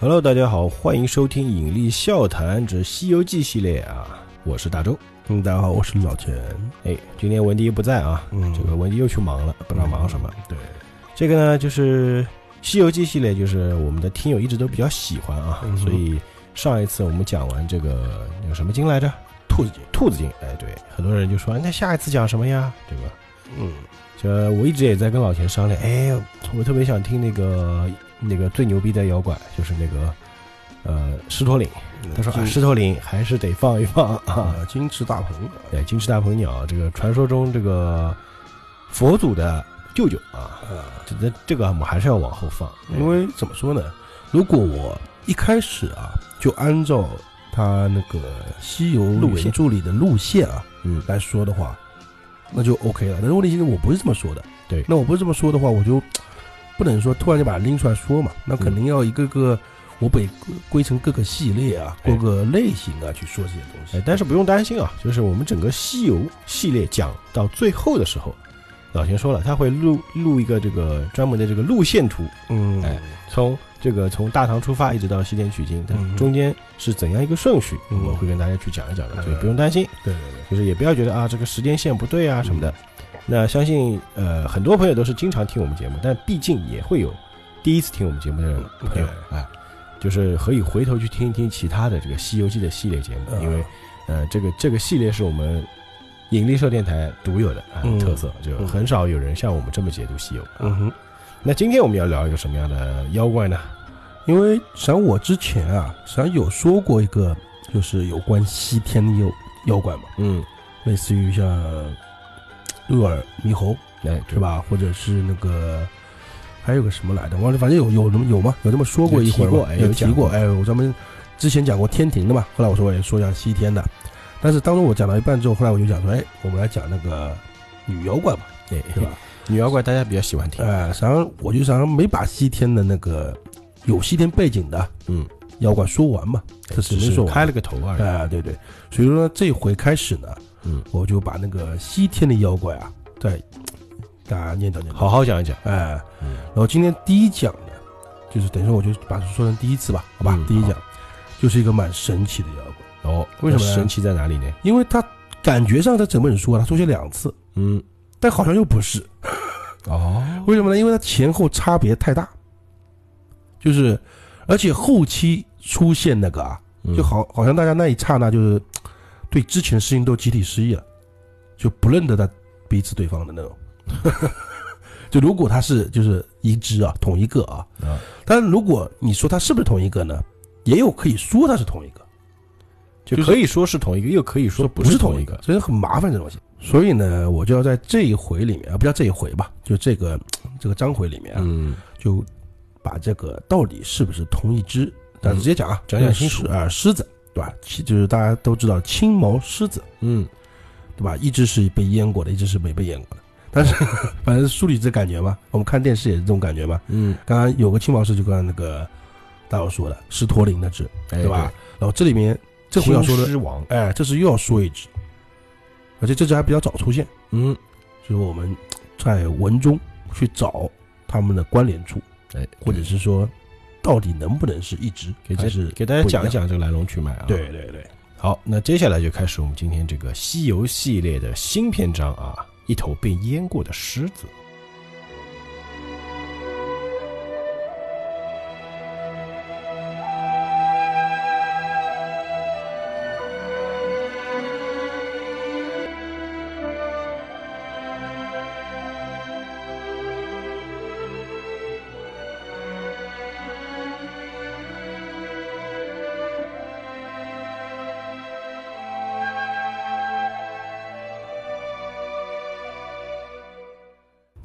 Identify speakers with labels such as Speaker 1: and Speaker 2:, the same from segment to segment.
Speaker 1: Hello，大家好，欢迎收听《引力笑谈之西游记》系列啊，我是大周。
Speaker 2: 嗯，大家好，我是老钱。
Speaker 1: 哎，今天文迪不在啊，
Speaker 2: 嗯，
Speaker 1: 这个文迪又去忙了，不知道忙什么。
Speaker 2: 对，
Speaker 1: 这个呢，就是《西游记》系列，就是我们的听友一直都比较喜欢啊，
Speaker 2: 嗯哼
Speaker 1: 所以上一次我们讲完这个那个什么经来着，
Speaker 2: 兔子精。
Speaker 1: 兔子精，哎，对，很多人就说那下一次讲什么呀，对吧？
Speaker 2: 嗯，
Speaker 1: 这我一直也在跟老钱商量，哎，我特别想听那个那个最牛逼的摇滚，就是那个呃狮驼岭。他说啊，
Speaker 2: 金
Speaker 1: 狮驼岭还是得放一放啊。
Speaker 2: 哎啊，金翅大鹏。
Speaker 1: 对，金翅大鹏鸟，这个传说中这个佛祖的舅舅啊，
Speaker 2: 啊，
Speaker 1: 这这这个我们还是要往后放，
Speaker 2: 因为怎么说呢？如果我一开始啊，就按照他那个《西游
Speaker 1: 路线
Speaker 2: 原著里的路线啊
Speaker 1: 嗯，
Speaker 2: 来说的话，那就 OK 了。但是问题是，我不是这么说的。
Speaker 1: 对
Speaker 2: 那我不是这么说的话，我就不能说突然就把它拎出来说嘛。那
Speaker 1: 嗯
Speaker 2: 肯定要一个个，我被归成各个系列啊，
Speaker 1: 哎
Speaker 2: 各个类型啊去说这些东
Speaker 1: 哎
Speaker 2: 西。，
Speaker 1: 但是不用担心啊，就是我们整个西游系列讲到最后的时候，老钱说了，他会录录一个这个专门的这个路线图，
Speaker 2: 嗯，
Speaker 1: 哎从这个从大唐出发一直到西天取经，它
Speaker 2: 嗯
Speaker 1: 中间是怎样一个顺序，
Speaker 2: 嗯
Speaker 1: 我会跟大家去讲一讲的，
Speaker 2: 嗯
Speaker 1: 所以不用担心，
Speaker 2: 对对对，
Speaker 1: 就是也不要觉得啊这个时间线不对啊什么的。
Speaker 2: 嗯
Speaker 1: 那相信呃很多朋友都是经常听我们节目，但毕竟也会有第一次听我们节目的人
Speaker 2: 嗯
Speaker 1: 朋友哎，就是可以回头去听一听其他的这个《西游记》的系列节目，
Speaker 2: 嗯
Speaker 1: 因为呃这个这个系列是我们。引力社电台独有的啊、
Speaker 2: 嗯
Speaker 1: 特色，就很少有人像我们这么解读西游。
Speaker 2: 嗯哼。
Speaker 1: 那今天我们要聊一个什么样的妖怪呢？
Speaker 2: 因为实际上我之前啊，实际上有说过一个，就是有关西天的妖妖怪嘛，
Speaker 1: 嗯，
Speaker 2: 类似于像六耳猕猴
Speaker 1: 哎，
Speaker 2: 是？吧，或者是那个还有个什么来着，忘了，反正有有那么有吗？有那么说过一会儿
Speaker 1: 有提过哎
Speaker 2: 吗？有
Speaker 1: 有
Speaker 2: 提
Speaker 1: 讲
Speaker 2: 过，
Speaker 1: 过
Speaker 2: 哎，我专门之前讲过天庭的嘛，后来我说我也说一下西天的，但是当中我讲到一半之后，后来我就讲说，哎，我们来讲那个女妖怪嘛，
Speaker 1: 哎，
Speaker 2: 对吧？
Speaker 1: 女妖怪大家比较喜欢听，
Speaker 2: 呃，实际上我就想没把西天的那个有西天背景的，
Speaker 1: 嗯，
Speaker 2: 妖怪说完嘛，这
Speaker 1: 只
Speaker 2: 没
Speaker 1: 是
Speaker 2: 说完。
Speaker 1: 开了个头而已。
Speaker 2: 啊、对对，所以说呢这回开始呢，
Speaker 1: 嗯，
Speaker 2: 我就把那个西天的妖怪啊，再大家念叨念叨。
Speaker 1: 好，好讲一讲，
Speaker 2: 哎、
Speaker 1: 嗯
Speaker 2: 然后今天第一讲呢，就是等于说我就把它说成第一次吧，好吧？
Speaker 1: 嗯
Speaker 2: 第一讲就是一个蛮神奇的妖怪，
Speaker 1: 哦，
Speaker 2: 为什么呢
Speaker 1: 那神奇在哪里呢？
Speaker 2: 因为它感觉上在整本书啊，它出现两次，
Speaker 1: 嗯，
Speaker 2: 但好像又不是，
Speaker 1: 哦，
Speaker 2: 为什么呢？因为它前后差别太大，就是而且后期出现那个啊，
Speaker 1: 嗯
Speaker 2: 就好好像大家那一刹那就是对之前的事情都集体失忆了，就不认得他彼此对方的那种。 就如果他是就是一只啊，同一个啊，
Speaker 1: 啊，
Speaker 2: 但如果你说他是不是同一个呢，也有可以说他是同一个，
Speaker 1: 就
Speaker 2: 就是
Speaker 1: 可以说是同一个，又可以说
Speaker 2: 不
Speaker 1: 是
Speaker 2: 同
Speaker 1: 一
Speaker 2: 个
Speaker 1: 个，。
Speaker 2: 所以很麻烦这东西。所以呢，我就要在这一回里面啊，不叫这一回吧，就这个这个章回里面啊，
Speaker 1: 嗯，
Speaker 2: 就把这个到底是不是同一只，咱直接讲啊，
Speaker 1: 讲讲清楚
Speaker 2: 狮啊，狮子对吧？其就是大家都知道青毛狮子
Speaker 1: 嗯，
Speaker 2: 对吧？一只是被淹过的，一只是没被淹过的。但是 反正书里这感觉嘛，我们看电视也是这种感觉嘛。
Speaker 1: 嗯，
Speaker 2: 刚刚有个青毛狮，就刚刚那个大佬说的，是驼铃那只，
Speaker 1: 哎
Speaker 2: 对吧？？然后这里面这回要说的，
Speaker 1: 狮王，
Speaker 2: 哎，这是又要说一只，而且这只还比较早出现，
Speaker 1: 嗯，
Speaker 2: 就是我们在文中去找他们的关联处。
Speaker 1: 哎，
Speaker 2: 或者是说，到底能不能是一直
Speaker 1: 给
Speaker 2: 还
Speaker 1: 大
Speaker 2: 是
Speaker 1: 给大家
Speaker 2: 不一样
Speaker 1: 讲一？讲这个来龙去脉啊。
Speaker 2: 对，对对，
Speaker 1: 好，那接下来就开始我们今天这个西游系列的新篇章啊，一头被淹过的狮子。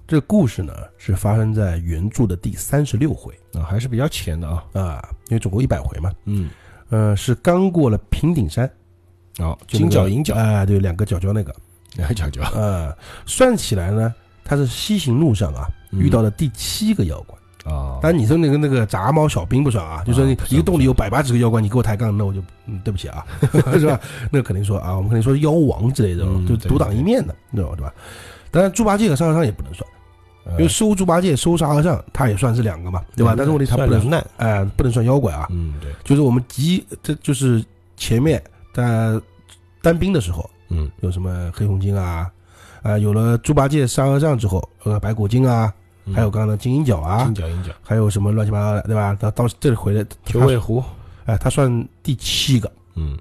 Speaker 2: 这个故事呢是发生在原著的第三十六回
Speaker 1: 啊，还是比较浅的啊，
Speaker 2: 啊，因为总共一百回嘛。
Speaker 1: 嗯，
Speaker 2: 呃，是刚过了平顶山，
Speaker 1: 好，
Speaker 2: 就那
Speaker 1: 金
Speaker 2: 个
Speaker 1: 角银角，
Speaker 2: 啊，对，两个角角那个，
Speaker 1: 哎，角角，
Speaker 2: 啊，算起来呢，他是西行路上啊
Speaker 1: 嗯
Speaker 2: 遇到了第七个妖怪。
Speaker 1: 啊，
Speaker 2: 但你说那个那个杂毛小兵不算啊，就说你
Speaker 1: 啊不算
Speaker 2: 一个洞里有百八十个妖怪，你给我抬杠，那我就嗯对不起啊， 是吧？那肯定说啊，我们肯定说妖王之类的，
Speaker 1: 嗯
Speaker 2: 就
Speaker 1: 对
Speaker 2: 独当一面的，那种对吧？当然猪八戒和沙和尚也不能算，
Speaker 1: 呃
Speaker 2: 因为收猪八戒、收沙和尚，他也算是两个嘛，对吧？但是问题他不
Speaker 1: 嗯算两
Speaker 2: 能，
Speaker 1: 难，
Speaker 2: 哎、不能算妖怪啊。
Speaker 1: 嗯，对，
Speaker 2: 就是我们集，这就是前面在单兵的时候，
Speaker 1: 嗯
Speaker 2: 有什么黑红精啊，啊、有了猪八戒、沙和尚之后，呃，白骨精啊，
Speaker 1: 嗯，
Speaker 2: 还有刚刚的金银角啊
Speaker 1: 金，角银角、
Speaker 2: 还有什么乱七八糟的，对吧？到到这里回来，
Speaker 1: 九尾狐，
Speaker 2: 哎，他算第七个，
Speaker 1: 嗯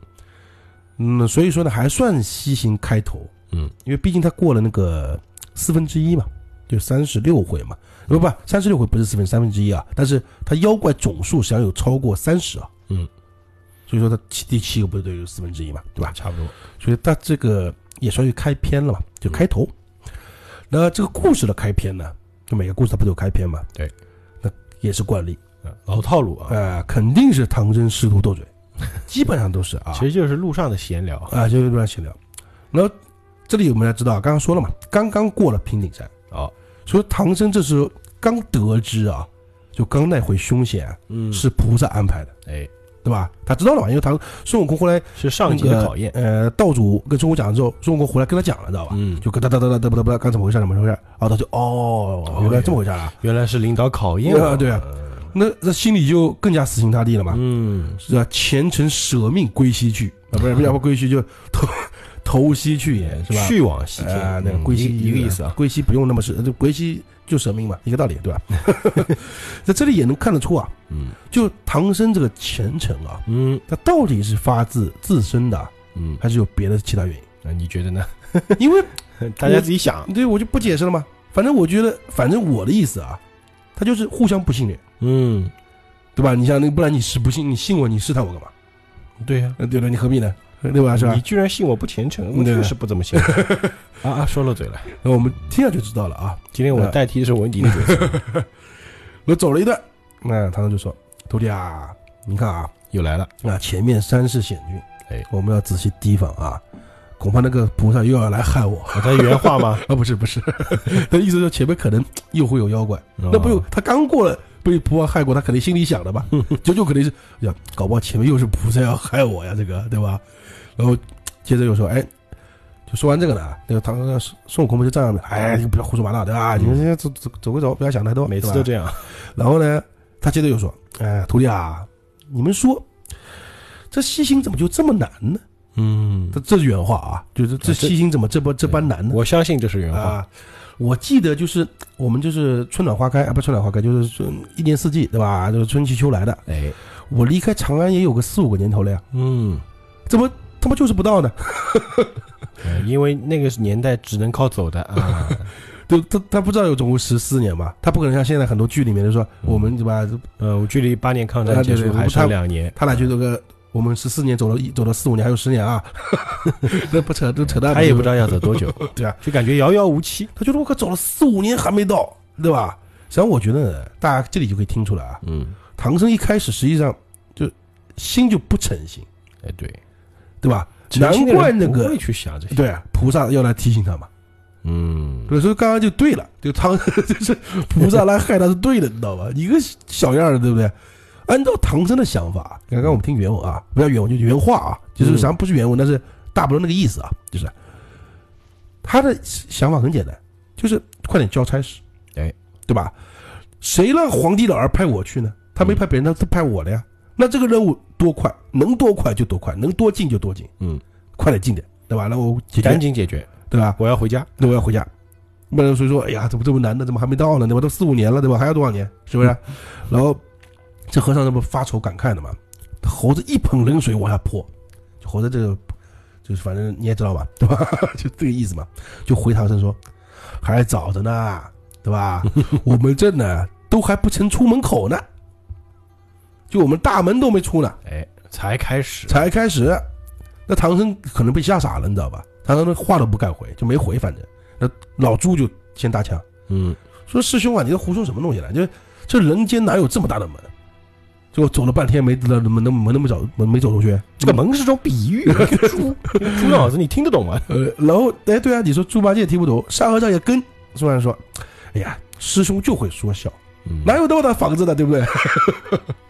Speaker 2: 嗯，所以说呢，还算西行开头，
Speaker 1: 嗯，
Speaker 2: 因为毕竟他过了那个四分之一嘛，就三十六回嘛，不不，三十六回不是四分三分之一啊，但是他妖怪总数实际上有超过三十啊，
Speaker 1: 嗯，
Speaker 2: 所以说他七第七个不是对，就四分之一嘛，对吧？
Speaker 1: 啊差不多，
Speaker 2: 所以它这个也算是开篇了嘛，就
Speaker 1: 嗯
Speaker 2: 开头。那这个故事的开篇呢，就每个故事它不都有开篇嘛？
Speaker 1: 对，
Speaker 2: 那也是惯例，
Speaker 1: 啊老套路啊，
Speaker 2: 呃，肯定是唐僧师徒 斗嘴，基本上都是啊，
Speaker 1: 其实就是路上的闲聊，
Speaker 2: 啊，就是乱闲聊。然后这里我们要知道，刚刚说了嘛，刚刚过了平顶山，
Speaker 1: 哦，
Speaker 2: 所以唐僧这时候刚得知啊，就刚那回凶险啊
Speaker 1: 嗯
Speaker 2: 是菩萨安排的，
Speaker 1: 哎，
Speaker 2: 对吧？他知道了嘛，因为唐孙悟空后来
Speaker 1: 是上级的考验，
Speaker 2: 呃，道主跟孙悟空讲了之后，孙悟空回来跟他讲了，知道吧？
Speaker 1: 嗯，
Speaker 2: 就哒哒哒哒哒哒哒，刚怎么回事？怎么回事？啊，他就哦，原来这么回事啊！
Speaker 1: 原来是领导考验
Speaker 2: 啊对啊啊那那心里就更加死心塌地了嘛，
Speaker 1: 嗯，
Speaker 2: 是吧？前程舍命归西去啊，不是不是要不归西就 投投西去也是吧？
Speaker 1: 去往西天
Speaker 2: 啊，那个
Speaker 1: 嗯
Speaker 2: 归西
Speaker 1: 一一个意思啊，
Speaker 2: 归西不用那么舍，就归西就舍命嘛，一个道理， 对吧？ 在这里也能看得出啊，
Speaker 1: 嗯
Speaker 2: 就唐僧这个前程啊，
Speaker 1: 嗯
Speaker 2: 他到底是发自自身的，啊
Speaker 1: 嗯，
Speaker 2: 还是有别的其他原因？
Speaker 1: 那你觉得呢？
Speaker 2: 因为
Speaker 1: 大家自己想，
Speaker 2: 对我就不解释了嘛，反正我觉得，反正我的意思啊，他就是互相不信任。
Speaker 1: 嗯，
Speaker 2: 对吧？你像那个，不然你是不信，你信我，你试探我干嘛？
Speaker 1: 对呀。
Speaker 2: 呃对了，你何必呢？对吧？啊是吧
Speaker 1: 你？居然信我不虔诚，我
Speaker 2: 对啊
Speaker 1: 确实不怎么信。 啊啊，说漏嘴了。
Speaker 2: 那哎我们听下就知道了啊。
Speaker 1: 今天我代替的是文迪的角色，
Speaker 2: 我走了一段，那唐僧就说：“徒弟啊，你看啊，
Speaker 1: 又来了。
Speaker 2: 啊，前面山势险峻，
Speaker 1: 哎，
Speaker 2: 我们要仔细提防啊，恐怕那个菩萨又要来害我
Speaker 1: 啊他原话吗？
Speaker 2: 啊！不是不哦是，他意思说前面可能 又会有妖怪， 那
Speaker 1: 那
Speaker 2: 不用他刚过了。”被菩萨害过，他肯定心里想的吧？九九肯定是呀，搞不好前面又是菩萨要害我呀，这个对吧？然后接着又说，哎，就说完这个呢，那个唐僧孙悟空不就这样的？哎，你不要胡说八道，对吧？你们先走走走归走，不要想太多，
Speaker 1: 每次
Speaker 2: 对吧
Speaker 1: 都这样。
Speaker 2: 然后呢，他接着又说，哎，徒弟啊，你们说这西行怎么就这么难呢？
Speaker 1: 嗯
Speaker 2: 这这是原话啊，就是这
Speaker 1: 啊这
Speaker 2: 西行怎么这般这般难呢？
Speaker 1: 我相信这是原话。
Speaker 2: 啊，我记得就是我们就是春暖花开啊，不是春暖花开，就是春一年四季对吧？就是春去秋来的。
Speaker 1: 哎，
Speaker 2: 我离开长安也有个四五个年头了呀，
Speaker 1: 嗯，
Speaker 2: 怎么他妈就是不到呢？
Speaker 1: 呃因为那个年代只能靠走的 啊。
Speaker 2: 对，他他不知道有总共十四年嘛，他不可能像现在很多剧里面就
Speaker 1: 嗯
Speaker 2: 说我们对吧？
Speaker 1: 呃，我距离八年抗
Speaker 2: 啊
Speaker 1: 战
Speaker 2: 对
Speaker 1: 结束
Speaker 2: 对
Speaker 1: 还
Speaker 2: 我
Speaker 1: 剩
Speaker 2: 他
Speaker 1: 两年，
Speaker 2: 他俩就这个我们十四年走了一走了四五年，还有十年啊， 那不扯都扯淡。
Speaker 1: 他也不知道要走多 久，
Speaker 2: 对啊，
Speaker 1: 就感觉遥遥无期。
Speaker 2: 他觉得我可走了四五年还没到，对吧？实际上我觉得呢大家这里就可以听出来啊，
Speaker 1: 嗯，
Speaker 2: 唐僧一开始实际上就心就不诚心，
Speaker 1: 哎，对，
Speaker 2: 对吧？
Speaker 1: 年轻的人
Speaker 2: 难怪那个
Speaker 1: 不会去想这些。
Speaker 2: 对，菩萨要来提醒他嘛。
Speaker 1: 嗯，
Speaker 2: 所以说刚刚就对了，就唐 就是菩萨来害他是对的，你知道吧？一个小样儿，对不对？按照唐僧的想法，刚刚我们听原文啊，不要原文，就原话啊，
Speaker 1: 嗯
Speaker 2: 就是咱不是原文，但是大不了那个意思啊，就是他的想法很简单，就是快点交差事，
Speaker 1: 哎，
Speaker 2: 对吧？谁让皇帝老儿派我去呢？他没派别人，他他派我了呀。那这个任务多快，能多快就多快，能多近就多近，
Speaker 1: 嗯，
Speaker 2: 快点进点，对吧？那我解
Speaker 1: 赶
Speaker 2: 决，
Speaker 1: 紧解决，
Speaker 2: 对吧？
Speaker 1: 我要回家。
Speaker 2: 那我要回家。不然所以说，哎呀，怎么这么难呢？怎么还没到呢？对吧？都四五年了，对吧？还要多少年？是不是？
Speaker 1: 嗯
Speaker 2: 然后这和尚这不发愁感慨的嘛？猴子一盆冷水往下泼，就猴子这个就是反正你也知道吧， 对吧？就这个意思嘛。就回唐僧说，还早着呢，对吧？我们这呢都还不曾出门口呢，就我们大门都没出呢，
Speaker 1: 哎，才开始。
Speaker 2: 才开始。那唐僧可能被吓傻了，你知道吧？唐僧话都不敢回，就没回，反正那老朱就先搭腔
Speaker 1: 嗯，
Speaker 2: 说：“师兄啊，你在胡说什么东西呢？就是这人间哪有这么大的门？结果走了半天没知道门能门那么走门没走出去。
Speaker 1: 这个门是种比 喻，猪猪脑子，你听得懂吗？
Speaker 2: 呃，然后哎，对啊，你说猪八戒听不懂，沙和尚也跟。虽然说，哎呀，师兄就会说笑，
Speaker 1: 嗯
Speaker 2: 哪有那么大房子呢？对不对？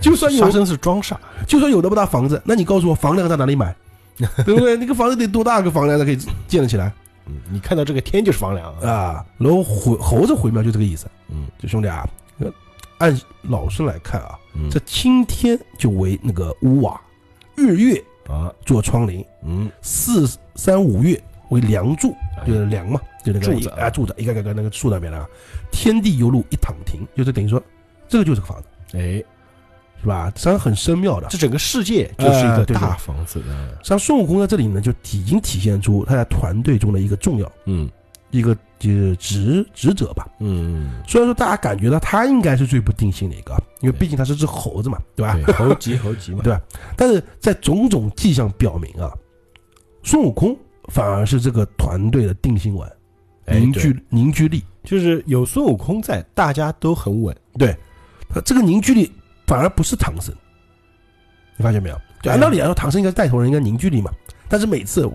Speaker 2: 就算有
Speaker 1: 沙僧是装傻，
Speaker 2: 就算有那么 大房子，那你告诉我房梁在哪里买，对不对？那个房子得多大个房梁才可以建得起来？
Speaker 1: 嗯你看到这个天就是房梁 啊，
Speaker 2: 啊。然后回猴子回庙就这个意思，
Speaker 1: 嗯
Speaker 2: 就兄弟啊，呃按老师来看啊，
Speaker 1: 嗯
Speaker 2: 这青天就为那个屋瓦，日月
Speaker 1: 啊
Speaker 2: 做窗棂，
Speaker 1: 嗯
Speaker 2: 四三五月为梁柱，
Speaker 1: 哎
Speaker 2: 就是梁嘛，就那个
Speaker 1: 柱子
Speaker 2: 啊柱子，一个个个那个树那边的啊。天地犹如一躺亭，就是等于说，这个就是个房子，
Speaker 1: 哎，
Speaker 2: 是吧？实际上很深妙的。
Speaker 1: 这整个世界就是一
Speaker 2: 哎
Speaker 1: 个
Speaker 2: 对对
Speaker 1: 大房子的，
Speaker 2: 像孙悟空在这里呢，就已经体现出他在团队中的一个重要
Speaker 1: 嗯
Speaker 2: 一个就是职职责吧。
Speaker 1: 嗯，
Speaker 2: 虽然说大家感觉到他应该是最不定心的一个，啊因为毕竟他是只猴子嘛，对吧？
Speaker 1: 啊对，猴急猴急嘛，
Speaker 2: 对吧？但是在种种迹象表明啊，孙悟空反而是这个团队的定心丸、
Speaker 1: 哎
Speaker 2: 凝
Speaker 1: 对
Speaker 2: 聚凝聚力。
Speaker 1: 就是有孙悟空在，大家都很稳，
Speaker 2: 对，他这个凝聚力反而不是唐僧，你发现没有？
Speaker 1: 对啊
Speaker 2: 按道理来说，唐僧应该是带头人，应该凝聚力嘛。但是每次我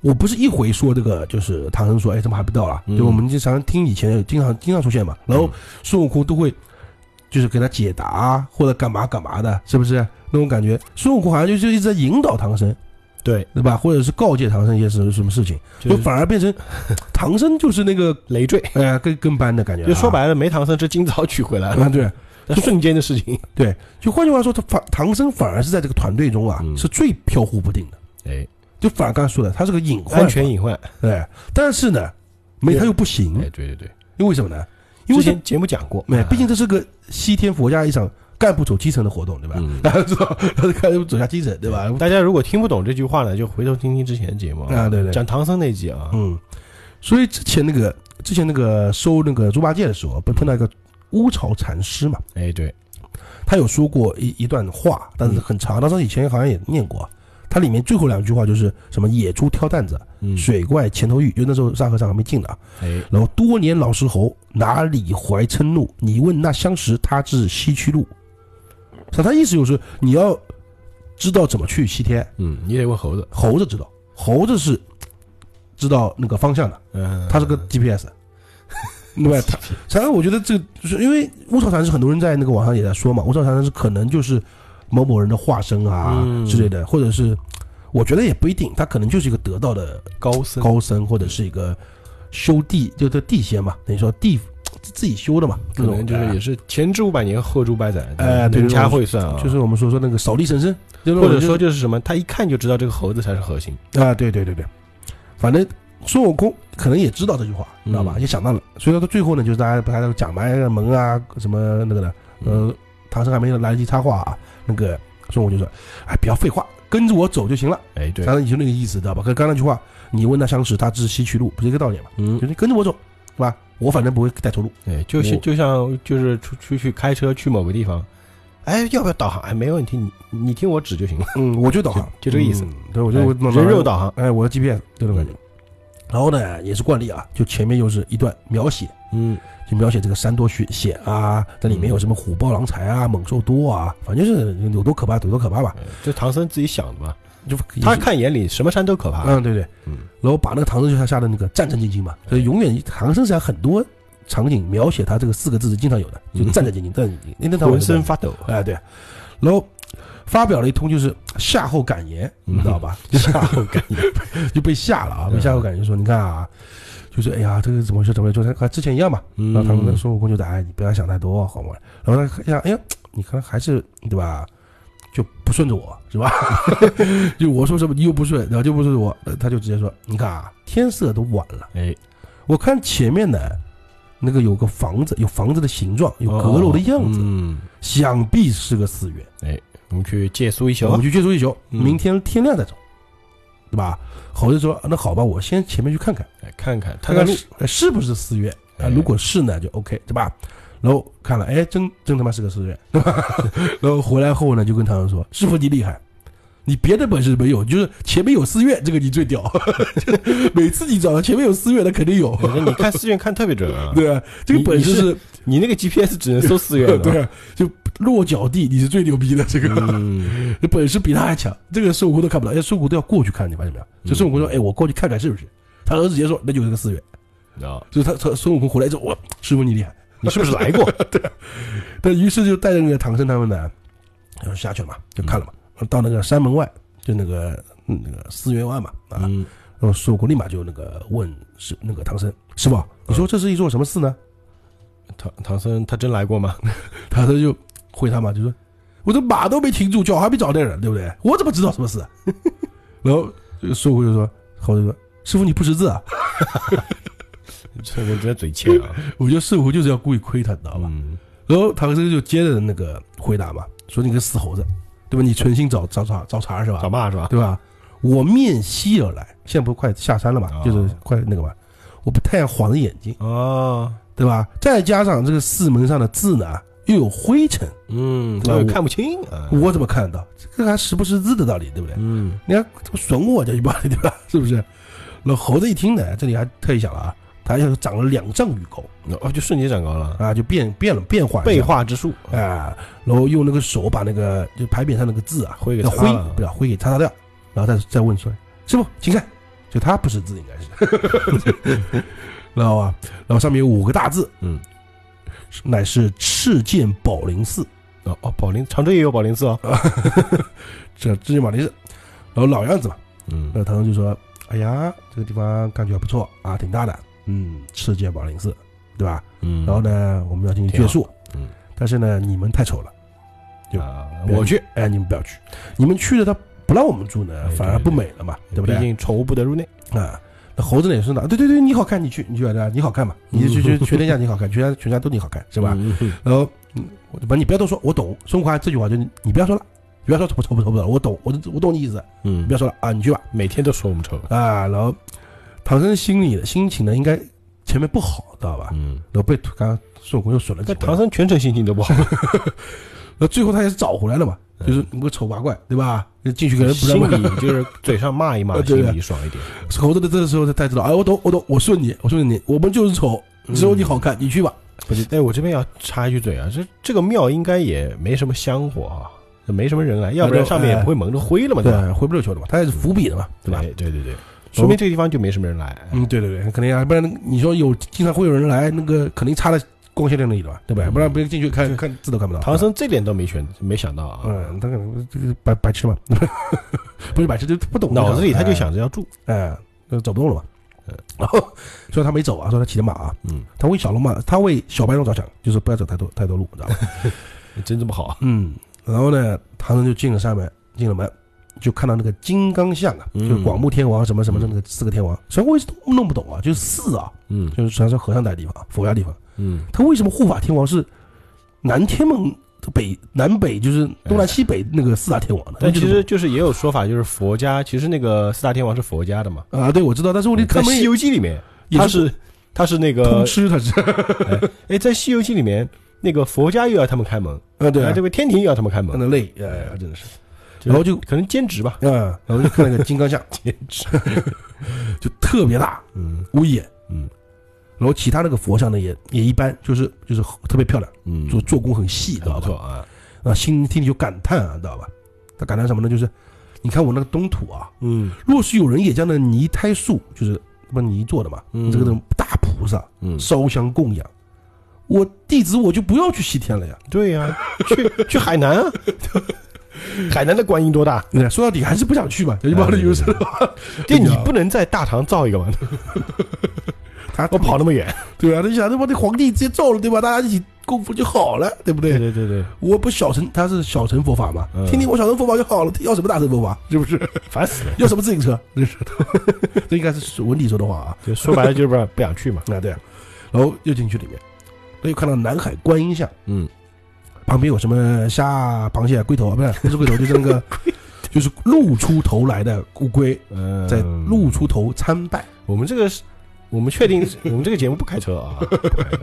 Speaker 2: 我不是一回说这个，就是唐僧说：“哎，怎么还不到啊？”
Speaker 1: 嗯
Speaker 2: 就我们经常听以前经常经常出现嘛，然后孙悟空都会就是给他解答啊或者干嘛干嘛的，是不是？那种感觉，孙悟空好像就是一直在引导唐僧，
Speaker 1: 对，
Speaker 2: 对吧？或者是告诫唐僧一些什么什么事情，
Speaker 1: 就
Speaker 2: 就反而变成 唐僧就是那个
Speaker 1: 累赘，
Speaker 2: 呃跟跟班的感觉、啊。
Speaker 1: 就说白了，没唐僧是今早取回来 了，
Speaker 2: 啊， 对，
Speaker 1: 瞬间的事情，
Speaker 2: 对，就换句话说，他反唐僧反而是在这个团队中啊，
Speaker 1: 嗯
Speaker 2: 是最飘忽不定的。
Speaker 1: 哎，
Speaker 2: 就反而刚才说的，他是个隐 患，
Speaker 1: 安全隐患，
Speaker 2: 对。但是呢，没
Speaker 1: 对
Speaker 2: 他又不行，
Speaker 1: 哎，对对啊对，
Speaker 2: 因为什么呢？因
Speaker 1: 之
Speaker 2: 为这
Speaker 1: 前嗯节目讲过，
Speaker 2: 哎，毕竟这是个西天佛家一场干部走基层的活动，对吧？
Speaker 1: 嗯
Speaker 2: 大家知道， 他是干部走下基层，对吧？
Speaker 1: 大家如果听不懂这句话呢，就回头听听之前的节目
Speaker 2: 啊，对对，
Speaker 1: 讲唐僧那集啊，
Speaker 2: 嗯。所以之前那个之前那个收那个猪八戒的时候，
Speaker 1: 嗯
Speaker 2: 不碰到一个乌巢禅师嘛，
Speaker 1: 哎，对，
Speaker 2: 他有说过一一段话，但是很长，当时以前好像也念过。它里面最后两句话就是什么野猪挑担子，
Speaker 1: 嗯，
Speaker 2: 水怪前头浴，就那时候沙和尚还没进呢啊。
Speaker 1: 哎，
Speaker 2: 然后多年老石猴，哪里怀嗔怒？你问那相识，他知西去路。所以他意思就是你要知道怎么去西天，
Speaker 1: 嗯，你得问猴子，
Speaker 2: 猴子知道，猴子是知道那个方向的，
Speaker 1: 嗯，
Speaker 2: 他是个 GPS。另外，他反正我觉得这个，就是因为乌巢禅师很多人在那个网上也在说嘛，乌巢禅师可能就是某某人的化身啊
Speaker 1: 嗯
Speaker 2: 之类的，或者是我觉得也不一定，他可能就是一个得道的
Speaker 1: 高僧，
Speaker 2: 高僧或者是一个修地，就这地仙嘛，等于说地自自己修的嘛，
Speaker 1: 可能
Speaker 2: 这
Speaker 1: 就
Speaker 2: 种
Speaker 1: 是也是前知五百年，后知五百载，
Speaker 2: 哎对
Speaker 1: 人
Speaker 2: 这
Speaker 1: 家
Speaker 2: 种
Speaker 1: 会算啊，
Speaker 2: 哎就是我们说说那个扫地神僧，就是
Speaker 1: 或者
Speaker 2: 我就
Speaker 1: 说就是什么，他一看就知道这个猴子才是核心，
Speaker 2: 啊，对对对对，反正孙悟空可能也知道这句话，
Speaker 1: 嗯
Speaker 2: 知道吧？也想到了，所以说到最后呢，就是大家把他讲埋门啊，什么那个的，呃，
Speaker 1: 嗯
Speaker 2: 唐僧还没来得及插话啊，那个孙悟空就说，哎，不要废话，跟着我走就行了，
Speaker 1: 哎，对
Speaker 2: 反，正也就那个意思，知道吧？跟刚才那句话，你问他相识，他知西去路，不是一个道理嘛？
Speaker 1: 嗯
Speaker 2: 就，是你跟着我走，是吧？我反正不会带 错路。
Speaker 1: 哎，就像
Speaker 2: 我
Speaker 1: 就像就是出出去开车去某个地方，哎，要不要导航？哎，没问题，你你听我指就行了，
Speaker 2: 嗯，我就导航，
Speaker 1: 就这个意思
Speaker 2: 嗯。对，我就我
Speaker 1: 哎人肉嗯导航，
Speaker 2: 哎，我的 GPS 这种感觉。然后呢，也是惯例啊，就前面又是一段描写，
Speaker 1: 嗯，
Speaker 2: 就描写这个山多雪险啊，在里面有什么虎豹狼财啊、猛兽多啊，反正就是有多可怕有多可怕吧。
Speaker 1: 哎这唐僧自己想的嘛，
Speaker 2: 就
Speaker 1: 他
Speaker 2: 也是
Speaker 1: 看眼里什么山都可怕，
Speaker 2: 嗯，对对，
Speaker 1: 嗯
Speaker 2: 然后把那个唐僧就吓得那个战战兢兢嘛，所以永远唐僧实际上很多场景描写他这个四个字是经常有的，就
Speaker 1: 嗯
Speaker 2: 战战兢兢，战战兢兢，那那他
Speaker 1: 浑身发抖，
Speaker 2: 哎，对，然后发表了一通就是夏后感言，你知道吧？就夏后感言就被吓了啊，被吓后感言说，你看啊，就是哎呀，这个怎么回事？怎么回事？就跟之前一样嘛。
Speaker 1: 嗯
Speaker 2: 然后他们孙悟空就打，哎，你不要想太多，好吗？然后他想，哎呀，你看还是对吧？就不顺着我是吧？ 就我说什么你又不顺，然后就不顺着我，呃他就直接说，你看啊，天色都晚了，
Speaker 1: 哎，
Speaker 2: 我看前面呢，那个有个房子，有房子的形状，有
Speaker 1: 哦
Speaker 2: 阁楼的样子，
Speaker 1: 嗯，
Speaker 2: 想必是个寺院。
Speaker 1: 我们去借宿一宿
Speaker 2: 我
Speaker 1: 啊
Speaker 2: 们，去借宿一宿，
Speaker 1: 嗯
Speaker 2: 明天天亮再走，对吧？猴子说：“啊那好吧，我先前面去看看，
Speaker 1: 哎看看
Speaker 2: 看
Speaker 1: 探探
Speaker 2: 看
Speaker 1: 路，
Speaker 2: 是呃是不是寺院啊？
Speaker 1: 哎
Speaker 2: 如果是呢，就 OK，对吧？”然后看了，哎，真真他妈是个寺院， 对吧？然后回来后呢，就跟唐僧说：“师傅你厉害，你别的本事没有，就是前面有寺院，这个你最屌。 就是每次你找到前面有寺院，那肯定有，
Speaker 1: 反正你看寺院看特别准啊，
Speaker 2: 对吧？这个
Speaker 1: 你
Speaker 2: 本事
Speaker 1: 你是
Speaker 2: 是，
Speaker 1: 你那个 GPS 只能搜寺 院的，
Speaker 2: 对啊，就落脚地你是最牛逼的这个。”
Speaker 1: 嗯，
Speaker 2: 本事比他还强，这个孙悟空都看不到，哎，孙悟空都要过去看，你发现没有？就孙悟
Speaker 1: 嗯
Speaker 2: 空说，哎，我过去看看是不是？他儿子直接说，那就是个寺院。
Speaker 1: 啊，
Speaker 2: 就是他他孙悟空回来之后，哇，师傅你厉害！
Speaker 1: 你是不是来过？
Speaker 2: 但于是就带着那个唐僧他们呢，就下去了嘛，就看了嘛，到那个山门外，就那个嗯那个四员湾嘛，啊，
Speaker 1: 嗯，
Speaker 2: 然后孙悟空立马就那个问是那个唐僧师傅，你说这是一座什么寺呢？
Speaker 1: 唐唐僧他真来过吗？
Speaker 2: 他他就回他嘛，就说我这马都没停住，脚还没找对人，对不对？我怎么知道什么事？ 然后这个孙悟空就说，猴子说师傅你不识字啊！
Speaker 1: 这人真嘴欠 啊！
Speaker 2: 我觉得孙悟空就是要故意亏他，你知道吧？
Speaker 1: 嗯，
Speaker 2: 然后唐僧就接着那个回答嘛，说你个死猴子，对吧？你存心找找茬找茬是吧？
Speaker 1: 找骂是吧？
Speaker 2: 对吧？我面西而来，现在不是快下山了嘛，
Speaker 1: 啊
Speaker 2: 就是快那个嘛。我被太阳晃了眼睛，
Speaker 1: 哦，
Speaker 2: 对吧？再加上这个寺门上的字呢，又有灰尘，
Speaker 1: 嗯，
Speaker 2: 对吧
Speaker 1: 我
Speaker 2: 我
Speaker 1: 看不清啊。
Speaker 2: 我怎么看得到？这个还识不识字的道理，对不对？
Speaker 1: 嗯，
Speaker 2: 你看这不损我这一把，对吧？是不是？那猴子一听呢，这里还特意想了啊，他就长了两丈余高
Speaker 1: 哦，就瞬间长高了，
Speaker 2: 啊，就变变了变化一下
Speaker 1: 背化之术，
Speaker 2: 啊，然后用那个手把那个就牌匾上那个字啊，
Speaker 1: 灰给
Speaker 2: 那
Speaker 1: 擦
Speaker 2: 灰
Speaker 1: 了
Speaker 2: 不要灰给擦擦掉，然后再再问出来，师傅请看，就他不识字应该是，知道吧？然后上面有五个大字，
Speaker 1: 嗯，
Speaker 2: 乃是赤剑宝林寺，
Speaker 1: 哦哦，宝林长洲也有宝林寺哦。
Speaker 2: 这赤剑宝林寺，然后老样子嘛，
Speaker 1: 嗯
Speaker 2: 那唐僧就说，哎呀，这个地方感觉还不错啊，挺大的，嗯，赤剑宝林寺，对吧？
Speaker 1: 嗯，
Speaker 2: 然后呢，我们要进去
Speaker 1: 挺
Speaker 2: 借
Speaker 1: 好
Speaker 2: 宿，
Speaker 1: 嗯，
Speaker 2: 但是呢，你们太丑了。就
Speaker 1: 啊，我去，
Speaker 2: 哎，你们不要去，你们去了他不让我们住呢，
Speaker 1: 哎
Speaker 2: 反而不美了嘛，对不
Speaker 1: 毕
Speaker 2: 对？
Speaker 1: 竟宠物不得入内。
Speaker 2: 啊，那猴子呢也是呢，对对对，你好看，你去，你去吧，对吧？你好看嘛，你去去全天下你好看，全家全家都你好看，是
Speaker 1: 对
Speaker 2: 吧？
Speaker 1: 吧？
Speaker 2: 然后，嗯，我就把你不要多说，我懂。孙悟空还这句话就是你不要说了，你不要说丑不丑不丑不丑，我懂，我我懂你意思，你
Speaker 1: 嗯
Speaker 2: 不，要说了啊，你去吧
Speaker 1: 每天都说我们丑。
Speaker 2: 啊。然后，唐僧心里的心情呢，应该前面不好，知道吧？
Speaker 1: 嗯，
Speaker 2: 然后被刚刚孙悟空又损了几
Speaker 1: 那
Speaker 2: 回，
Speaker 1: 唐僧全程心情都不好，
Speaker 2: 然后最后他也是找回来了嘛，就是你个丑八怪，对吧？进去给人不让
Speaker 1: 嗯心里就是嘴上骂一骂，
Speaker 2: 啊对
Speaker 1: 心
Speaker 2: 对
Speaker 1: 里爽一点。
Speaker 2: 猴子的这个时候才知道，哎，我懂，我懂，我顺你，我顺你，我们就是丑，
Speaker 1: 嗯
Speaker 2: 只有你好看，你去吧。
Speaker 1: 不是，哎，我这边要插一句嘴啊，这这个庙应该也没什么香火啊，没什么人来，要不然上面也不会蒙着灰了嘛，对吧？
Speaker 2: 哎对，回不了球的嘛，他也是伏笔的嘛，对吧？
Speaker 1: 啊嗯对对对对，说明这个地方就没什么人来。
Speaker 2: 嗯，对对对，肯定啊，不然你说有经常会有人来，那个肯定插在光线亮里的嘛，对不对？
Speaker 1: 嗯
Speaker 2: 不然别人进去看
Speaker 1: 对
Speaker 2: 看字都看不到。
Speaker 1: 唐僧这点都没选，没想到
Speaker 2: 对吧，
Speaker 1: 啊，
Speaker 2: 嗯，他可能这个白白痴嘛， 不是白痴，就不懂，
Speaker 1: 脑子里他就想着要住。
Speaker 2: 哎，哎，那走不动了嘛
Speaker 1: 嗯。
Speaker 2: 然后 虽然他没走啊，说他骑着马啊，
Speaker 1: 嗯，
Speaker 2: 他为小龙马，他为小白龙着想，就是不要走太多太多路，你知道吧？
Speaker 1: 真这么好啊？
Speaker 2: 嗯，然后呢，唐僧就进了山门，进了门，就看到那个金刚像啊，
Speaker 1: 嗯
Speaker 2: 就是广目天王什么什么什么那个四个天王。虽然我一直都弄不懂啊，就是寺啊，
Speaker 1: 嗯
Speaker 2: 就是传说和尚待的地方，佛家地方，
Speaker 1: 嗯，
Speaker 2: 他为什么护法天王是南天门北南北就是东南西北那个四大天王呢？
Speaker 1: 但
Speaker 2: 就
Speaker 1: 其
Speaker 2: 是
Speaker 1: 实就是也有说法，就是佛家其实那个四大天王是佛家的嘛，
Speaker 2: 啊，对我知道，但是问题
Speaker 1: 在
Speaker 2: 他
Speaker 1: 《
Speaker 2: 们
Speaker 1: 西
Speaker 2: 也
Speaker 1: 游记》里面，
Speaker 2: 也
Speaker 1: 他是呃他是那
Speaker 2: 通
Speaker 1: 个
Speaker 2: 吃，他是
Speaker 1: 哎，在《西游记》里面，那个佛家又要他们开门，
Speaker 2: 啊，对
Speaker 1: 哎
Speaker 2: 啊，
Speaker 1: 这个天庭又要他们开
Speaker 2: 看
Speaker 1: 门，
Speaker 2: 得累，哎，真的是，
Speaker 1: 就是
Speaker 2: 然后就
Speaker 1: 可能兼职吧，
Speaker 2: 啊，然后就看那个金刚像， 就特别大，
Speaker 1: 嗯
Speaker 2: 威严，
Speaker 1: 嗯
Speaker 2: 然后其他那个佛像呢也也一般，就是就是特别漂亮，
Speaker 1: 嗯
Speaker 2: 做做工很细，知
Speaker 1: 很不
Speaker 2: 道吧
Speaker 1: 错？啊，
Speaker 2: 啊，心心里就感叹啊，知道吧？他感叹什么呢？就是你看我那个东土啊，
Speaker 1: 嗯
Speaker 2: 若是有人也将那泥胎塑，就是不泥做的嘛，
Speaker 1: 嗯
Speaker 2: 这个东大菩萨
Speaker 1: 嗯，
Speaker 2: 烧香供养，我弟子我就不要去西天了呀。
Speaker 1: 对呀、去去海南 啊，海南的观音多大？
Speaker 2: 对吧说到底还是不想去嘛，有一帮
Speaker 1: 哎
Speaker 2: 人就是
Speaker 1: 对对，你不能在大唐造一 个吗？
Speaker 2: 他
Speaker 1: 我跑那么远，
Speaker 2: 对吧？他想他把那皇帝直接造了，对吧？大家一起供佛就好了，对不对？
Speaker 1: 对对对，
Speaker 2: 我不小乘，他是小乘佛法嘛，
Speaker 1: 嗯
Speaker 2: 听听我小乘佛法就好了，要什么大乘佛法？是不是？
Speaker 1: 烦死了。
Speaker 2: 要什么自行车？这 是， 这应该是文理说的话啊。
Speaker 1: 就说白了就是不不想去嘛。
Speaker 2: 啊，对啊然后又进去里面，那又看到南海观音像，
Speaker 1: 嗯，
Speaker 2: 旁边有什么虾、螃蟹、龟头 啊，不是不是龟头，就是那个就是露出头来的乌龟
Speaker 1: 嗯
Speaker 2: 在露出头参拜，
Speaker 1: 我们这个是，我们确定 是我们这个节目不开车啊，不开车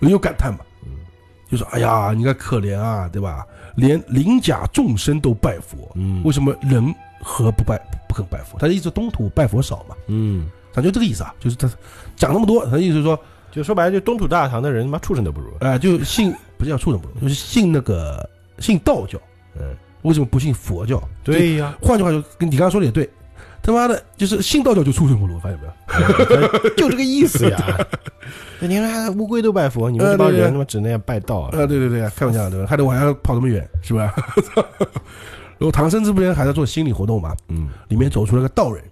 Speaker 2: 人有感叹嘛
Speaker 1: 嗯，
Speaker 2: 就说哎呀，你看可怜啊，对吧？连鳞甲众生都拜佛，
Speaker 1: 嗯
Speaker 2: 为什么人和不拜不肯拜佛？他的意思东土拜佛少嘛，
Speaker 1: 嗯，
Speaker 2: 咱就这个意思啊，就是他讲那么多，他的意思是说，
Speaker 1: 就说白了，就东土大唐的人他妈畜生都不如。
Speaker 2: 哎、就信不是叫畜生不如，就是信那个信道教。
Speaker 1: 嗯，
Speaker 2: 为什么不信佛教？，
Speaker 1: 对呀、
Speaker 2: 换句话说，跟你刚刚说的也对，他妈的，就是信道教就畜生不如，发现没有？
Speaker 1: 就这个意思 呀。那你看乌龟都拜佛，你们这帮人他妈只能拜道啊。
Speaker 2: 啊，对对对，开玩笑对吧？害得我还要跑这么远，是吧？ 然后唐僧这边还在做心理活动嘛，
Speaker 1: 嗯
Speaker 2: 里面走出了个道人，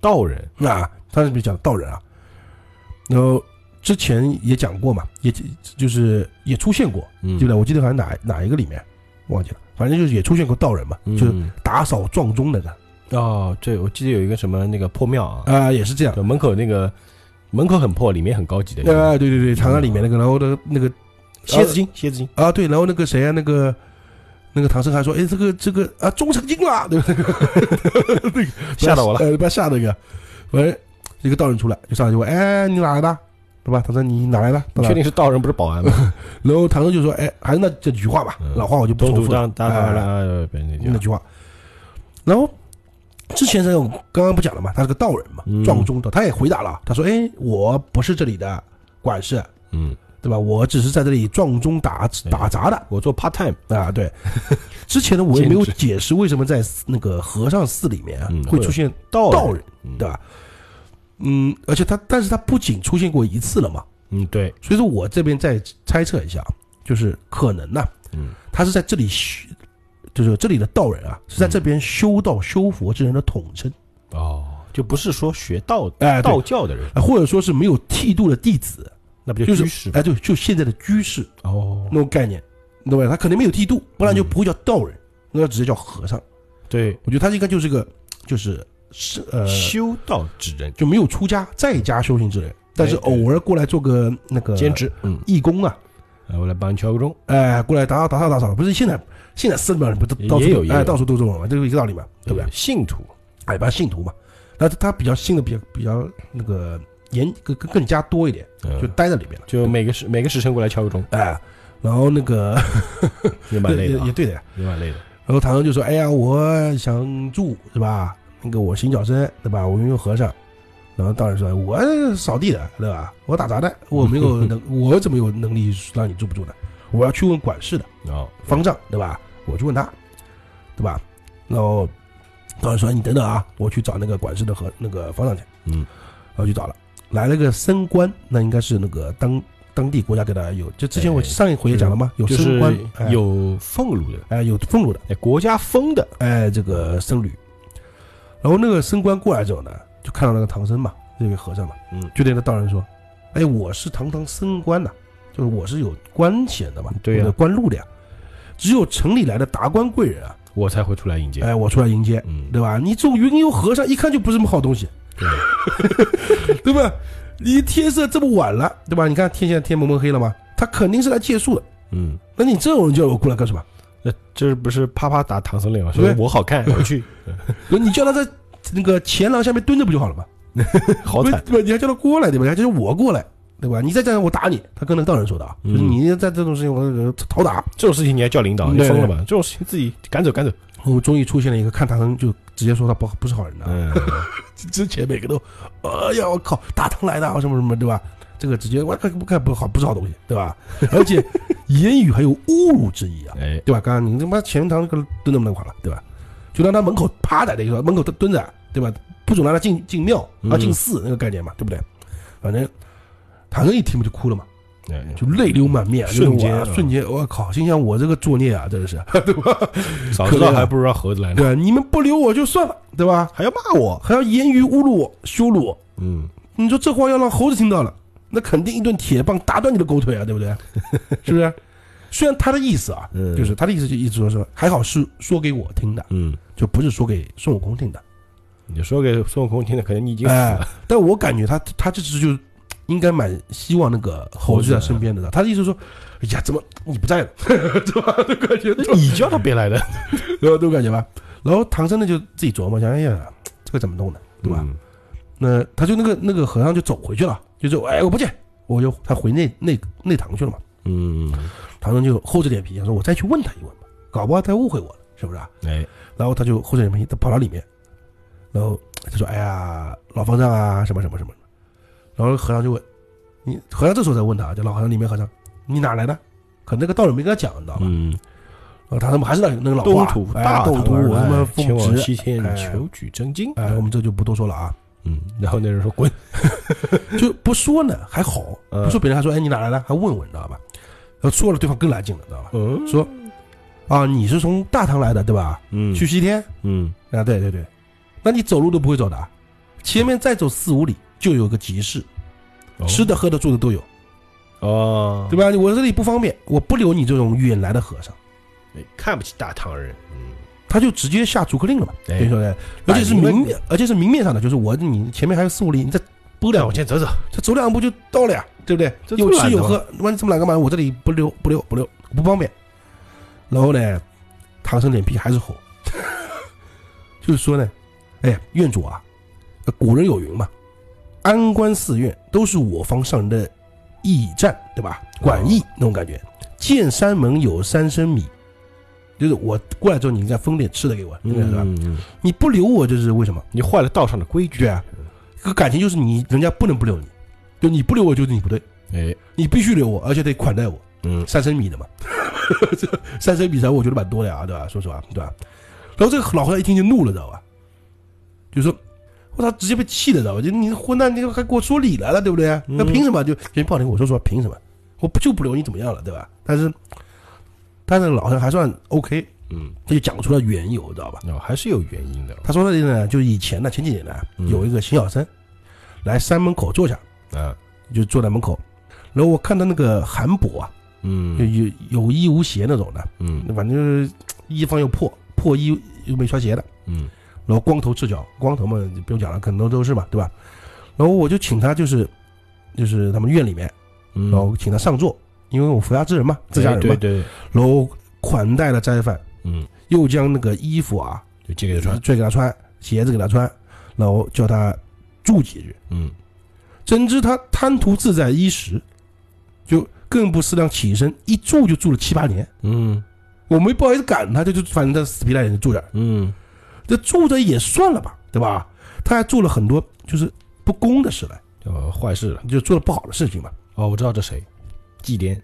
Speaker 1: 道人，
Speaker 2: 啊，他是比较讲道人啊。然后之前也讲过嘛，也就是也出现过，
Speaker 1: 嗯
Speaker 2: 对不对？我记得好像哪哪一个里面忘记了，反正就是也出现过道人嘛，就是
Speaker 1: 嗯
Speaker 2: 打扫撞钟那个
Speaker 1: 哦，对，我记得有一个什么那个破庙啊，
Speaker 2: 啊，也是这样。
Speaker 1: 就门口那个门口很破，里面很高级的，
Speaker 2: 啊，对对对，长安里面那个，然后那个那个
Speaker 1: 嗯蝎子精，蝎子精，
Speaker 2: 啊，对，然后那个谁啊，那个那个唐僧还说，哎，这个这个啊，钟成精了， 对吧？
Speaker 1: 吓到我了，
Speaker 2: 呃，把吓那个，反正一个道人出来就上来就问，哎，你哪来的？对吧？唐僧你哪来的？对
Speaker 1: 你
Speaker 2: 吧
Speaker 1: 确定是道人不是保 安吗？
Speaker 2: 然后唐僧就说，哎，还是那这几句话吧，
Speaker 1: 嗯
Speaker 2: 老话我就不
Speaker 1: 东
Speaker 2: 重
Speaker 1: 土
Speaker 2: 复了
Speaker 1: 当，当当
Speaker 2: 哎
Speaker 1: 当，别那
Speaker 2: 那
Speaker 1: 句，
Speaker 2: 句话。然后之前这个我刚刚不讲了嘛，他是个道人嘛
Speaker 1: 嗯，
Speaker 2: 撞钟的，他也回答了，他说，哎，我不是这里的管事，
Speaker 1: 嗯，
Speaker 2: 对吧？我只是在这里撞钟打
Speaker 1: 哎
Speaker 2: 打杂的。
Speaker 1: 我做 part time，
Speaker 2: 啊，对，之前呢我也没有
Speaker 1: 兼
Speaker 2: 解释为什么在那个和尚寺里面啊
Speaker 1: 嗯
Speaker 2: 会出现
Speaker 1: 道
Speaker 2: 道人
Speaker 1: 人，，嗯
Speaker 2: 对吧？嗯，而且他，但是他不仅出现过一次了嘛，
Speaker 1: 嗯，对，
Speaker 2: 所以说我这边再猜测一下，就是可能呐、
Speaker 1: 嗯，
Speaker 2: 他是在这里修，就是这里的道人啊，是在这边修道修佛之人的统称，
Speaker 1: 哦，就不是说学道
Speaker 2: 哎，对
Speaker 1: 道教的人，
Speaker 2: 啊或者说是没有剃度的弟子，
Speaker 1: 那不就
Speaker 2: 就是
Speaker 1: 居士吗
Speaker 2: 哎，对，就现在的居士
Speaker 1: 哦，
Speaker 2: 那种概念，对吧？他肯定没有剃度，不然就不会叫道人，那要直接叫和尚。
Speaker 1: 对，
Speaker 2: 我觉得他应该就是个就是是呃
Speaker 1: 修道之人
Speaker 2: 就没有出家在家修行之人，但是
Speaker 1: 哎对
Speaker 2: 偶尔过来做个那个
Speaker 1: 兼职，嗯，
Speaker 2: 义工啊，
Speaker 1: 哎我来帮你敲个钟，
Speaker 2: 哎，过来打扫打扫打扫，不是现在现在寺庙里不都到
Speaker 1: 也有
Speaker 2: 处
Speaker 1: 也有
Speaker 2: 哎到处都这种嘛，这个一个道理嘛，对不对？
Speaker 1: 信徒，
Speaker 2: 哎，把信徒嘛，那他比较信的比较比较那个严更更更加多一点，
Speaker 1: 嗯
Speaker 2: 就待在里面了，
Speaker 1: 就每个时每个时辰过来敲个钟，
Speaker 2: 哎，然后那个
Speaker 1: 也蛮累的
Speaker 2: 也也
Speaker 1: 啊，
Speaker 2: 对的呀，
Speaker 1: 也蛮累的，
Speaker 2: 然后唐僧就说：“哎呀，我想住是吧？那个我行脚僧对吧？我没有和尚。”然后道人说：“我扫地的对吧？我打杂的，我没 有能，我怎么有能力让你住不住呢？我要去问管事的
Speaker 1: 哦，
Speaker 2: 方丈对吧？我去问他，对吧？”然后道人说：“你等等啊，我去找那个管事的和那个方丈去。”
Speaker 1: 嗯，
Speaker 2: 然后去找了，来了个僧官，那应该是那个当当地国家给他有，就之前我
Speaker 1: 哎
Speaker 2: 上一回也讲了嘛，有
Speaker 1: 就
Speaker 2: 僧
Speaker 1: 是
Speaker 2: 官，哎
Speaker 1: 有俸禄的，
Speaker 2: 哎有俸禄的。
Speaker 1: 哎，国家封的，
Speaker 2: 哎，这个僧侣。然后那个僧官过来之后呢，就看到那个唐僧嘛，这个和尚嘛，
Speaker 1: 嗯，
Speaker 2: 就对那道人说：“哎，我是堂堂僧官呐、就是我是有官衔的嘛，
Speaker 1: 对呀
Speaker 2: 有官禄的呀。只有城里来的达官贵人啊，
Speaker 1: 我才会出来迎接，
Speaker 2: 哎，我出来迎接，
Speaker 1: 嗯，
Speaker 2: 对吧？你这种云游和尚一看就不是什么好东西，
Speaker 1: 对，
Speaker 2: 对吧？你天色这么晚了，对吧？你看天现在天蒙蒙黑了吗？他肯定是来借宿的。
Speaker 1: 嗯，
Speaker 2: 那你这种人叫我过来干什么？
Speaker 1: 那这不是啪啪打唐僧脸吗？说
Speaker 2: 对
Speaker 1: 我好看，我 去，
Speaker 2: 你叫他在那个前廊下面蹲着不就好了吗？
Speaker 1: 好惨，
Speaker 2: 对吧？你还叫他过来，对吧？你还叫我过来，对吧？你再这样，我打你。他跟那个道人说的啊，
Speaker 1: 嗯
Speaker 2: 就是你在这种事情，我呃讨打。
Speaker 1: 这种事情你还叫领导，你
Speaker 2: 对
Speaker 1: 疯了吧？这种事情自己赶走赶走，
Speaker 2: 我终于出现了一个看唐僧就直接说他不不是好人的啊，
Speaker 1: 嗯，
Speaker 2: 之前每个都，哎呀，我靠，大唐来的啊，什么什么，对吧？这个直接我看不看不好，不是好东西，对吧？ 而且言语还有侮辱之意啊，
Speaker 1: 哎，
Speaker 2: 对吧？刚刚你他妈前堂那个蹲那么那块了，对吧？就让他门口趴在那个门口蹲蹲着，对吧？不准让他进进庙啊
Speaker 1: 嗯
Speaker 2: 进寺那个概念嘛，对不对？反正唐僧一听不就哭了嘛。
Speaker 1: 哎
Speaker 2: 就泪流满面，
Speaker 1: 瞬间
Speaker 2: 就是我
Speaker 1: 啊
Speaker 2: 瞬间，我靠！心想我这个作孽啊，真的是，
Speaker 1: 早知道
Speaker 2: 可怜啊
Speaker 1: 还不如让猴子来呢，
Speaker 2: 对吧？你们不留我就算了，对吧？
Speaker 1: 还要骂我，
Speaker 2: 还要言语侮辱我、羞辱我，
Speaker 1: 嗯，
Speaker 2: 你说这话要让猴子听到了，那肯定一顿铁棒打断你的狗腿啊，对不 对？是不是？虽然他的意思啊，
Speaker 1: 嗯
Speaker 2: 就是他的意思就一直说说，还好是说给我听的，
Speaker 1: 嗯，
Speaker 2: 就不是说给孙悟空听的。
Speaker 1: 你说给孙悟空听的，可能你已经死
Speaker 2: 哎
Speaker 1: 了，，
Speaker 2: 但我感觉他他这次就应该蛮希望那个猴子在身边的，他的意思说，哎呀，怎么你不在了， 对吧？就感觉
Speaker 1: 那你叫他别来的，
Speaker 2: 然后都感觉吧。然后唐僧呢就自己琢磨，想哎呀，这个怎么弄呢，对吧？
Speaker 1: 嗯？
Speaker 2: 那他就那个那个和尚就走回去了，就说哎我不去，我就他回内内内堂去了嘛。
Speaker 1: 嗯，
Speaker 2: 唐僧就厚着脸皮说，我再去问他一问吧，搞不好他误会我了，是不是、啊？
Speaker 1: 哎，
Speaker 2: 然后他就厚着脸皮，他跑到里面，然后他说哎呀老方丈啊什么什么什么，然后和尚就问你和尚这时候才问他，就老和尚里面和尚你哪来的？可能那个道人没跟他讲，你知道吧？
Speaker 1: 嗯，
Speaker 2: 然后唐僧还是那个那个老
Speaker 1: 东
Speaker 2: 话，
Speaker 1: 土
Speaker 2: 哎
Speaker 1: 大
Speaker 2: 斗
Speaker 1: 唐
Speaker 2: 土
Speaker 1: 而
Speaker 2: 什
Speaker 1: 来
Speaker 2: 么
Speaker 1: 前
Speaker 2: 奉
Speaker 1: 往
Speaker 2: 旨，
Speaker 1: 西天
Speaker 2: 哎
Speaker 1: 求取真经，
Speaker 2: 哎，我们这就不多说了啊。
Speaker 1: 嗯，然后那人说滚，
Speaker 2: 就不说呢，还好，
Speaker 1: 嗯
Speaker 2: 不说别人还说，哎，你哪来的？还问问，你知道吧？然后说了，对方更来劲了，知道吧？
Speaker 1: 嗯
Speaker 2: 说啊，你是从大唐来的，对吧？
Speaker 1: 嗯
Speaker 2: 去西天
Speaker 1: 嗯，
Speaker 2: 啊，对对对，那你走路都不会走的啊，前面再走四五里就有个集市，
Speaker 1: 哦
Speaker 2: 吃的、喝的、住的都有，
Speaker 1: 哦，
Speaker 2: 对吧？我这里不方便，我不留你这种远来的和尚，
Speaker 1: 哎看不起大唐人，嗯，
Speaker 2: 他就直接下逐客令了嘛，
Speaker 1: 哎
Speaker 2: 等于说呢，而且是明面，而且是明面上的，就是我你前面还有四五里，你再拨
Speaker 1: 让
Speaker 2: 两
Speaker 1: 我先走走，
Speaker 2: 这走两步就到了呀，对不对？
Speaker 1: 这
Speaker 2: 有
Speaker 1: 这么
Speaker 2: 吃
Speaker 1: 懒
Speaker 2: 有
Speaker 1: 的吗
Speaker 2: 喝，万一这么懒干嘛？我这里不溜不溜不溜，不方便。然后呢，唐僧脸皮还是厚， 就是说呢，哎，院主啊，呃古人有云嘛，安关寺院都是我方上人的驿站，对吧？馆驿
Speaker 1: 哦
Speaker 2: 那种感觉。见山门有三升米，就是我过来之后，你应该分点吃的给我，应该是吧？
Speaker 1: 嗯，嗯
Speaker 2: 你不留我，这是为什么？
Speaker 1: 你坏了道上的规矩，
Speaker 2: 对啊，这个感情就是你人家不能不留你，就你不留我就是你不对。
Speaker 1: 哎，
Speaker 2: 你必须留我，而且得款待我，
Speaker 1: 嗯，
Speaker 2: 三升米的嘛， 这三升米啥我觉得蛮多的啊，对吧？说实话，对吧？然后这个老和尚一听就怒了，知道吧？就说，我操，直接被气的，知道吧？就你混蛋，你还给我说理来了，对不对？那凭什么？就人不好听，我说实话，凭什么？我不就不留你怎么样了，对吧？但是，但是老和尚还算 OK，
Speaker 1: 嗯，
Speaker 2: 他就讲出了缘由，知道吧？
Speaker 1: 哦，还是有原因的，
Speaker 2: 他说的呢，就是以前呢，前几年呢，
Speaker 1: 嗯
Speaker 2: 有一个邢小生来山门口坐下，
Speaker 1: 啊，
Speaker 2: 就坐在门口，然后我看到那个韩帛啊，就
Speaker 1: 嗯
Speaker 2: 有有衣无鞋那种的，
Speaker 1: 嗯
Speaker 2: 反正就是衣裳又破，破衣又没穿鞋的，
Speaker 1: 嗯
Speaker 2: 然后光头赤脚，光头嘛就不用讲了，很多都是嘛，对吧？然后我就请他就是就是他们院里面，
Speaker 1: 嗯，
Speaker 2: 然后请他上座，因为我佛家之人嘛，自家
Speaker 1: 哎
Speaker 2: 人嘛
Speaker 1: 对，对，
Speaker 2: 然后款待了斋饭，
Speaker 1: 嗯，
Speaker 2: 又将那个衣服啊，
Speaker 1: 就借给他穿，
Speaker 2: 拽给他穿，鞋子给他穿，然后叫他住几日，
Speaker 1: 嗯，
Speaker 2: 怎知他贪图自在衣食，就更不思量起身，一住就住了七八年。
Speaker 1: 嗯
Speaker 2: 我没不好意思赶他，就就反正他死皮赖脸就住这儿，
Speaker 1: 嗯，
Speaker 2: 这住着也算了吧，对吧？他还做了很多就是不公的事来，
Speaker 1: 呃，坏事了，
Speaker 2: 就做了不好的事情嘛。
Speaker 1: 哦，我知道这谁，祭 奠，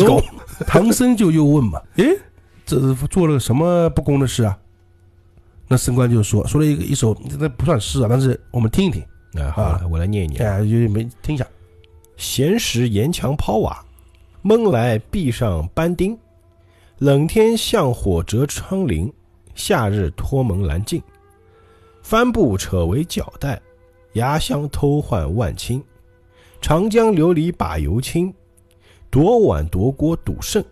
Speaker 2: 然后 唐僧就又问嘛，诶，这做了什么不公的事啊？那僧官就说说了一个一首，那不算诗啊，但是我们听一听，
Speaker 1: 啊，好
Speaker 2: 啊
Speaker 1: 我来念一念，
Speaker 2: 哎，也没听一下。
Speaker 1: 闲时沿墙抛瓦，闷来壁上搬钉。冷天向火折窗棂，夏日脱门拦镜。帆布扯为脚带，牙香偷换万顷。长江流离把油倾，夺碗夺锅赌胜。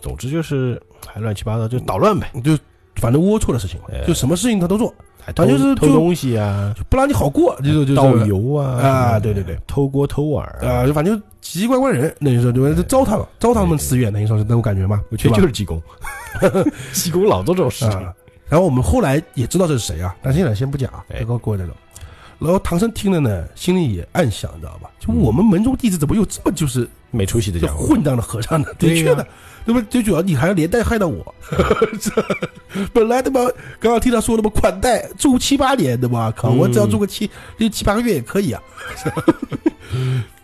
Speaker 1: 总之就是还乱七八糟，就捣乱呗，
Speaker 2: 就反正龌龊的事情嘛，
Speaker 1: 哎
Speaker 2: 就什么事情他都做，
Speaker 1: 还偷、
Speaker 2: 反正就是
Speaker 1: 偷
Speaker 2: 就
Speaker 1: 东西啊，
Speaker 2: 就不让你好过，就就就
Speaker 1: 倒
Speaker 2: 就
Speaker 1: 油啊，
Speaker 2: 啊对对对，
Speaker 1: 偷锅偷碗儿
Speaker 2: 啊，就反正就奇奇怪怪人，等于说对吧？就糟蹋了，糟蹋他们寺院，等于说是那种感觉嘛。
Speaker 1: 哎我觉
Speaker 2: 对
Speaker 1: 得
Speaker 2: 吧
Speaker 1: 就是济公， 济公老做这种事情。
Speaker 2: 啊。然后我们后来也知道这是谁啊，但现在先不讲啊，
Speaker 1: 哎
Speaker 2: 别跟各位那种。然后唐僧听了呢，心里也暗想，你知道吧？
Speaker 1: 嗯
Speaker 2: 就我们门中弟子怎么有这么就是
Speaker 1: 没出息的
Speaker 2: 这
Speaker 1: 家伙，
Speaker 2: 混蛋的和尚呢？的
Speaker 1: 对呀
Speaker 2: 确的，那么最主要你还要连带害到我， 这本来他妈刚刚听他说那么款待住七八年的嘛，靠，
Speaker 1: 嗯
Speaker 2: 我只要住个七六七八个月也可以啊。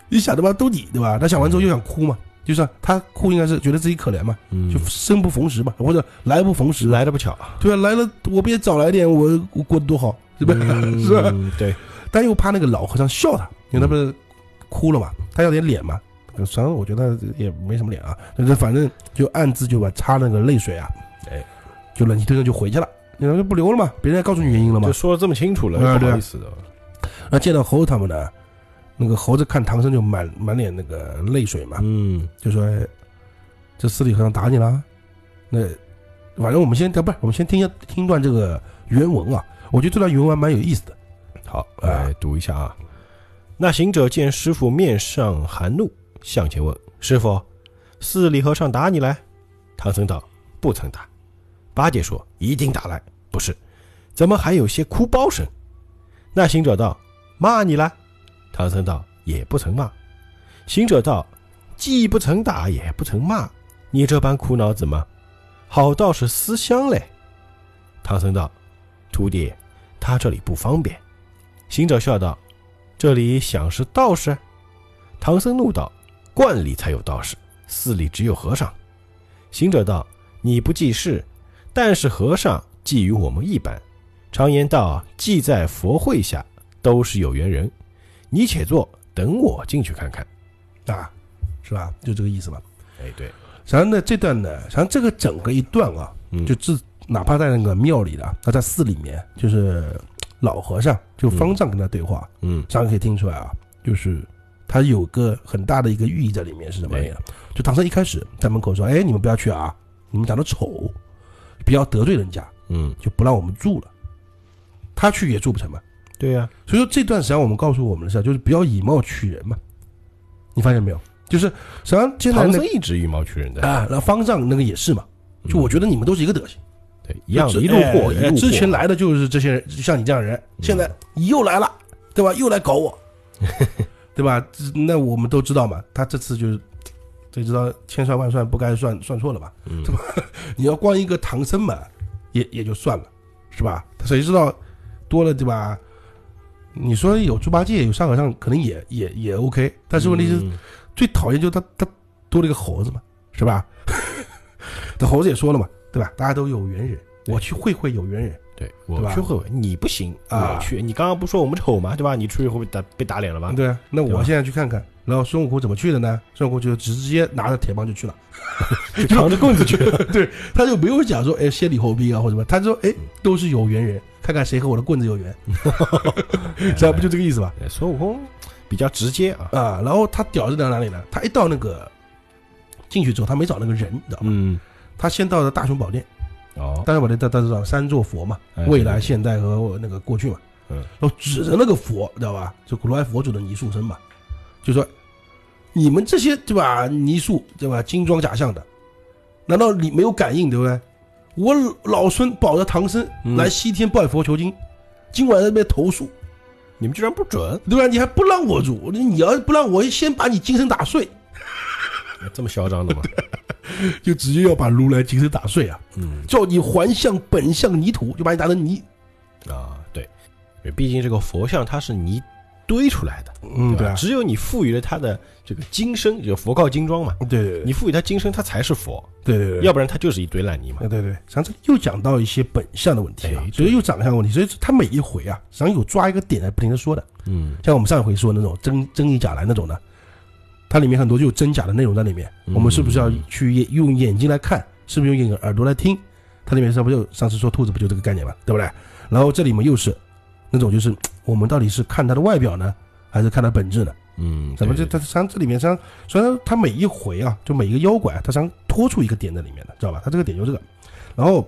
Speaker 2: 你想他妈都你对吧？他想完之后又想哭嘛，就是他哭应该是觉得自己可怜嘛，就
Speaker 1: 就
Speaker 2: 生不逢时嘛，或者来不逢时，
Speaker 1: 来的不巧，
Speaker 2: 对啊，来了我不也早来点，我我过得多好，对吧？
Speaker 1: 嗯
Speaker 2: 是吧？
Speaker 1: 对，
Speaker 2: 但又怕那个老和尚笑他，因为他不
Speaker 1: 嗯
Speaker 2: 是哭了嘛，他要点脸嘛。虽然我觉得也没什么脸啊，但是反正就暗自就把擦那个泪水啊，
Speaker 1: 哎，
Speaker 2: 就忍气吞声就回去了，然后就不留了嘛，别人也告诉你原因了嘛
Speaker 1: 就。说的这么清楚了，
Speaker 2: 哎
Speaker 1: 不
Speaker 2: 对
Speaker 1: 好
Speaker 2: 啊
Speaker 1: 意思的，
Speaker 2: 那见到猴子他们呢，那个猴子看唐僧就满满脸那个泪水嘛，
Speaker 1: 嗯
Speaker 2: 就说哎这寺里和尚打你了。那反正我们先呃不是，我们先听一下听一段这个原文啊，我觉得这段原文还蛮有意思的。
Speaker 1: 好，
Speaker 2: 啊
Speaker 1: 来读一下啊。那行者见师傅面上含怒，向前问：“师傅，寺里和尚打你来？”唐僧道：“不曾打。”八戒说：“一定打来，不是？怎么还有些哭包声？”那行者道：“骂你来。”唐僧道：“也不曾骂。”行者道：“既不曾打，也不曾骂，你这般苦恼怎么？好道是思乡嘞。”唐僧道：“徒弟，他这里不方便。”行者笑道：“这里想是道士？”唐僧怒道：“观里才有道士，寺里只有和尚。”行者道：“你不济是，但是和尚既与我们一般。常言道，既在佛会下，都是有缘人。你且坐，等我进去看看。
Speaker 2: 啊，是吧？就这个意思吧。”
Speaker 1: 哎，对，
Speaker 2: 然后呢，这段呢，然后这个整个一段啊，
Speaker 1: 嗯
Speaker 2: 就自哪怕在那个庙里的，啊，在寺里面，就是老和尚，就方丈跟他对话，
Speaker 1: 嗯
Speaker 2: 咱可以听出来啊，就是他有个很大的一个寓意在里面是什么
Speaker 1: 哎
Speaker 2: 呀？就唐僧一开始在门口说：“哎，你们不要去啊，你们长得丑，不要得罪人家，
Speaker 1: 嗯，
Speaker 2: 就不让我们住了。”他去也住不成嘛。
Speaker 1: 对呀、
Speaker 2: 所以说这段实际上我们告诉我们的是啊，就是不要以貌取人嘛。你发现没有？就是实际上现在
Speaker 1: 唐
Speaker 2: 那
Speaker 1: 僧
Speaker 2: 个
Speaker 1: 一直以貌取人的，
Speaker 2: 啊，那方丈那个也是嘛。就我觉得你们都是一个德行，
Speaker 1: 对嗯一样的，
Speaker 2: 就只
Speaker 1: 一路货一
Speaker 2: 哎
Speaker 1: 路嗯
Speaker 2: 哎
Speaker 1: 货。
Speaker 2: 之前来的就是这些人，就像你这样的人，现在又来了，对吧？又来 搞我，对吧？这那我们都知道嘛，他这次就是这知道千算万算不该算算错了吧？
Speaker 1: 嗯
Speaker 2: 对吧？ 你要光一个唐僧嘛，也也就算了，是吧？他谁知道多了对吧？你说有猪八戒有沙和尚，可能也也也 OK，但是问题是
Speaker 1: 嗯
Speaker 2: 最讨厌就是他他多了一个猴子嘛，是吧？这猴子也说了嘛，对吧？大家都有缘人，
Speaker 1: 对
Speaker 2: 我去会会有缘人。
Speaker 1: 对我
Speaker 2: 对吧
Speaker 1: 去会会，你不行
Speaker 2: 啊
Speaker 1: 我去，你刚刚不说我们丑吗？对吧？你出去会被打被打脸了吧？
Speaker 2: 对啊，那
Speaker 1: 对吧
Speaker 2: 我现在去看看。然后孙悟空怎么去的呢？孙悟空就直接拿着铁棒就去了，
Speaker 1: 扛着 棍子去了。
Speaker 2: 他就没有讲说哎先礼后兵啊或者什么，他说哎
Speaker 1: 嗯
Speaker 2: 都是有缘人，看看谁和我的棍子有缘，这不就这个意思吗？
Speaker 1: 哎孙悟空比较直接啊，
Speaker 2: 啊，然后他屌是在哪里呢？他一到那个进去之后，他没找那个人，你知道吗？
Speaker 1: 嗯，
Speaker 2: 他先到了大雄宝殿，
Speaker 1: 哦，
Speaker 2: 大雄宝殿大大家知道三座佛嘛
Speaker 1: 哎，对
Speaker 2: 未
Speaker 1: 对
Speaker 2: 来、
Speaker 1: 对
Speaker 2: 现代和那个过去嘛。
Speaker 1: 嗯，
Speaker 2: 然后指着那个佛，知道吧？就如来佛祖的泥塑身嘛，就说你们这些对吧？泥塑对吧？金装假象的，难道你没有感应对不对？我老孙保着唐僧
Speaker 1: 嗯
Speaker 2: 来西天拜佛求经，今晚在那边投诉，
Speaker 1: 你们居然不准，
Speaker 2: 对吧？你还不让我入，你要是不让我，先把你精神打碎，
Speaker 1: 这么嚣 张的吗？
Speaker 2: 就直接要把如来精神打碎啊！
Speaker 1: 嗯
Speaker 2: 叫你还向本相泥土，就把你打成泥。
Speaker 1: 啊，对，毕竟这个佛像它是泥堆出来的，
Speaker 2: 嗯，
Speaker 1: 吧？
Speaker 2: 啊，
Speaker 1: 只有你赋予了它的这个金身，就佛靠金装嘛，
Speaker 2: 对对对，
Speaker 1: 你赋予它金身，它才是佛，
Speaker 2: 对对对，
Speaker 1: 要不然它就是一堆烂泥嘛。
Speaker 2: 对对对，实际上这里又讲到一些本相的问题啊
Speaker 1: 哎，
Speaker 2: 所以又长相的问题，所以他每一回啊，实际上有抓一个点来不停的说的，
Speaker 1: 嗯
Speaker 2: 像我们上一回说的那种真真一假来那种的，它里面很多就有真假的内容在里面，
Speaker 1: 嗯
Speaker 2: 我们是不是要去眼用眼睛来看，是不是用眼耳朵来听？它里面是不是有上次说兔子不就这个概念嘛，对不对？然后这里面又是那种就是我们到底是看它的外表呢，还是看它本质呢？
Speaker 1: 嗯，
Speaker 2: 怎么
Speaker 1: 对
Speaker 2: 这它实际上这里面实际上，虽然它每一回啊，就每一个妖怪啊，它实际上拖出一个点在里面的，知道吧？它这个点就是这个，然后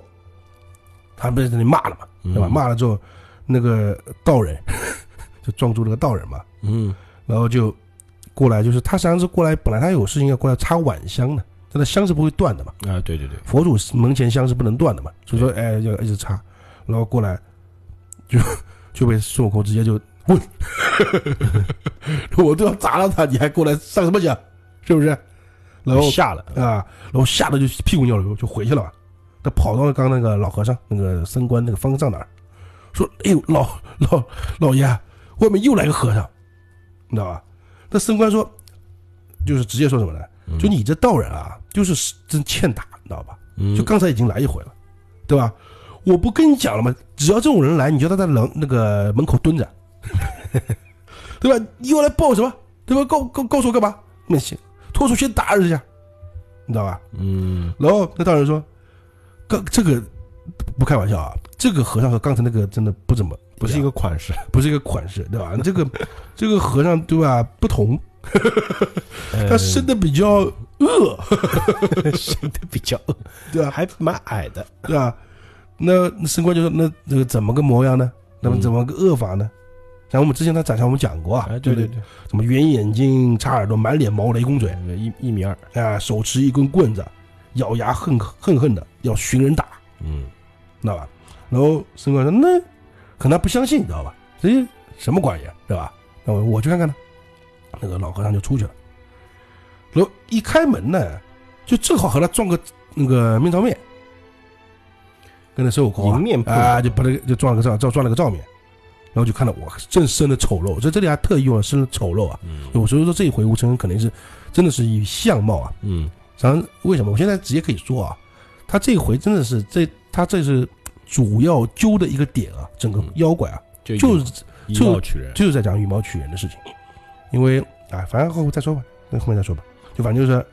Speaker 2: 他不是在那里骂了嘛，对吧？
Speaker 1: 嗯
Speaker 2: 骂了之后，那个道人 就撞住那个道人嘛，
Speaker 1: 嗯
Speaker 2: 然后就过来，就是他实际上是过来，本来他有事情要过来插晚香的，但他香是不会断的嘛，
Speaker 1: 啊，对对对，
Speaker 2: 佛祖门前香是不能断的嘛，所以说哎要一直插，然后过来就就被孙悟空直接就问， 我都要砸了他，你还过来上什么香，是不是？然后
Speaker 1: 下了，
Speaker 2: 啊，然后吓得就屁股尿流就回去了嘛，他跑到了刚那个老和尚那个僧官那个方丈那儿，说：“哎呦，老老老爷啊，外面又来个和尚，你知道吧？”那僧官说，就是直接说什么呢？就你这道人啊，就是真欠打，你知道吧？
Speaker 1: 嗯
Speaker 2: 就刚才已经来一回了，对吧？我不跟你讲了吗？只要这种人来，你就在他冷那个门口蹲着， 对吧？你又来报什么？对吧？告告告诉我干嘛？那行，拖出去打二十下，你知道吧？
Speaker 1: 嗯
Speaker 2: 然后那道人说：“刚这个不开玩笑啊，这个和尚和刚才那个真的不怎么，
Speaker 1: 不是一个款式，
Speaker 2: 不是一个款式，对吧？这个这个和尚对吧？不同，他
Speaker 1: 呃
Speaker 2: 生的比较恶，
Speaker 1: 生的比较，
Speaker 2: 对吧？
Speaker 1: 还蛮矮的，
Speaker 2: 对吧？那那神官就说：“那那个怎么个模样呢？那么怎么个恶法呢？”然后我们之前在展上我们讲过啊，
Speaker 1: 嗯哎，
Speaker 2: 对
Speaker 1: 对
Speaker 2: 不，
Speaker 1: 对，
Speaker 2: 什么圆眼睛、插耳朵、满脸毛、雷公嘴
Speaker 1: 呃一一米二，
Speaker 2: 啊，手持一根棍子，咬牙恨恨恨的要寻人打，
Speaker 1: 嗯
Speaker 2: 知道吧？然后神官说：“那可能他不相信，你知道吧？这些什么关系啊，对吧？那我我去看看呢。”那个老和尚就出去了，然后一开门呢，就正好和他撞个那个面朝面，跟那孙悟空啊
Speaker 1: 迎面碰
Speaker 2: 啊，就把他就撞了个照照撞了个照面，然后就看到我正生的丑陋，在这里还特意用了生的丑陋啊。
Speaker 1: 嗯
Speaker 2: 有时候说这一回吴承恩肯定是真的是以相貌啊，
Speaker 1: 嗯
Speaker 2: 然后为什么？我现在直接可以说啊，他这回真的是这，他这是主要揪的一个点啊，整个
Speaker 1: 嗯
Speaker 2: 妖怪啊，
Speaker 1: 就
Speaker 2: 就
Speaker 1: 就是以
Speaker 2: 就
Speaker 1: 貌取人，
Speaker 2: 就是在讲以貌取人的事情，因为啊，反正后后再说吧，那后面再说吧，就反正就是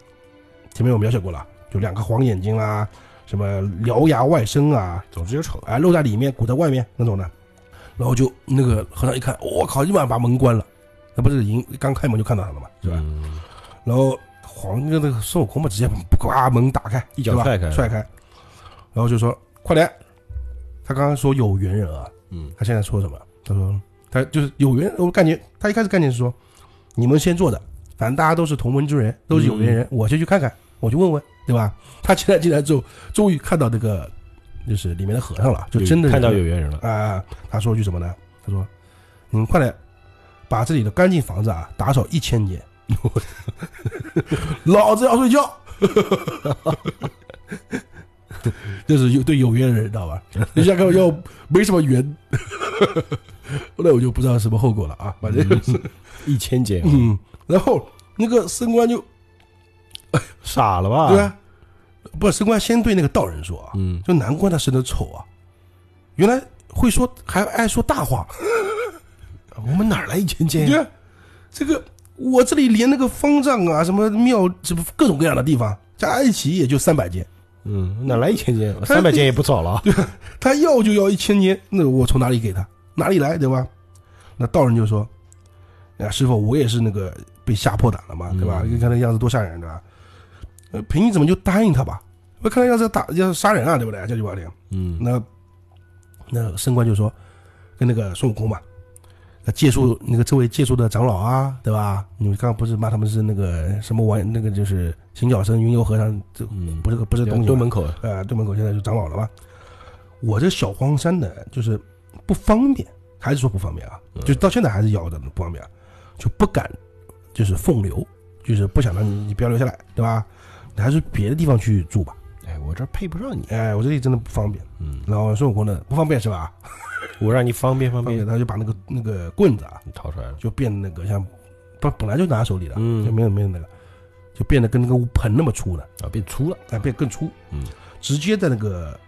Speaker 2: 前面我描写过了啊，就两个黄眼睛啦、什么獠牙外伸啊，哎
Speaker 1: 总之就丑，
Speaker 2: 啊露在里面，鼓在外面那种的，然后就那个和尚一看，我靠，立马把门关了。那不是已经刚开门就看到他了嘛，是吧？
Speaker 1: 嗯
Speaker 2: 然后皇那个孙悟空嘛，直接把门打开，
Speaker 1: 一脚
Speaker 2: 是吧
Speaker 1: 踹开
Speaker 2: 踹开，然后就说快点。他刚刚说有缘人啊，
Speaker 1: 嗯
Speaker 2: 他现在说什么？他说他就是有缘，我感觉他一开始概念是说，你们先坐着，反正大家都是同门之人，都是有缘
Speaker 1: 嗯
Speaker 2: 人，我先去看看，我去问问，对吧？他现在进来之后，终于看到那个就是里面的和尚了，就真的
Speaker 1: 看到有缘人了。
Speaker 2: 啊、他说一句什么呢？他说：“你们快点把这里的干净房子啊打扫一千年， 老子要睡觉。” 这是有对有缘人，知道吧？人家跟我要没什么缘， 那我就不知道什么后果了啊。反正就是，
Speaker 1: 一千减
Speaker 2: 嗯，然后那个升官就
Speaker 1: 傻了吧？
Speaker 2: 对啊，不是升官先对那个道人说啊，
Speaker 1: 嗯，
Speaker 2: 就难怪他生得丑啊，原来会说还爱说大话，
Speaker 1: 我们哪儿来一千减
Speaker 2: 对啊，这个我这里连那个方丈啊，什么庙，什么各种各样的地方，加一起也就三百间，
Speaker 1: 嗯，哪来一千减？三百减也不少了啊。
Speaker 2: 他要就要一千间，那我从哪里给他？哪里来，对吧？那道人就说：“哎呀，师傅，我也是那个被吓破胆了嘛，对吧？
Speaker 1: 嗯
Speaker 2: 你看那样子多吓人，对吧？呃，凭你怎么就答应他吧？我看他要是打要是杀人啊，对不对？这就把脸。
Speaker 1: 嗯
Speaker 2: 那那升官就说跟那个孙悟空嘛，那借宿那个这位借宿的长老啊，对吧？你们刚刚不是骂他们是那个什么玩那个就是行脚僧、云游和尚，这
Speaker 1: 嗯，
Speaker 2: 不是个不是
Speaker 1: 这
Speaker 2: 东西
Speaker 1: 蹲
Speaker 2: 嘛
Speaker 1: 门口，啊
Speaker 2: 呃对门口现在就长老了吧？我这小荒山的，就是不方便，还是说不方便啊？
Speaker 1: 嗯
Speaker 2: 就到现在还是咬着不方便啊，就不敢就是奉留，就是不想让你你不要留下来，对吧？你还是别的地方去住吧。
Speaker 1: 哎，我这儿配不上你。
Speaker 2: 哎，我这里真的不方便。
Speaker 1: 嗯，
Speaker 2: 然后孙悟空呢，不方便是吧？
Speaker 1: 我让你方便方
Speaker 2: 方便，
Speaker 1: 便，
Speaker 2: 他就把那个那个棍子啊，
Speaker 1: 你掏出来了。
Speaker 2: 就变得那个像，不本来就拿手里的，
Speaker 1: 嗯
Speaker 2: 就没有没有那个，就变得跟那个盆那么粗了，
Speaker 1: 啊，变粗了。
Speaker 2: 哎，变更粗，
Speaker 1: 嗯，
Speaker 2: 直接在那个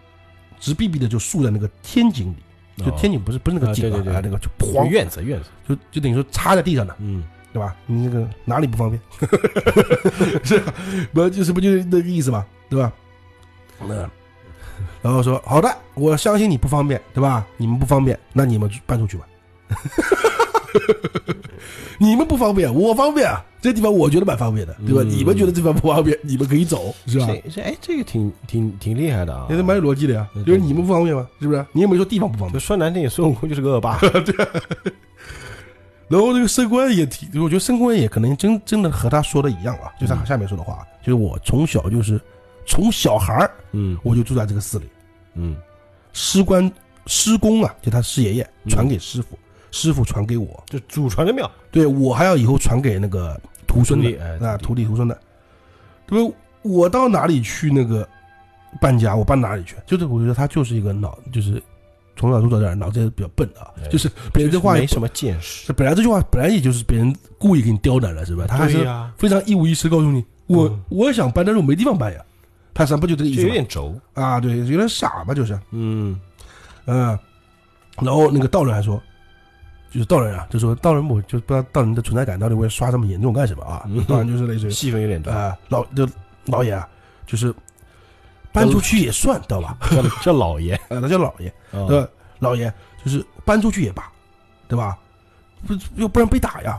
Speaker 2: 直逼逼的就竖在那个天井里，就
Speaker 1: 哦
Speaker 2: 天井不是不是那个
Speaker 1: 啊
Speaker 2: 井
Speaker 1: 对对对
Speaker 2: 啊，那个就哐，
Speaker 1: 院子院子。
Speaker 2: 就就等于说插在地上的，
Speaker 1: 嗯
Speaker 2: 对吧？你那个哪里不方便？ 是吧？不就是不就是那个意思嘛，对吧？那然后说好的，我相信你不方便，对吧？你们不方便，那你们搬出去吧。 你们不方便，我方便啊！这地方我觉得蛮方便的，对吧？
Speaker 1: 嗯
Speaker 2: 你们觉得这地方不方便，你们可以走，是吧？
Speaker 1: 这这哎，这个挺挺挺厉害的啊
Speaker 2: 也。是蛮有逻辑的呀
Speaker 1: 对，对
Speaker 2: 就是你们不方便嘛，是不是？你也没说地方不方便
Speaker 1: 就。说难听点，孙悟空就是个恶霸。
Speaker 2: 然后这个升官也提，我觉得升官也可能真真的和他说的一样
Speaker 1: 嗯
Speaker 2: 啊，就是他下面说的话，就是我从小就是从小孩儿
Speaker 1: 嗯
Speaker 2: 我就住在这个寺里，
Speaker 1: 嗯
Speaker 2: 师官师公啊，就他师爷爷
Speaker 1: 嗯
Speaker 2: 传给师傅，师傅传给我，
Speaker 1: 就祖传的庙。
Speaker 2: 对我还要以后传给那个徒孙
Speaker 1: 徒弟哎
Speaker 2: 的啊，徒弟徒孙的，对吧？我到哪里去那个搬家，我搬哪里去？就是我觉得他就是一个脑，就是从小住到大，脑子也比较笨啊
Speaker 1: 哎，
Speaker 2: 就是别人这话也
Speaker 1: 没
Speaker 2: 不
Speaker 1: 什么见识。
Speaker 2: 这本来这句话本来也就是别人故意给你刁难了，是吧？他还
Speaker 1: 对
Speaker 2: 是
Speaker 1: 呀，
Speaker 2: 非常一五一十告诉你，我、
Speaker 1: 嗯
Speaker 2: 我想搬，但是我没地方搬呀。他咱不就这个意
Speaker 1: 就
Speaker 2: 思
Speaker 1: 有
Speaker 2: 吗？
Speaker 1: 点轴。
Speaker 2: 啊，对，有点傻吧，就是，
Speaker 1: 嗯
Speaker 2: 嗯、然后那个道人还说，就是道人啊，就说道人，我就不知道道人的存在感到底会刷这么严重干什么啊
Speaker 1: 嗯？
Speaker 2: 道人就是类似于，
Speaker 1: 戏份有 点大，
Speaker 2: 啊，老就老爷啊，就是搬出去也算，知道吧？
Speaker 1: 叫叫老 爷，
Speaker 2: 啊，他叫老爷，
Speaker 1: 啊
Speaker 2: 对吧？老爷就是搬出去也罢，对吧？不要不然被打呀。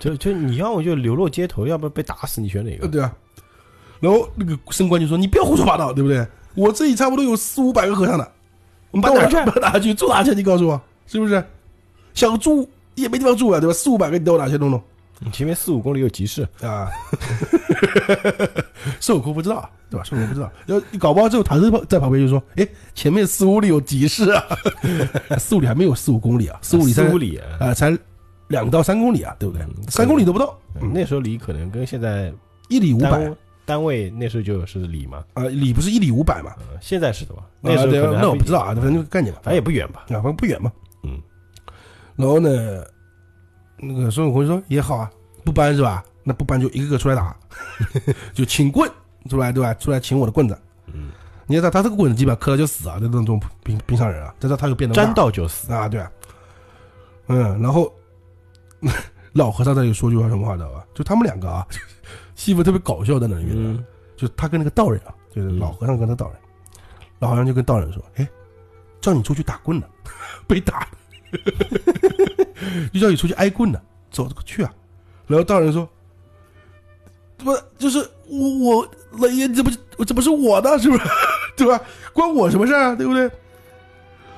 Speaker 1: 就就你要么就流落街头，要不然被打死，你选哪个？
Speaker 2: 呃，对啊。然后那个升官就说：“你不要胡说八道，对不对？我这里差不多有四五百个和尚呢，我们
Speaker 1: 搬哪
Speaker 2: 哪
Speaker 1: 去
Speaker 2: 搬哪去？住哪去？你告诉我，是不是？想住也没地方住啊，对吧？四五百个，你带我哪去弄弄
Speaker 1: 你前面四五公里有集市，
Speaker 2: 啊？孙悟空不知道，啊对吧？孙悟空不知道，要搞不好之后，唐僧在旁边就说：‘哎，前面四五里有集市啊， 四五里还没有四五公里啊，四五里才
Speaker 1: 四五里啊。
Speaker 2: 啊、才两到三公里啊，对不对
Speaker 1: 嗯？
Speaker 2: 三公里都不到，嗯
Speaker 1: 那时候里可能跟现在
Speaker 2: 一里五百
Speaker 1: 单位单位那时候就是里嘛，
Speaker 2: 啊，里不是一里五百嘛？
Speaker 1: 呃现在是的吧？
Speaker 2: 那
Speaker 1: 那时候可能还
Speaker 2: 那我不
Speaker 1: 一
Speaker 2: 知道啊，反正就概念吧，
Speaker 1: 反正也不远吧。
Speaker 2: 啊，反正不远嘛。
Speaker 1: 嗯，
Speaker 2: 然后呢，那个孙悟空说也好啊，不搬是吧？那不搬就一个个出来 打，就请棍出来对吧？出来请我的棍子。
Speaker 1: 嗯，
Speaker 2: 你知道他这个棍子基本上磕了就死啊，就那种平平常人啊，但是他又变得
Speaker 1: 沾到就死。
Speaker 2: 啊，对啊，嗯，然后 老和尚在这里说句话什么话知道吧？就他们两个啊， 戏份特别搞笑在那里面。
Speaker 1: 嗯
Speaker 2: 就他跟那个道人啊，就是老和尚跟那道人，老和尚就跟道人说：“哎，叫你出去打棍呢。” 被打的，就叫你出去挨棍的，走去啊。然后大人说：“不，就是我我老爷，这不是这不是我的，是不是？ 对吧？关我什么事儿啊？对不对？”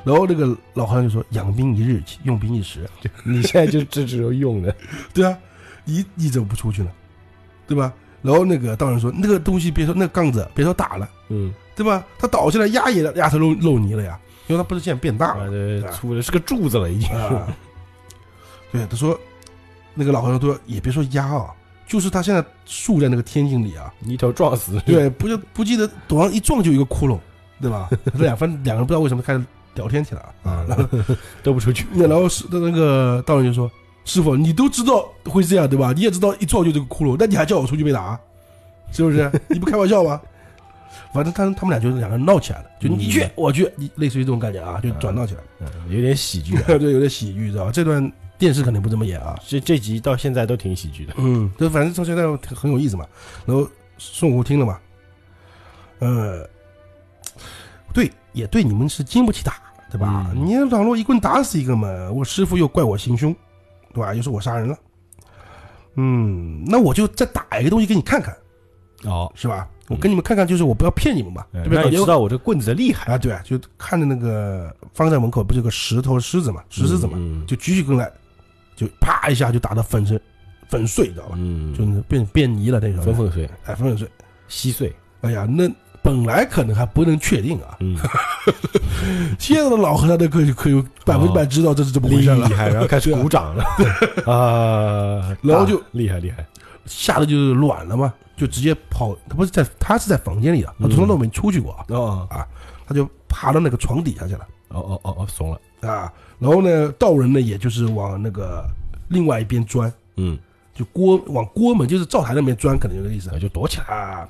Speaker 2: 然后那个老和尚就说：“养兵一日，用兵一时。
Speaker 1: 你现在就这只有用了，”
Speaker 2: 对啊，你你怎么不出去呢？对吧？然后那个道人说：“那个东西别说那个杠子，别说打了，
Speaker 1: 嗯，
Speaker 2: 对吧？它倒下来压也压头漏漏泥了呀，因为它不是现在变大了
Speaker 1: 妈的啊粗的是个柱子了已经，
Speaker 2: 啊。 对，他说那个老和尚说也别说压啊，就是他现在竖在那个天井里啊，
Speaker 1: 你一头撞死，
Speaker 2: 对，不就不记得头上一撞就有一个窟窿，对 吧？两反正两个人不知道为什么开始聊天起来了
Speaker 1: 啊， 都不出去，
Speaker 2: 那然后是那个道人就说：“师傅，你都知道会这样对吧？你也知道一撞就这个窟窿，那你还叫我出去被打，啊是不 是？你不开玩笑吗？”反正他他们俩就是两个人闹起来了，就你去
Speaker 1: 嗯
Speaker 2: 我去，你类似于这种感觉啊，就转闹起来了。
Speaker 1: 嗯有点喜剧啊，
Speaker 2: 对，有点喜剧，知道吧？这段电视肯定不这么演啊。
Speaker 1: 这这集到现在都挺喜剧的，
Speaker 2: 嗯，就反正到现在挺很有意思嘛。然后孙悟空听了嘛，呃，对，也对，你们是经不起打，对吧？
Speaker 1: 嗯
Speaker 2: 你倘若一棍打死一个嘛，我师傅又怪我行凶，对吧？又是我杀人了，嗯，那我就再打一个东西给你看看，
Speaker 1: 哦，
Speaker 2: 是吧？我跟你们看看，就是我不要骗你们嘛，对不对？
Speaker 1: 嗯哎让你知道我这棍子的厉害，
Speaker 2: 啊，对啊，就看着那个方丈门口不是有个石头狮子嘛，石狮子嘛，
Speaker 1: 嗯
Speaker 2: 就举起棍来，就啪一下就打到粉身粉碎，你知道吧？
Speaker 1: 嗯，
Speaker 2: 就变变泥了那种，
Speaker 1: 粉粉碎，
Speaker 2: 哎，粉粉碎。
Speaker 1: 稀碎，
Speaker 2: 哎呀，那本来可能还不能确定啊，
Speaker 1: 嗯，
Speaker 2: 现在的老和尚都可以可以百分之百知道这是怎么回
Speaker 1: 厉
Speaker 2: 事了，
Speaker 1: 害，然后开始
Speaker 2: 对啊
Speaker 1: 鼓掌 了， 啊，
Speaker 2: 然后就
Speaker 1: 打厉害厉害，
Speaker 2: 吓得就是软了嘛，就直接跑。他不是在，他是在房间里的，啊他
Speaker 1: 嗯
Speaker 2: 从来都没出去过啊，
Speaker 1: 哦
Speaker 2: 他就爬到那个床底下去了
Speaker 1: 哦哦哦哦，怂了，
Speaker 2: 啊。然后呢，道人呢，也就是往那个另外一边钻，
Speaker 1: 嗯，
Speaker 2: 就锅往锅门，就是灶台那边钻，可能有这个意思
Speaker 1: 然后就躲起来，
Speaker 2: 啊。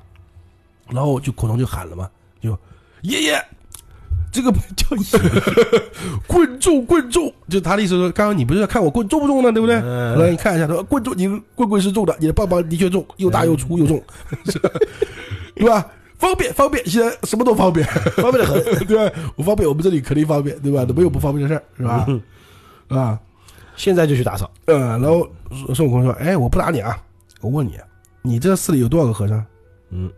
Speaker 2: 然后就口中就喊了嘛，就爷爷，这个
Speaker 1: 叫 一，
Speaker 2: 棍重棍重，就他的意思说，刚刚你不是要看我棍重不重呢，对不对？
Speaker 1: 嗯
Speaker 2: 然后你看一下，他说棍重，你棍棍是重的，你的棒棒的确重，又大又粗又重，是吧对吧？方便方便，现在什么都方便，方便的很，对吧？我方便，我们这里肯定方便，对吧？没有不方便的事儿，是吧？啊，
Speaker 1: 现在就去打扫，
Speaker 2: 嗯，然后孙孙悟空说：“哎，我不打你啊，我问你，你这寺里有多少个和尚，
Speaker 1: 嗯，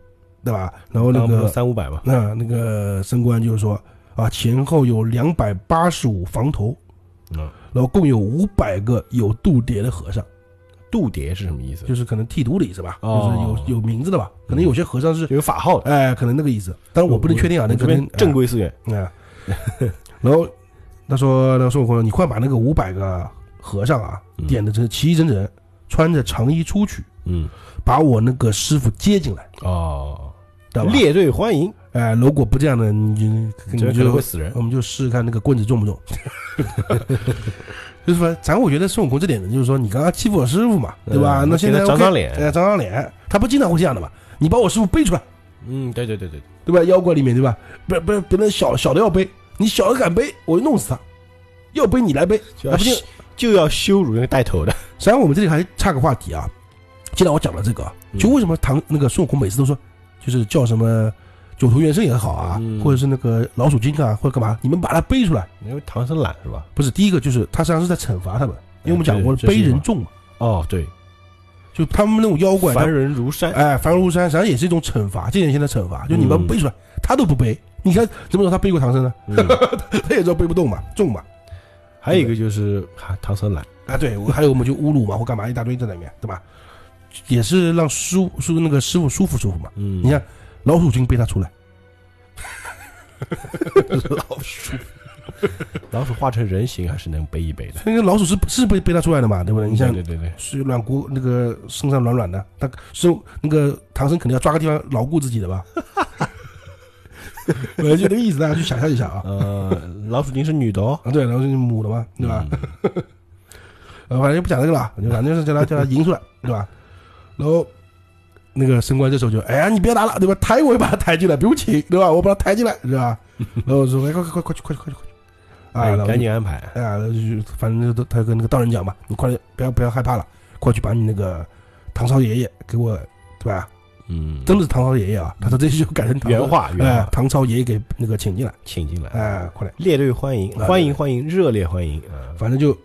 Speaker 2: 对吧？”然后那
Speaker 1: 刚刚不
Speaker 2: 个
Speaker 1: 是三五百嘛，
Speaker 2: 那那个僧官就说：“啊，前后有两百八十五房头。”
Speaker 1: 嗯，
Speaker 2: 然后共有五百个有度牒的和尚，
Speaker 1: 度牒是什么意思？
Speaker 2: 就是可能剃度的意思吧，
Speaker 1: 哦
Speaker 2: 就是有有名字的吧，可能有些和尚是，
Speaker 1: 有法号的，嗯
Speaker 2: 哎，可能那个意思，但是我不能确定啊，那
Speaker 1: 这
Speaker 2: 可
Speaker 1: 边
Speaker 2: 能
Speaker 1: 正规寺院，
Speaker 2: 哎哎然后他说，那孙悟空，你快把那个五百个和尚啊，
Speaker 1: 嗯
Speaker 2: 点的成齐齐整整，穿着长衣出去，
Speaker 1: 嗯，
Speaker 2: 把我那个师傅接进来，
Speaker 1: 哦，
Speaker 2: 知道吧？
Speaker 1: 列队欢迎，
Speaker 2: 哎，如果不这样的，你就你
Speaker 1: 这
Speaker 2: 就
Speaker 1: 可能会死人
Speaker 2: 我，们就试试看那个棍子重不重。 就是说，咱我觉得孙悟空这点呢，就是说你刚刚欺负我师傅嘛，对吧？
Speaker 1: 嗯
Speaker 2: 那现在
Speaker 1: 给
Speaker 2: OK,
Speaker 1: 他长长脸
Speaker 2: 哎，长长脸，他不经常会这样的嘛？你把我师傅背出来，
Speaker 1: 嗯，对对对对，
Speaker 2: 对吧？妖怪里面，对吧？不不，别人小小的要背，你小的敢背，我就弄死他。要背你来背，
Speaker 1: 就
Speaker 2: 那
Speaker 1: 要
Speaker 2: 不就
Speaker 1: 羞就要羞辱那个带头的，
Speaker 2: 实际上我们这里还差个话题啊。既然我讲了这个啊，
Speaker 1: 嗯
Speaker 2: 就为什么唐那个孙悟空每次都说，就是叫什么九头猿身也好啊，
Speaker 1: 嗯
Speaker 2: 或者是那个老鼠精啊，或者干嘛，你们把它背出来。
Speaker 1: 因为唐僧懒是吧？
Speaker 2: 不是第一个，就是他实际上是在惩罚他们，因为我们讲过
Speaker 1: 哎
Speaker 2: 了
Speaker 1: 对这是
Speaker 2: 背
Speaker 1: 一个
Speaker 2: 人重嘛，
Speaker 1: 哦，对，
Speaker 2: 就他们那种妖怪，他
Speaker 1: 凡人如山，
Speaker 2: 哎，凡如山，实际上也是一种惩罚，这点现在惩罚，就你
Speaker 1: 嗯
Speaker 2: 们背出来，他都不背，你看怎么说他背过唐僧呢？
Speaker 1: 嗯
Speaker 2: 他也知道背不动嘛，重嘛，
Speaker 1: 还有一个就是哈唐僧懒，
Speaker 2: 啊，对，我还有我们就侮辱嘛，或干嘛一大堆在那里面，对吧？也是让师傅师傅那个师傅舒服舒服嘛。
Speaker 1: 嗯
Speaker 2: 你看老鼠精背他出来，
Speaker 1: 老鼠，老鼠化成人形还是能背一背的，
Speaker 2: 那个 老鼠是是被背他出来的嘛，对不对？你像
Speaker 1: 对对对对，
Speaker 2: 是软骨那个身上软软的，他是那个唐僧肯定要抓个地方牢固自己的吧？我就那个意思，大家去想象一下啊。
Speaker 1: 呃，老鼠精是女的哦，
Speaker 2: 啊，对，然后就是母的嘛，对吧？
Speaker 1: 嗯？
Speaker 2: 呃，反正就不讲这个了，就反正就是叫他叫他赢出来，对吧？然后那个升官这时候就，哎呀，你别打了，对吧？抬我也把他抬进来，不用请，对吧？我把他抬进来，是吧？然后说，哎，快快快快去快去快去快去！啊，
Speaker 1: 哎
Speaker 2: 然后
Speaker 1: 赶紧安排，
Speaker 2: 哎呀，就是反正就他跟那个道人讲嘛，你快点，不要不要害怕了，过去把你那个唐朝爷爷给我，对吧？
Speaker 1: 嗯，
Speaker 2: 真的是唐朝爷爷啊，他说这就改成唐朝
Speaker 1: 原话原
Speaker 2: 哎
Speaker 1: 话，，
Speaker 2: 唐朝爷爷给那个请进来，
Speaker 1: 请进来，
Speaker 2: 哎，快点，
Speaker 1: 列队欢迎，
Speaker 2: 哎
Speaker 1: 欢迎欢迎，热烈欢迎啊！
Speaker 2: 反正就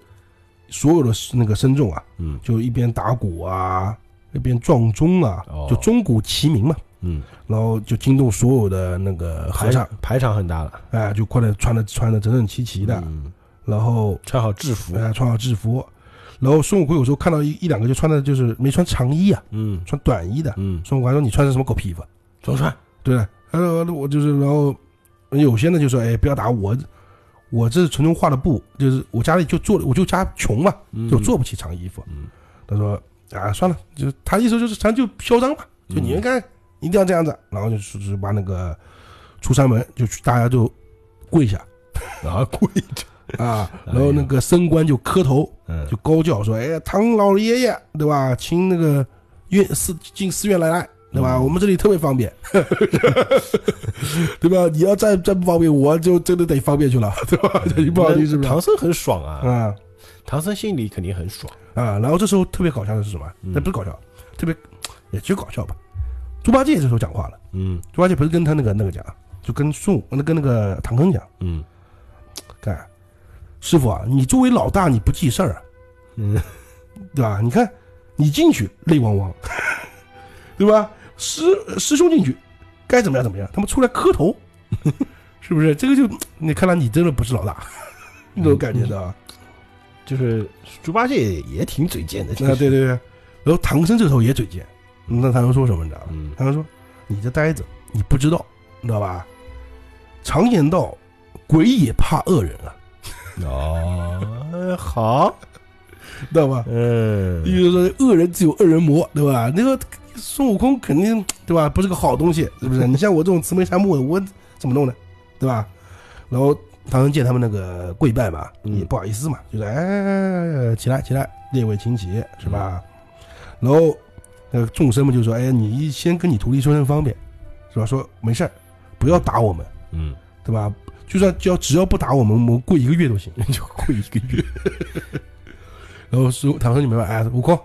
Speaker 2: 所有的那个僧众啊，
Speaker 1: 嗯
Speaker 2: 就一边打鼓啊，一边撞钟啊
Speaker 1: 哦，
Speaker 2: 就钟鼓齐鸣嘛，
Speaker 1: 嗯，
Speaker 2: 然后就惊动所有的那个和
Speaker 1: 排
Speaker 2: 尚
Speaker 1: 场，排场很大了，
Speaker 2: 哎，就快点穿的穿的整整齐齐的，
Speaker 1: 嗯
Speaker 2: 然后
Speaker 1: 穿好制服，
Speaker 2: 哎穿好制服，然后孙悟空有时候看到一一两个就穿的就是没穿长衣啊，
Speaker 1: 嗯
Speaker 2: 穿短衣的，
Speaker 1: 嗯，
Speaker 2: 孙悟空还说你穿的什么狗屁衣服？
Speaker 1: 总算
Speaker 2: 对，他说我就是，然后有些呢就说，哎，不要打我，我这是纯纯画的布，就是我家里就做，我就家穷嘛，就做不起长衣服。
Speaker 1: 嗯
Speaker 2: 他说啊，算了，就是他的意思就是，咱就嚣张吧，就你
Speaker 1: 嗯
Speaker 2: 们干，一定要这样子。然后就是就是把那个出山门，就去大家就跪下
Speaker 1: 啊跪 着，
Speaker 2: 啊，然后那个僧官就磕头，
Speaker 1: 嗯
Speaker 2: 就高叫说，哎，唐老爷爷，对吧？请那个院寺进寺院来来。对吧？
Speaker 1: 嗯
Speaker 2: 我们这里特别方便， 对吧？你要再再不方便，我就真的得方便去了，对吧？ 这就不好意思
Speaker 1: 嗯那
Speaker 2: 了。
Speaker 1: 唐僧很爽啊，
Speaker 2: 啊
Speaker 1: 唐僧心里肯定很爽，
Speaker 2: 啊！然后这时候特别搞笑的是什么？
Speaker 1: 嗯
Speaker 2: 那不是搞笑，特别也就搞笑吧。猪八戒这时候讲话了，
Speaker 1: 嗯
Speaker 2: 猪八戒不是跟他那个那个讲，就跟孙悟那跟那个唐僧讲，
Speaker 1: 嗯
Speaker 2: 看师傅啊，你作为老大你不记事儿啊，
Speaker 1: 嗯，
Speaker 2: 对吧？你看你进去泪汪汪， 对吧？师师兄进去该怎么样怎么样，他们出来磕头， 是不是？这个就你看来你真的不是老大， 那种感觉的
Speaker 1: 嗯
Speaker 2: 啊。
Speaker 1: 就是猪八戒也挺嘴贱的，
Speaker 2: 那啊对对对，然后唐僧这时候也嘴贱，那唐僧说什么你知道吗？
Speaker 1: 嗯
Speaker 2: 唐僧说：“你这呆子，你不知道，你知道吧？常言道，鬼也怕恶人啊，
Speaker 1: 哦，好，
Speaker 2: 知道吧？
Speaker 1: 嗯
Speaker 2: 也就是说，恶人自有恶人磨，对吧？那个孙悟空肯定对吧，不是个好东西，是不是？你像我这种慈眉善目的，我怎么弄呢？对吧？然后唐僧见他们那个跪拜嘛，
Speaker 1: 嗯
Speaker 2: 也不好意思嘛，就是哎，起来起来，列位请起，是吧？然后那个众生们就说，哎，你先跟你徒弟说声方便，是吧？说没事儿，不要打我们，
Speaker 1: 嗯，
Speaker 2: 对吧？就算只要只要不打我们，我们跪一个月都行。
Speaker 1: 就跪一个月，
Speaker 2: 然后师傅唐僧就明白，哎，悟空，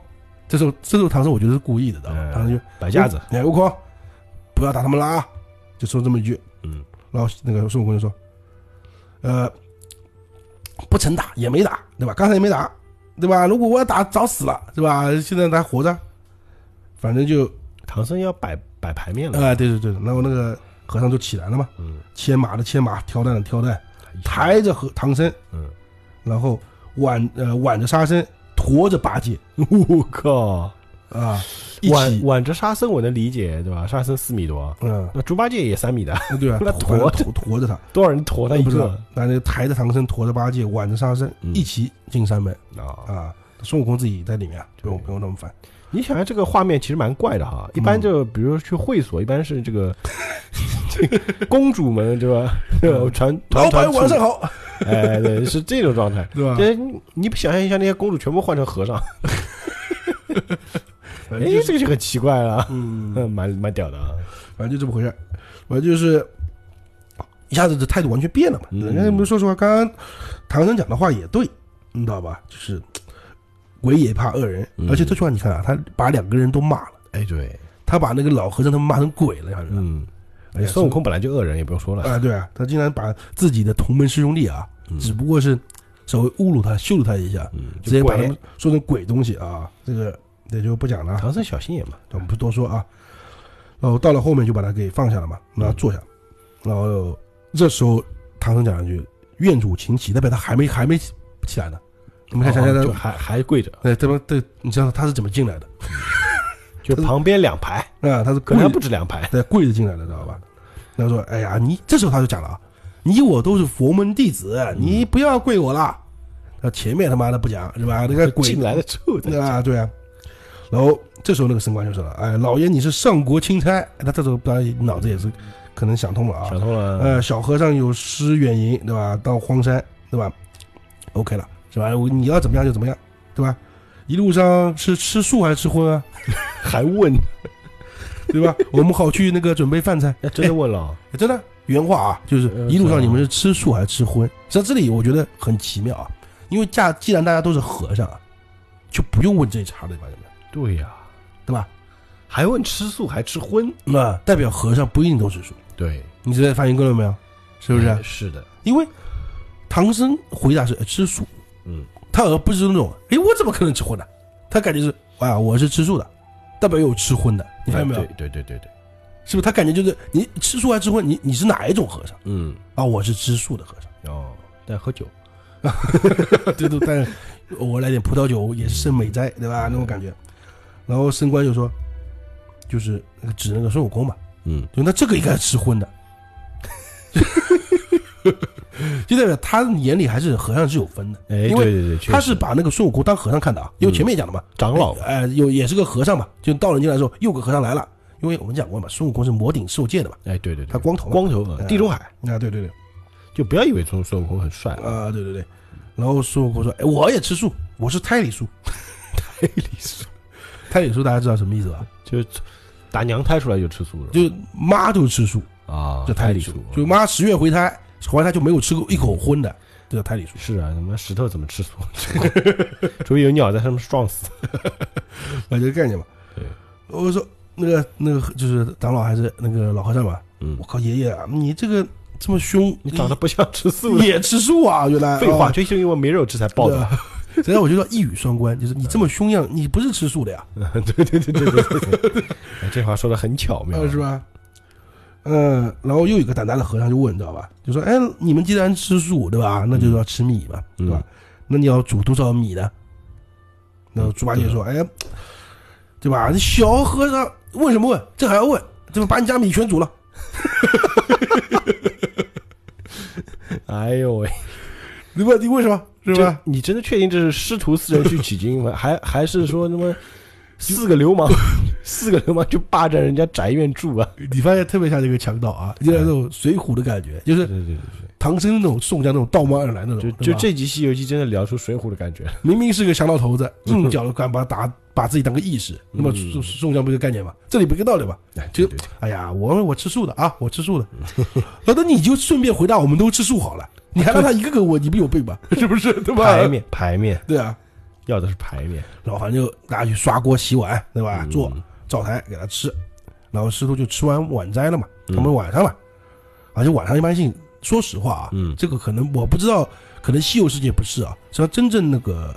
Speaker 2: 这时候这时候唐僧我觉得是故意的，知道吗
Speaker 1: 嗯？
Speaker 2: 唐僧就
Speaker 1: 摆架子，
Speaker 2: 哎，悟空，不要打他们了啊！就说这么一句，
Speaker 1: 嗯，
Speaker 2: 然后那个孙悟空就说，呃，不曾打也没打，对吧？刚才也没打，对吧？如果我要打，早死了，对吧？现在还活着，反正就
Speaker 1: 唐僧要摆摆牌面了，
Speaker 2: 啊、对对对，然后那个和尚就起来了嘛，
Speaker 1: 嗯，
Speaker 2: 牵马的牵马，挑担的挑担，抬着和唐僧，
Speaker 1: 嗯，
Speaker 2: 然后挽呃挽着沙僧，驮着八戒
Speaker 1: 我靠，
Speaker 2: 啊，一
Speaker 1: 挽
Speaker 2: 起，
Speaker 1: 挽着沙僧我能理解，对吧？沙僧四米多，
Speaker 2: 嗯，
Speaker 1: 那猪八戒也三米的，
Speaker 2: 对啊，
Speaker 1: 那
Speaker 2: 驮
Speaker 1: 驮着
Speaker 2: 驮驮着他。
Speaker 1: 多少人驮他一
Speaker 2: 不知道
Speaker 1: 个？，
Speaker 2: 反正抬着唐僧，驮着八戒，挽着沙僧，
Speaker 1: 嗯
Speaker 2: 一起进山门
Speaker 1: 啊，
Speaker 2: 啊。孙悟空自己在里面啊，不用
Speaker 1: 对
Speaker 2: 不用那么烦。
Speaker 1: 你想想这个画面其实蛮怪的哈，一
Speaker 2: 嗯
Speaker 1: 般就比如去会所，一般是这个 这个公主们对吧？传
Speaker 2: 嗯老
Speaker 1: 团
Speaker 2: 板
Speaker 1: 团
Speaker 2: 晚上
Speaker 1: 出，
Speaker 2: 嗯好，
Speaker 1: 哎，对，是这种状态。
Speaker 2: 对吧？
Speaker 1: 对，你你想象一下，那些公主全部换成和尚，
Speaker 2: 反
Speaker 1: 哎
Speaker 2: 正就，
Speaker 1: 这个就很奇怪了，
Speaker 2: 嗯，
Speaker 1: 嗯，蛮蛮屌的啊。
Speaker 2: 反正就这么回事儿。反正就是一下子这态度完全变了嘛。
Speaker 1: 嗯
Speaker 2: 人家们说实话，刚刚唐僧讲的话也对，你知道吧？就是鬼也怕恶人，
Speaker 1: 嗯
Speaker 2: 而且这句话你看啊，他把两个人都骂了，
Speaker 1: 哎，对，
Speaker 2: 他把那个老和尚他们骂成鬼了，你看
Speaker 1: 嗯，
Speaker 2: 哎呀
Speaker 1: 孙悟空本来就恶人，也不用说了。
Speaker 2: 啊，对啊，他竟然把自己的同门师兄弟啊，
Speaker 1: 嗯
Speaker 2: 只不过是稍微侮辱他、羞辱他一下，
Speaker 1: 嗯，
Speaker 2: 直接
Speaker 1: 就
Speaker 2: 把
Speaker 1: 怪
Speaker 2: 他们说成鬼东西啊，这个也就不讲了啊，
Speaker 1: 唐僧小心眼嘛。
Speaker 2: 我们不多说啊。然后到了后面就把他给放下了嘛，
Speaker 1: 嗯
Speaker 2: 让他坐下。然后这时候唐僧讲了一句：“愿主请起。”那边他还没还没起来呢，你们看想
Speaker 1: 哦
Speaker 2: 想
Speaker 1: 就还
Speaker 2: 他，
Speaker 1: 还跪着，
Speaker 2: 哎，这帮对，你知道他是怎么进来的
Speaker 1: 就旁边两排，
Speaker 2: 啊？他是
Speaker 1: 可
Speaker 2: 跪
Speaker 1: 能还
Speaker 2: 着
Speaker 1: 不止两排。
Speaker 2: 对，跪着进来的，知道吧？然后说：“哎呀，你这时候他就讲了啊，你我都是佛门弟子，你
Speaker 1: 嗯
Speaker 2: 不要跪我了。”那前面他妈的不讲是吧？那个
Speaker 1: 啊就
Speaker 2: 鬼
Speaker 1: 进来了之后再
Speaker 2: 啊，对啊。然后这时候那个神官就说了：“哎，老爷你是上国钦差。”哎他这时候当然脑子也是可能想通了啊
Speaker 1: 想。通了，
Speaker 2: 呃，小和尚有诗远迎，对吧？到荒山，对吧？OK 了，是吧？哎我你要怎么样就怎么样，对吧？一路上是吃素还是吃荤啊？
Speaker 1: 还问，
Speaker 2: 对吧？我们好去那个准备饭菜。
Speaker 1: 哎真的问了。
Speaker 2: 哎 真的原话啊，就是
Speaker 1: 呃
Speaker 2: 一路
Speaker 1: 是
Speaker 2: 上
Speaker 1: 啊
Speaker 2: 你们是吃素还是吃荤？像这里我觉得很奇妙啊，因为假既然大家都是和尚啊，就不用问这一茬了，对吧？
Speaker 1: 对呀，
Speaker 2: 对吧？
Speaker 1: 还问吃素还吃荤？
Speaker 2: 那代表和尚不一定都是素。
Speaker 1: 对，
Speaker 2: 你这发现够了没有？是不是
Speaker 1: 哎？是的，
Speaker 2: 因为唐僧回答是呃吃素，
Speaker 1: 嗯，
Speaker 2: 他而不是那种，哎，我怎么可能吃荤的？他感觉是，啊，我是吃素的，代表有吃荤的，你发现没有？
Speaker 1: 哎对对对对对，
Speaker 2: 是不是？他感觉就是你吃素还吃荤，你你是哪一种和尚
Speaker 1: 嗯，
Speaker 2: 啊？我是吃素的和尚，
Speaker 1: 哦，但喝酒，
Speaker 2: 对对，但是我来点葡萄酒也是胜美哉，对吧？那种感觉。然后升官就说，就是那个指那个孙悟空嘛，
Speaker 1: 嗯
Speaker 2: 就那这个应该是吃荤的， 就代表他眼里还是和尚是有分的。
Speaker 1: 哎，
Speaker 2: 因
Speaker 1: 对
Speaker 2: 为
Speaker 1: 对对，确
Speaker 2: 他
Speaker 1: 实
Speaker 2: 是把那个孙悟空当和尚看的啊，因为前面也讲了嘛，
Speaker 1: 长老嘛，
Speaker 2: 哎、有也是个和尚嘛，就到人间来说，又个和尚来了，因为我们讲过嘛，孙悟空是魔顶受戒的嘛，
Speaker 1: 哎，对对对，
Speaker 2: 他光头嘛
Speaker 1: 光头啊，
Speaker 2: 哎
Speaker 1: 地中海，
Speaker 2: 啊，对对对，
Speaker 1: 就不要以为孙孙悟空很帅啊，
Speaker 2: 啊，对对对，然后孙悟空说，哎，我也吃素，我是胎里 素，
Speaker 1: 黑里素，
Speaker 2: 胎里素大家知道什么意思吧？
Speaker 1: 就是打娘胎出来就吃素了，
Speaker 2: 就是妈就吃素，
Speaker 1: 啊，
Speaker 2: 叫胎
Speaker 1: 胎
Speaker 2: 里
Speaker 1: 里
Speaker 2: 素
Speaker 1: 素，，
Speaker 2: 就妈十月怀胎，怀胎就没有吃过一口荤的，这叫胎里素。
Speaker 1: 是啊，他妈石头怎么吃 素？除非有鸟在上面撞死。
Speaker 2: 啊，这个概念嘛。
Speaker 1: 对，
Speaker 2: 我说那个那个就是长老还是那个老和尚嘛，
Speaker 1: 嗯
Speaker 2: 我，靠，爷爷啊，你这个这么凶，
Speaker 1: 你长得不像吃 素的。
Speaker 2: 也吃素啊？原来
Speaker 1: 废话，
Speaker 2: 啊
Speaker 1: 就是因为没肉吃才爆 的。
Speaker 2: 对所以我就说一语双关，就是你这么凶样，你不是吃素的呀，
Speaker 1: 对对对对对对，哎这话说的很巧妙
Speaker 2: 呃，是吧？嗯，然后又有一个胆大的和尚就问，你知道吧？就说：“哎，你们既然吃素，对吧？那就要吃米嘛，
Speaker 1: 嗯
Speaker 2: 对吧？那你要煮多少米呢？”那猪八戒说：“哎，对吧？那小和尚问什么问？这还要问？怎么把你家米全煮了？
Speaker 1: 哎呦喂，
Speaker 2: 对吧？你问什么？是吧？
Speaker 1: 这？你真的确定这是师徒四人去取经 吗？还还是说他妈四个流 氓，四个流氓就霸占人家宅院住啊？
Speaker 2: 你发现特别像那个强盗啊，就是那种水浒的感觉，就
Speaker 1: 哎对
Speaker 2: 是
Speaker 1: 对对
Speaker 2: 唐僧那种宋江那种道貌岸然那种，
Speaker 1: 对，
Speaker 2: 对
Speaker 1: 就就
Speaker 2: 吧
Speaker 1: 这集《西游记》真的聊出《水浒》的感觉了。
Speaker 2: 明明是个降头头子，硬角的敢把打把自己当个义士，那么
Speaker 1: 嗯
Speaker 2: 宋宋江不是个概念吗？这里不一个道理吗？就
Speaker 1: 对对对
Speaker 2: 哎呀，我我吃素的啊，我吃素的， 呃那那你就顺便回答我们都吃素好了，你还让他一个个问，你不有病吧？是不是？对
Speaker 1: 排
Speaker 2: 吧？
Speaker 1: 面排面，
Speaker 2: 对啊，
Speaker 1: 要的是排面。
Speaker 2: 然后反正就大家去刷锅洗碗，对吧？
Speaker 1: 嗯
Speaker 2: 做灶台给他吃，然后师徒就吃完晚斋了嘛，
Speaker 1: 嗯
Speaker 2: 他们晚上嘛，而且晚上一般性，说实话啊，
Speaker 1: 嗯
Speaker 2: 这个可能我不知道，可能西游世界不是啊，实际上真正那个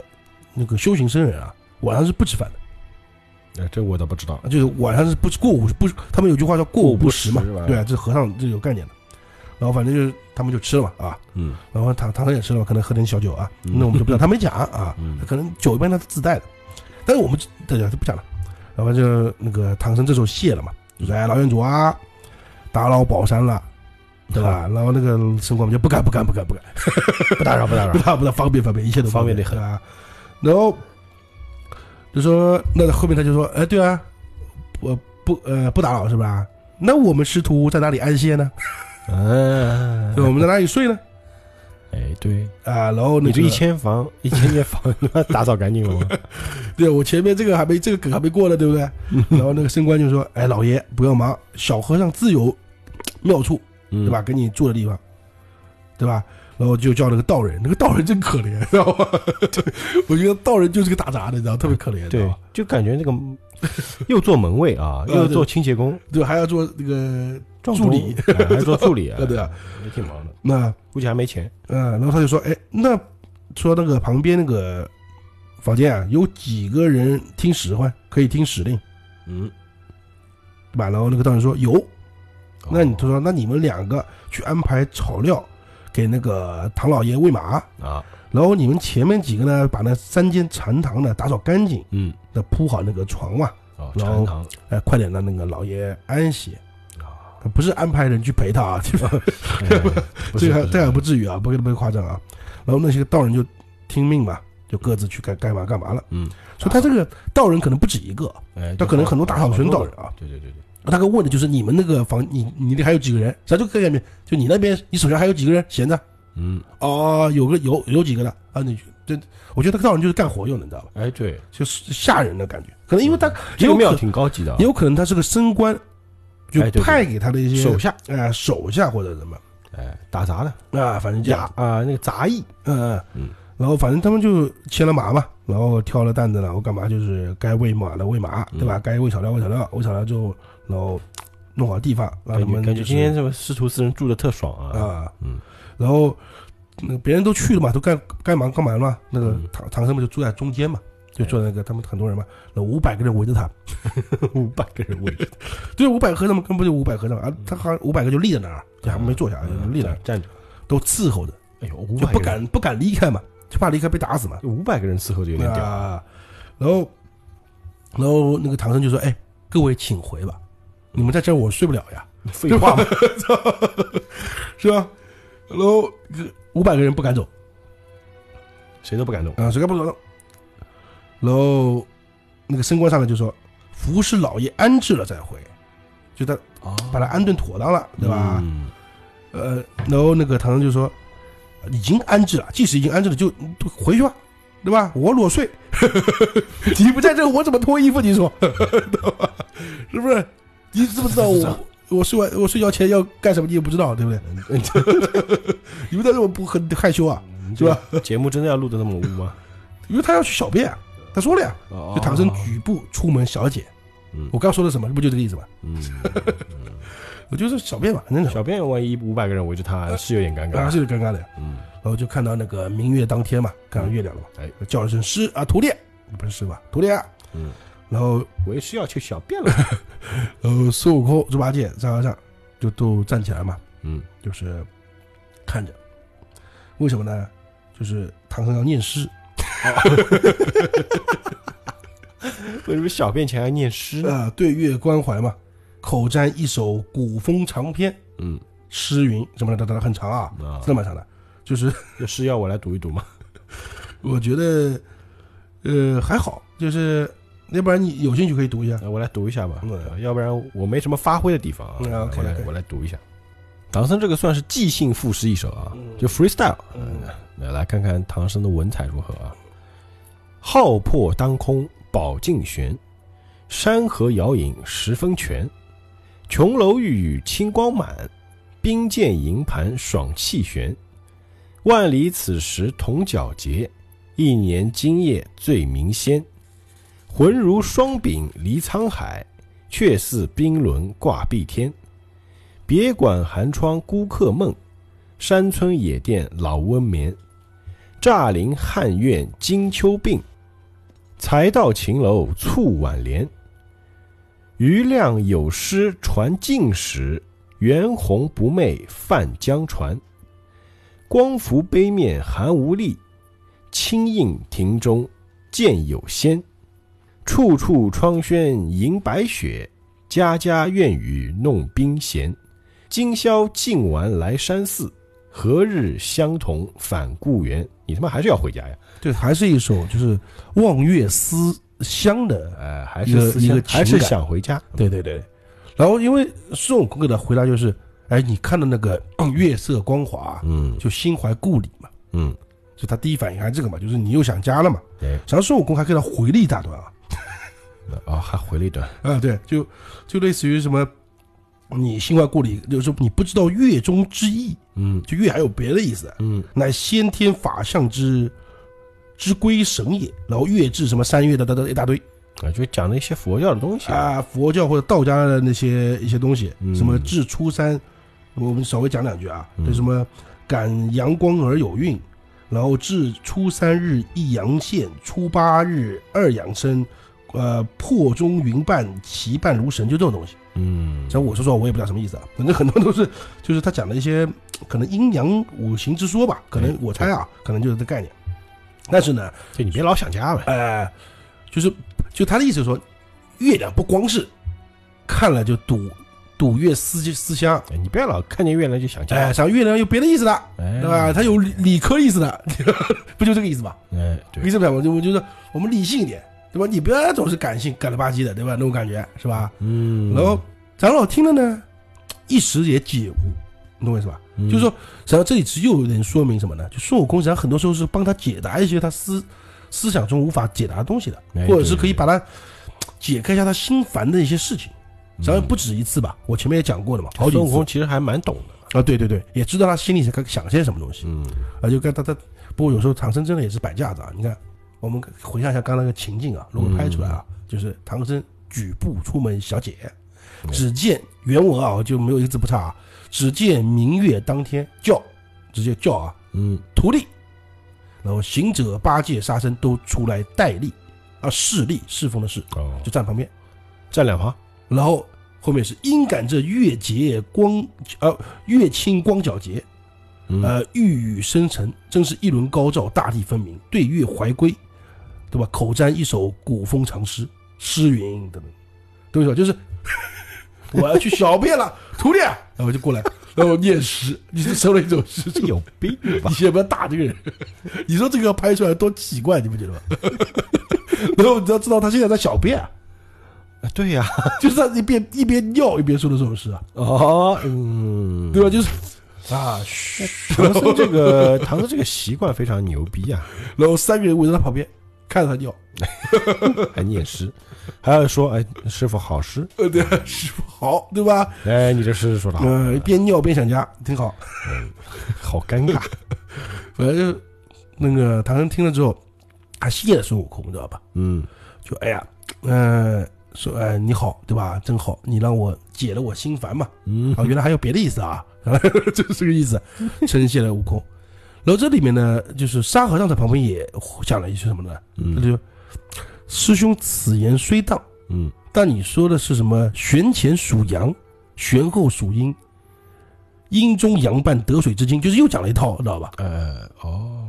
Speaker 2: 那个修行僧人啊，晚上是不吃饭的，
Speaker 1: 哎，这我倒不知道。
Speaker 2: 就是晚上是不吃过午不，他们有句话叫过午不食嘛
Speaker 1: 过午不食，吧
Speaker 2: 对啊，这和尚这有概念的，然后反正就是他们就吃了嘛啊，
Speaker 1: 嗯
Speaker 2: 然后唐唐僧也吃了嘛，可能喝点小酒啊，
Speaker 1: 嗯
Speaker 2: 那我们就不知道，他没讲啊，
Speaker 1: 嗯
Speaker 2: 可能酒一般他是自带的，但是我们大家就不讲了。然后就那个唐僧这时候谢了嘛，就说：“哎，老院主啊，打扰宝山了，对吧？”然后那个神官们就不敢不敢不敢不敢，
Speaker 1: 不打扰不打 扰
Speaker 2: 不。敢不敢，方便方便，一切都
Speaker 1: 方便得很
Speaker 2: 啊。然后就说那后面他就说：“哎，对啊，我不呃不打扰是吧？那我们师徒在哪里安歇呢？
Speaker 1: 嗯
Speaker 2: 对，我们在哪里睡呢？
Speaker 1: 哎，对，
Speaker 2: 啊，然后那
Speaker 1: 你这
Speaker 2: 个
Speaker 1: 一千房一千间 房，你妈打扫干净了吗？
Speaker 2: 对我前面这个还没这个梗还没过呢，对不对？然后那个升官就说：“哎，老爷不要忙，小和尚自有妙处，
Speaker 1: 对
Speaker 2: 对吧？？给你住的地方，对吧？”然后就叫那个道人，那个道人真可怜，知道吗？ 我觉得道人就是个打杂的，你知道，特别可怜，知道
Speaker 1: 对
Speaker 2: 吧，
Speaker 1: 就感觉那个又做门卫 啊，
Speaker 2: 对
Speaker 1: 又做清洁工，
Speaker 2: 对，还要做那个
Speaker 1: 撞
Speaker 2: 助理，
Speaker 1: 钟，哎还做助理啊
Speaker 2: 对，对啊。
Speaker 1: 也挺忙的，
Speaker 2: 那
Speaker 1: 估计还没钱。
Speaker 2: 嗯，然后他就说：“哎，那说那个旁边那个房间啊，有几个人听使唤，可以听使令，
Speaker 1: 嗯，
Speaker 2: 对吧？”然后那个道人说：“有。”那你
Speaker 1: 哦
Speaker 2: 他说，那你们两个去安排草料给那个唐老爷喂马，
Speaker 1: 啊，
Speaker 2: 然后你们前面几个呢，把那三间禅堂呢打扫干净，
Speaker 1: 嗯，
Speaker 2: 那铺好那个床嘛，
Speaker 1: 哦，
Speaker 2: 然后
Speaker 1: 禅 堂
Speaker 2: 哎，快点让那个老爷安息。
Speaker 1: 啊，
Speaker 2: 不是安排人去陪 他啊，这个
Speaker 1: 哎不
Speaker 2: 这
Speaker 1: 是
Speaker 2: 个这还
Speaker 1: 不
Speaker 2: 不至于啊，不会那么夸张啊。然后那些道人就听命嘛，就各自去该干嘛干嘛了。
Speaker 1: 嗯，
Speaker 2: 所以他这个道人可能不止一个，
Speaker 1: 是，哎，
Speaker 2: 他可能很多打扫村道人
Speaker 1: 人，
Speaker 2: 啊。
Speaker 1: 对对对对，
Speaker 2: 他刚问的就是你们那个房，你你那还有几个人？咱就概念，就你那边，你手下还有几个人闲着？
Speaker 1: 嗯，
Speaker 2: 哦，有个有有几个了啊？你这，我觉得那个道人就是干活用的，你知道吧？
Speaker 1: 哎对，
Speaker 2: 就是吓人的感觉，可能因为他
Speaker 1: 嗯这个
Speaker 2: 有
Speaker 1: 庙
Speaker 2: 可
Speaker 1: 挺高级的啊
Speaker 2: 也，有可能他是个升官，就
Speaker 1: 哎对对
Speaker 2: 派给他的一些
Speaker 1: 手下，
Speaker 2: 哎、手下或者什么
Speaker 1: 哎，打杂的
Speaker 2: 啊，反正这
Speaker 1: 雅
Speaker 2: 样，
Speaker 1: 啊，那个杂役，
Speaker 2: 嗯
Speaker 1: 嗯
Speaker 2: 嗯，然后反正他们就牵了马嘛，然后挑了担子，然后干嘛就是该喂马的喂马，对
Speaker 1: 嗯
Speaker 2: 吧？该喂草料喂草料，喂草料之后，然后弄好地方，让
Speaker 1: 感
Speaker 2: 他
Speaker 1: 觉
Speaker 2: 们
Speaker 1: 感觉
Speaker 2: 就是
Speaker 1: 今天这个师徒四人住的特爽啊！
Speaker 2: 啊，
Speaker 1: 嗯，
Speaker 2: 然后那个别人都去了嘛，都干该忙干嘛了嘛，那个
Speaker 1: 嗯哎
Speaker 2: 唐唐僧们就住在中间嘛，就
Speaker 1: 对
Speaker 2: 坐在那个他们很多人嘛，那五百个人围着他，
Speaker 1: 五百个人围着，
Speaker 2: 对，五百和尚嘛，根本就五百和尚啊，
Speaker 1: 嗯
Speaker 2: 他好像五百个就立在那儿，就还没坐下，就立在那儿，
Speaker 1: 站着，
Speaker 2: 都伺候着，
Speaker 1: 哎呦，嗯五
Speaker 2: 就
Speaker 1: 百
Speaker 2: 不敢不敢离开嘛，就怕离开被打死嘛。
Speaker 1: 五百个人伺候就有点屌，
Speaker 2: 啊，然后，然后那个唐僧就说：“哎，各位请回吧，你们在这儿我睡不了呀，
Speaker 1: 嗯废话嘛，
Speaker 2: 是吧？”然后五百个人不敢走
Speaker 1: 谁都不 敢动。
Speaker 2: 啊，谁敢不走？然后那个升官上来就说：“服侍老爷安置了再回。”就他
Speaker 1: 哦，
Speaker 2: 把他安顿妥当了，对吧？
Speaker 1: 嗯
Speaker 2: 呃，然后那个唐僧就说：“已经安置了，即使已经安置了，就就回去吧，对吧？我裸睡， 你不在这，我怎么脱衣服？你说， 对吧？是不是？你知不知道
Speaker 1: 不知道
Speaker 2: 我我睡完我睡觉前要干什么？你也不知道，对不对？
Speaker 1: 嗯
Speaker 2: 你们在这我不很害羞啊？
Speaker 1: 是 吧？节目真的要录的那么污吗？
Speaker 2: 因为他要去小便啊，他说了呀，
Speaker 1: 哦
Speaker 2: 就唐僧举步出门小姐。
Speaker 1: 嗯
Speaker 2: 我刚说的什么？不就这个意思吗？
Speaker 1: 嗯，
Speaker 2: 我就是小便嘛，真的
Speaker 1: 小便万一五百个人围着他呃是有点尴
Speaker 2: 啊
Speaker 1: 尬。
Speaker 2: 是尴尬的。
Speaker 1: 嗯，
Speaker 2: 然后就看到那个明月当天嘛，看到月亮了嘛，
Speaker 1: 哎，
Speaker 2: 叫了声师啊徒弟，不是师吧徒弟啊，
Speaker 1: 嗯，
Speaker 2: 然后
Speaker 1: 为师要去小便 了。
Speaker 2: 呃，孙悟空、猪八戒、张和尚就都站起来嘛，
Speaker 1: 嗯，
Speaker 2: 就是看着。为什么呢？就是唐僧要念诗
Speaker 1: 为什么小便前还念诗呢？
Speaker 2: 啊、对月关怀嘛，口占一首古风长篇，
Speaker 1: 嗯
Speaker 2: 诗云什么的，等等，很长啊，
Speaker 1: 啊
Speaker 2: 真，的蛮长的。就是
Speaker 1: 这诗要我来读一 读吗？
Speaker 2: 我觉得，呃，还好，就是要不然你有兴趣可以读一下。
Speaker 1: 呃那我来读一下吧，
Speaker 2: 嗯
Speaker 1: 呃要不然我没什么发挥的地方啊。
Speaker 2: 嗯，OK，
Speaker 1: 我来
Speaker 2: OK
Speaker 1: 我来读一下。唐僧这个算是即兴赋诗一首啊，就 freestyle。嗯，来来看看唐僧的文采如何啊。浩破当空宝镜悬，山河遥影十分全。琼楼玉宇清光满，冰剑银盘爽气悬。万里此时同皎洁，一年今夜最明仙。浑如双柄离沧海，却似冰轮挂碧天。别管寒窗孤客梦，山村野店老翁眠。乍临汉苑金秋病，才到秦楼促晚帘。余亮有诗传晋时，袁弘不寐泛江船。光伏杯面寒无力，清映庭中见有仙。处处窗轩迎白雪，家家院宇弄冰弦。今宵尽玩来山寺，何日相同返故园？你他妈还是要回家呀？
Speaker 2: 对，还是一首就是望月思乡的
Speaker 1: 哎，还
Speaker 2: 一个
Speaker 1: 是思
Speaker 2: 一
Speaker 1: 乡
Speaker 2: 个
Speaker 1: 还
Speaker 2: 情
Speaker 1: 是
Speaker 2: 感
Speaker 1: 想回家？
Speaker 2: 对对对。然后因为孙悟空给他回答就是，哎，你看到那个 月色光华，
Speaker 1: 嗯
Speaker 2: 就心怀故里嘛，
Speaker 1: 嗯，
Speaker 2: 就他第一反应还是这个嘛，就是你又想家了嘛。
Speaker 1: 对，
Speaker 2: 然后孙悟空还给他回了一大段啊，
Speaker 1: 哦，还回了一段，
Speaker 2: 啊，对，就就类似于什么，你心怀故里，就是说你不知道月中之意，
Speaker 1: 嗯
Speaker 2: 就月还有别的意思，
Speaker 1: 嗯
Speaker 2: 乃先天法相之之归神也。然后月至什么三月的，等等一大堆。
Speaker 1: 啊，就讲了一些佛教的东西，
Speaker 2: 啊，佛教或者道家的那些一些东西，
Speaker 1: 嗯
Speaker 2: 什么至初三，我们稍微讲两句啊，
Speaker 1: 嗯
Speaker 2: 就什么感阳光而有孕，然后至初三日一阳现，初八日二阳生，呃，破中云半，其半如神，就这种东西。
Speaker 1: 嗯，
Speaker 2: 像我说实话，我也不知道什么意思啊，反正很多都是就是他讲的一些可能阴阳五行之说吧，可能
Speaker 1: 嗯
Speaker 2: 我猜啊，可能就是这概念。但是呢，
Speaker 1: 就你别老想家呗，
Speaker 2: 呃，就是就他的意思是说，月亮不光是看了就睹睹月思思乡，
Speaker 1: 哎你不要老看见月亮就想
Speaker 2: 哎、
Speaker 1: 家，
Speaker 2: 想月亮有别的意思的，
Speaker 1: 哎
Speaker 2: 对吧？它有理理科意思的， 不就这个意思吗？
Speaker 1: 哎，
Speaker 2: 意
Speaker 1: 对，
Speaker 2: 思不我就我就说我们理性一点，对吧？你不要总是感性干了吧唧的，对吧？那种感觉是吧？
Speaker 1: 嗯
Speaker 2: 然后长老听了呢，一时也解无，你懂我意思吧？
Speaker 1: 嗯
Speaker 2: 就是说，，实际上这里只有能说明什么呢？就孙悟空实际上很多时候是帮他解答一些他思思想中无法解答的东西的，
Speaker 1: 哎
Speaker 2: 或者是
Speaker 1: 对
Speaker 2: 可以把它解开一下他心烦的一些事情。实际上
Speaker 1: 嗯
Speaker 2: 不止一次吧，我前面也讲过了嘛，好
Speaker 1: 孙
Speaker 2: 几
Speaker 1: 悟
Speaker 2: 次
Speaker 1: 空其实还蛮懂的，
Speaker 2: 啊，对对对，也知道他心里想想些什么东西
Speaker 1: 嗯
Speaker 2: 啊，就跟他他不过有时候唐僧真的也是摆架子啊。你看，我们回想一下刚刚那个情境啊，如果拍出来啊，就是唐僧举步出门，小姐，只见原文啊我就没有一个字不差啊，只见明月当天叫，直接叫啊，
Speaker 1: 嗯
Speaker 2: 徒弟，然后行者八戒沙僧都出来戴笠啊，侍立侍奉的侍，
Speaker 1: 哦，
Speaker 2: 就站旁边。
Speaker 1: 站两旁，
Speaker 2: 然后后面是因感这月节光呃月清光皎洁，
Speaker 1: 嗯
Speaker 2: 呃玉宇生辰，真是一轮高照，大地分明。对月怀归，对吧？口占一首古风长诗，诗云等等，对吧？就是 我要去小便了，徒弟，然后就过来，然后念诗，你是收了一首诗
Speaker 1: 这
Speaker 2: 出来。
Speaker 1: 哎有病吧
Speaker 2: 你？先不要打这个人，你说这个要拍出来多奇怪，你不觉得吗？ 然后你要知道他现在在小便、啊，
Speaker 1: 对呀，
Speaker 2: 就是他一边一边尿一边说的这首诗啊，
Speaker 1: 哦，嗯，
Speaker 2: 对吧？就是啊，嘘，
Speaker 1: 唐僧这个唐僧这个习惯非常牛逼啊，
Speaker 2: 然后三个人围着他旁边看着他尿，
Speaker 1: 还念诗，还要说哎师傅好诗，
Speaker 2: 呃，对，师傅好，对吧？
Speaker 1: 哎你这诗说的好，
Speaker 2: 呃，边尿边想家，挺好。
Speaker 1: 好尴尬，
Speaker 2: 反正就是那个唐僧听了之后，他谢了孙悟空，你知道吧？
Speaker 1: 嗯
Speaker 2: 就哎呀，嗯、说哎你好，对吧？真好，你让我解了我心烦嘛。
Speaker 1: 嗯
Speaker 2: 啊，原来还有别的意思啊， 就是这个意思，称谢了悟空。然后这里面呢，就是沙和尚在旁边也讲了一句什么呢？他
Speaker 1: 嗯
Speaker 2: 就师兄此言虽当，
Speaker 1: 嗯，
Speaker 2: 但你说的是什么？玄前属阳，玄后属阴，阴中阳半得水之精，就是又讲了一套，知道吧？
Speaker 1: 呃哦，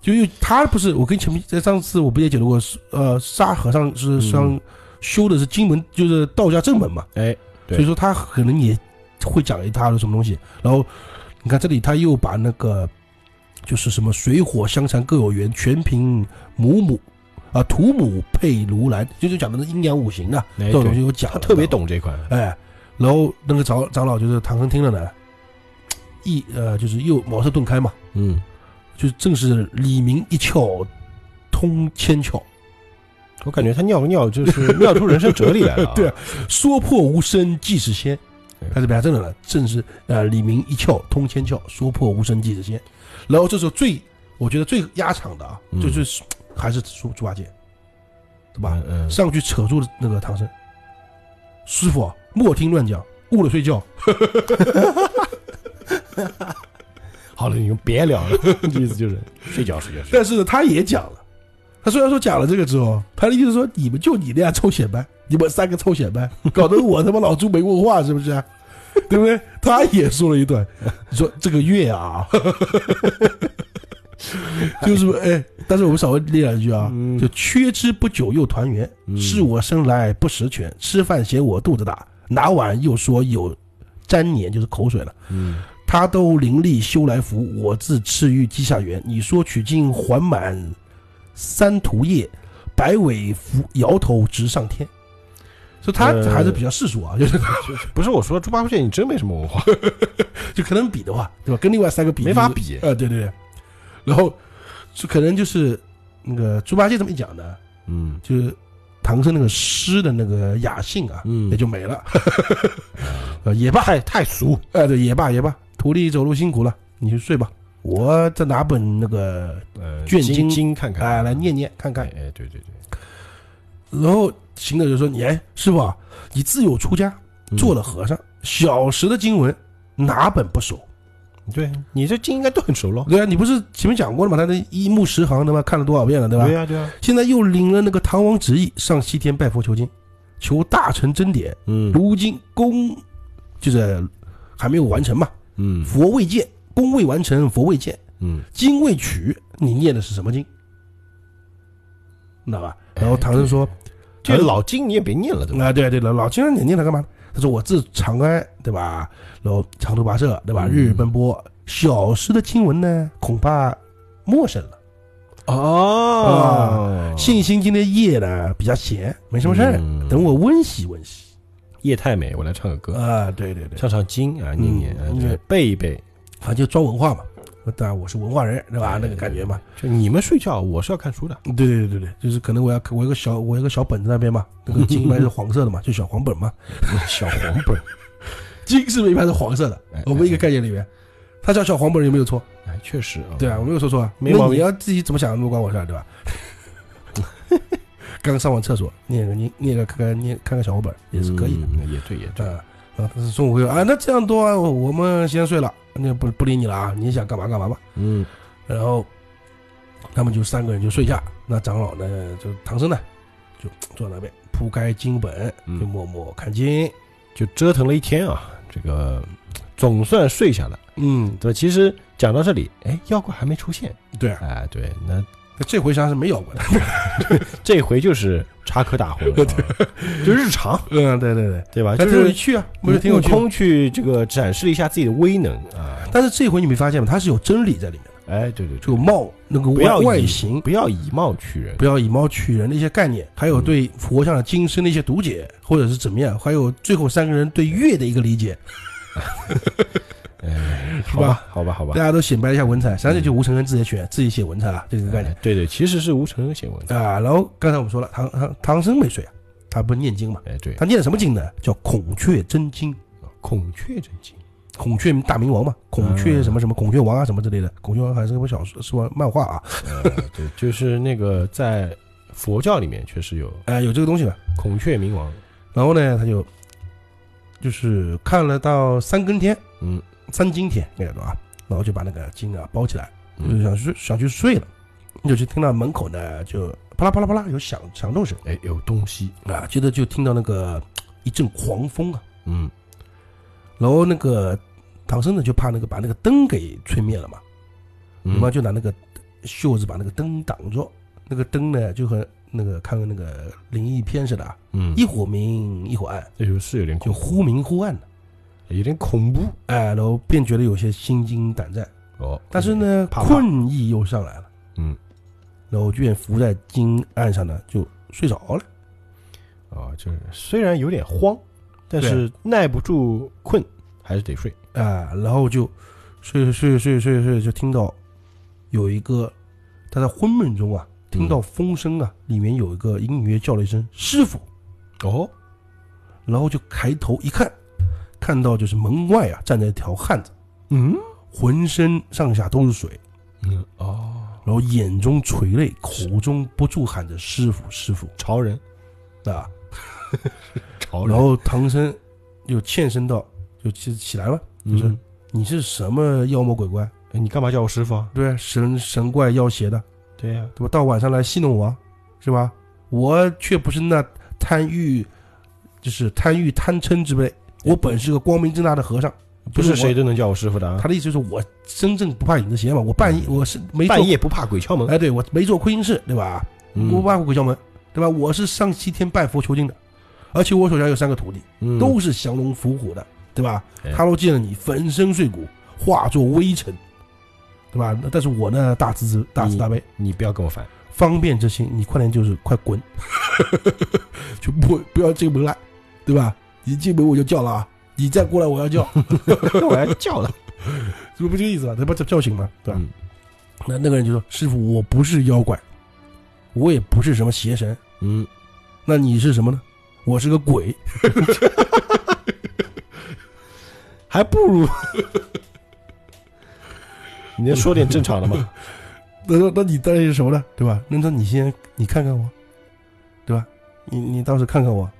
Speaker 2: 就又他不是我跟前面在上次我不也解读过，呃，沙和尚是上修的是金门，就是道家正门嘛，
Speaker 1: 哎对
Speaker 2: 所以说他可能也会讲一套的什么东西。然后你看这里他又把那个就是什么水火相残各有缘，全凭母母啊土母配如来，就是讲的那阴阳五行啊
Speaker 1: 哎
Speaker 2: 这种东西
Speaker 1: 对
Speaker 2: 有讲
Speaker 1: 他
Speaker 2: 了，
Speaker 1: 特别懂这块，
Speaker 2: 哎，然后那个长长老就是唐僧听了呢，一呃就是又茅塞顿开嘛，
Speaker 1: 嗯，
Speaker 2: 就正是李明一窍通千窍，
Speaker 1: 我感觉他尿个尿就是 尿出人生哲理来了啊，
Speaker 2: 对啊说破无声即是仙。
Speaker 1: 哎
Speaker 2: 他这边真的了，正是呃李明一窍通千窍，说破无声即是仙。然后这时候最我觉得最压场的啊，
Speaker 1: 嗯
Speaker 2: 就是还是猪猪八戒，对吧？
Speaker 1: 嗯嗯，
Speaker 2: 上去扯住了那个唐僧，师傅啊莫听乱讲，误了睡觉。
Speaker 1: 好了，你们别聊了， 这意思就是睡觉睡觉睡觉，
Speaker 2: 但是呢，他也讲了，他虽然说讲了这个之后，他的意思说你们就你那样臭显摆， 你们三个臭显摆，搞得我他妈老朱没文化是不是、啊？ 对不对？他也说了一段，你说这个月啊， 就是哎，但是我们稍微列两句啊，
Speaker 1: 嗯
Speaker 2: 就缺之不久又团圆，
Speaker 1: 嗯
Speaker 2: 是我生来不识全，吃饭嫌我肚子大，拿碗又说有粘黏，就是口水了。
Speaker 1: 嗯
Speaker 2: 他都灵力修来福，我自赤玉稷下缘。你说取经还满三途夜，白尾扶摇头直上天。所以他
Speaker 1: 呃
Speaker 2: 还是比较世俗啊，就是
Speaker 1: 不是我说猪八戒你真没什么 文化，
Speaker 2: 就可能比的话，对吧？跟另外三个比
Speaker 1: 没法比
Speaker 2: 啊、对对对。然后就可能就是那个猪八戒这么一讲呢，
Speaker 1: 嗯
Speaker 2: 就是唐僧那个诗的那个雅兴啊，
Speaker 1: 嗯
Speaker 2: 也就没了。 呃，也罢，
Speaker 1: 太太俗，
Speaker 2: 哎，对，也罢，也罢，徒弟走路辛苦了，你去睡吧。我再拿本那个
Speaker 1: 呃，
Speaker 2: 卷
Speaker 1: 经
Speaker 2: 经
Speaker 1: 经看看，
Speaker 2: 哎，来念念
Speaker 1: 哎
Speaker 2: 看看。
Speaker 1: 哎对对对，
Speaker 2: 然后行者就说：“你哎，师傅啊，你自幼出家，
Speaker 1: 嗯
Speaker 2: 做了和尚，小时的经文哪本不熟？
Speaker 1: 对你这经应该都很熟喽，
Speaker 2: 对啊，你不是前面讲过了吗？他那一目十行，他妈看了多少遍了，对吧？
Speaker 1: 呀对呀，啊
Speaker 2: 现在又领了那个唐王旨意，上西天拜佛求经，求大乘真典。
Speaker 1: 嗯
Speaker 2: 如今功就是还没有完成嘛，
Speaker 1: 嗯
Speaker 2: 佛未见，功未完成，佛未见，
Speaker 1: 嗯，
Speaker 2: 经未取，你念的是什么经？知道吧？然后唐僧说。
Speaker 1: 这老经你也别念了，哎对吧？
Speaker 2: 啊，对对了，老经常你念它干嘛？他说我自长安，对吧？然后长途跋涉，对吧？
Speaker 1: 嗯
Speaker 2: 日日奔波，小时的经文呢，恐怕陌生了。
Speaker 1: 哦
Speaker 2: 信心今天夜呢比较闲，没什么事儿，
Speaker 1: 嗯
Speaker 2: 等我温习温习。
Speaker 1: 夜太美，我来唱个歌，
Speaker 2: 啊，对对对，
Speaker 1: 唱唱经啊，念念啊
Speaker 2: 嗯，
Speaker 1: 对
Speaker 2: 对
Speaker 1: 背一背。
Speaker 2: 反正就装文化嘛。当然我是文化人，对吧？
Speaker 1: 哎
Speaker 2: 那个感觉嘛。
Speaker 1: 就你们睡觉，我是要看书 的。
Speaker 2: 对对对对对，就是可能我要我有个小我有个小本子那边嘛，那个经一般是黄色的嘛，就小黄本嘛。
Speaker 1: 小黄本，
Speaker 2: 金是不是一般是黄色的
Speaker 1: 哎哎？
Speaker 2: 我们一个概念里面，他叫小黄本人有没有错？
Speaker 1: 哎，确实啊，
Speaker 2: 对啊，我没有说错啊。
Speaker 1: 没毛
Speaker 2: 那
Speaker 1: 病
Speaker 2: 你要自己怎么想都不关我事儿，对 吧？刚上完厕所，念个念念个看看念看看小黄本儿也是可以的。
Speaker 1: 嗯，也对，也对，
Speaker 2: 啊啊，但是中午会说啊，那这样多、啊，我们先睡了，那不不理你了啊，你想干嘛干嘛吧。
Speaker 1: 嗯
Speaker 2: 然后他们就三个人就睡下，那长老呢，就唐僧呢，就坐那边铺开经本，
Speaker 1: 嗯
Speaker 2: 就默默看经。
Speaker 1: 就折腾了一天啊，这个总算睡下了。
Speaker 2: 嗯，
Speaker 1: 对，其实讲到这里，哎，妖怪还没出现，
Speaker 2: 对啊，
Speaker 1: 哎，对，那
Speaker 2: 这回实际上是没咬过的。
Speaker 1: 这回就是插科打诨了 啊，就日常，
Speaker 2: 嗯，对对对，
Speaker 1: 对吧？
Speaker 2: 还
Speaker 1: 就
Speaker 2: 挺有
Speaker 1: 是
Speaker 2: 趣啊，不
Speaker 1: 悟
Speaker 2: 是挺有趣吗。
Speaker 1: 空去这个展示了一下自己的威能啊，
Speaker 2: 但是这回你没发现吗？它是有真理在里面的，
Speaker 1: 哎，对对，
Speaker 2: 就
Speaker 1: 就
Speaker 2: 貌那个
Speaker 1: 不要
Speaker 2: 外
Speaker 1: 以
Speaker 2: 外形，
Speaker 1: 不要以貌取人
Speaker 2: 不，要以貌取人的一些概念，还有对佛像的今生的一些读解，或者是怎么样，还有最后三个人对月的一个理解，
Speaker 1: 哎，
Speaker 2: 是
Speaker 1: 好
Speaker 2: 吧？啊
Speaker 1: 吧，好吧，好吧
Speaker 2: 大，家都显摆了一下文采，实际上这就吴承恩自己选自己写文采了这个概念
Speaker 1: 哎对对，其实是吴承恩写文的，
Speaker 2: 啊。然后刚才我们说了，唐唐唐僧没睡啊，他不是念经嘛？
Speaker 1: 哎，对，
Speaker 2: 他念的什么经呢？叫《孔雀真经》。
Speaker 1: 孔雀真经，
Speaker 2: 孔雀大明王嘛，孔
Speaker 1: 嗯
Speaker 2: 雀什么什么，孔雀王啊什么之类的，孔雀王还是部小说，是部漫画啊，
Speaker 1: 呃，对，就是那个在佛教里面确实有
Speaker 2: 哎、有这个东西的。
Speaker 1: 孔雀明王，
Speaker 2: 然后呢，他就就是看了到三更天，
Speaker 1: 嗯，
Speaker 2: 三更天那个是吧？然后就把那个经啊包起来，就
Speaker 1: 嗯
Speaker 2: 是想睡想去睡了，就去听到门口呢就啪啦啪啦啪啦有响响动声
Speaker 1: 哎，有东西，
Speaker 2: 啊，接着就听到那个一阵狂风啊，
Speaker 1: 嗯
Speaker 2: 然后那个唐僧呢就怕那个把那个灯给吹灭了嘛，
Speaker 1: 嗯
Speaker 2: 我妈就拿那个袖子把那个灯挡住，那个灯呢就和那个看个那个灵异片似的啊，
Speaker 1: 嗯，
Speaker 2: 一会明一会暗，
Speaker 1: 这就是有点
Speaker 2: 就
Speaker 1: 恐，
Speaker 2: 忽明忽暗的。
Speaker 1: 有点恐怖
Speaker 2: 哎，然后便觉得有些心惊胆战，
Speaker 1: 哦，
Speaker 2: 但是，呢，
Speaker 1: 怕怕
Speaker 2: 困意又上来了，
Speaker 1: 嗯，
Speaker 2: 然后便伏在金案上呢，就睡着了。
Speaker 1: 啊，就是虽然有点慌，但是耐不住困，还是得睡，
Speaker 2: 啊，然后就睡睡睡睡睡，就听到有一个他在昏梦中啊，
Speaker 1: 嗯
Speaker 2: 听到风声啊，里面有一个隐隐约叫了一声“师傅
Speaker 1: 哦，”，
Speaker 2: 然后就抬头一看，看到就是门外啊站着一条汉子，
Speaker 1: 嗯
Speaker 2: 浑身上下都是水，
Speaker 1: 嗯哦，
Speaker 2: 然后眼中垂泪，口中不住喊着“师傅，师傅
Speaker 1: 潮人”
Speaker 2: 啊。
Speaker 1: 潮
Speaker 2: 然后唐僧就欠身道，就起起来了，就
Speaker 1: 就是是
Speaker 2: 你是什么妖魔鬼怪？
Speaker 1: 你干嘛叫我师傅啊？
Speaker 2: 对吧？神神怪妖邪的，
Speaker 1: 对呀，
Speaker 2: 对吧？到晚上来戏弄我，是吧？我却不是那贪欲，就是贪欲贪嗔之辈，我本是个光明正大的和尚，
Speaker 1: 不是
Speaker 2: 我
Speaker 1: 谁。都能叫我师傅的啊
Speaker 2: 他，的意思就是我真正不怕你的邪嘛，我半夜我是没做
Speaker 1: 嗯半，夜不怕鬼敲门，
Speaker 2: 哎，对我没做亏心事，对吧？
Speaker 1: 嗯
Speaker 2: 我不怕鬼敲门，对吧？我是上西天拜佛求经的，而且我手下有三个徒弟，
Speaker 1: 嗯
Speaker 2: 都是降龙伏虎的，对吧
Speaker 1: 哎？
Speaker 2: 他都见了你粉身碎骨，化作微尘，对吧？那但是我呢，大慈大慈大悲，
Speaker 1: 你不要跟我烦，
Speaker 2: 方便之心，你快点就是快滚，就不不要进门来，对吧？你进门我就叫了啊，你再过来我要叫，
Speaker 1: 我还叫 了，
Speaker 2: 这不这个意思啊？这不叫叫醒吗？对吧？
Speaker 1: 嗯
Speaker 2: 那那个人就说：“师傅，我不是妖怪，我也不是什么邪神，
Speaker 1: 嗯，
Speaker 2: 那你是什么呢？我是个鬼。”
Speaker 1: 还不如 你能说点正常的 吗？
Speaker 2: 那那那你到底是什么呢？对吧？那那你先你看看我，对吧？你你倒是看看我，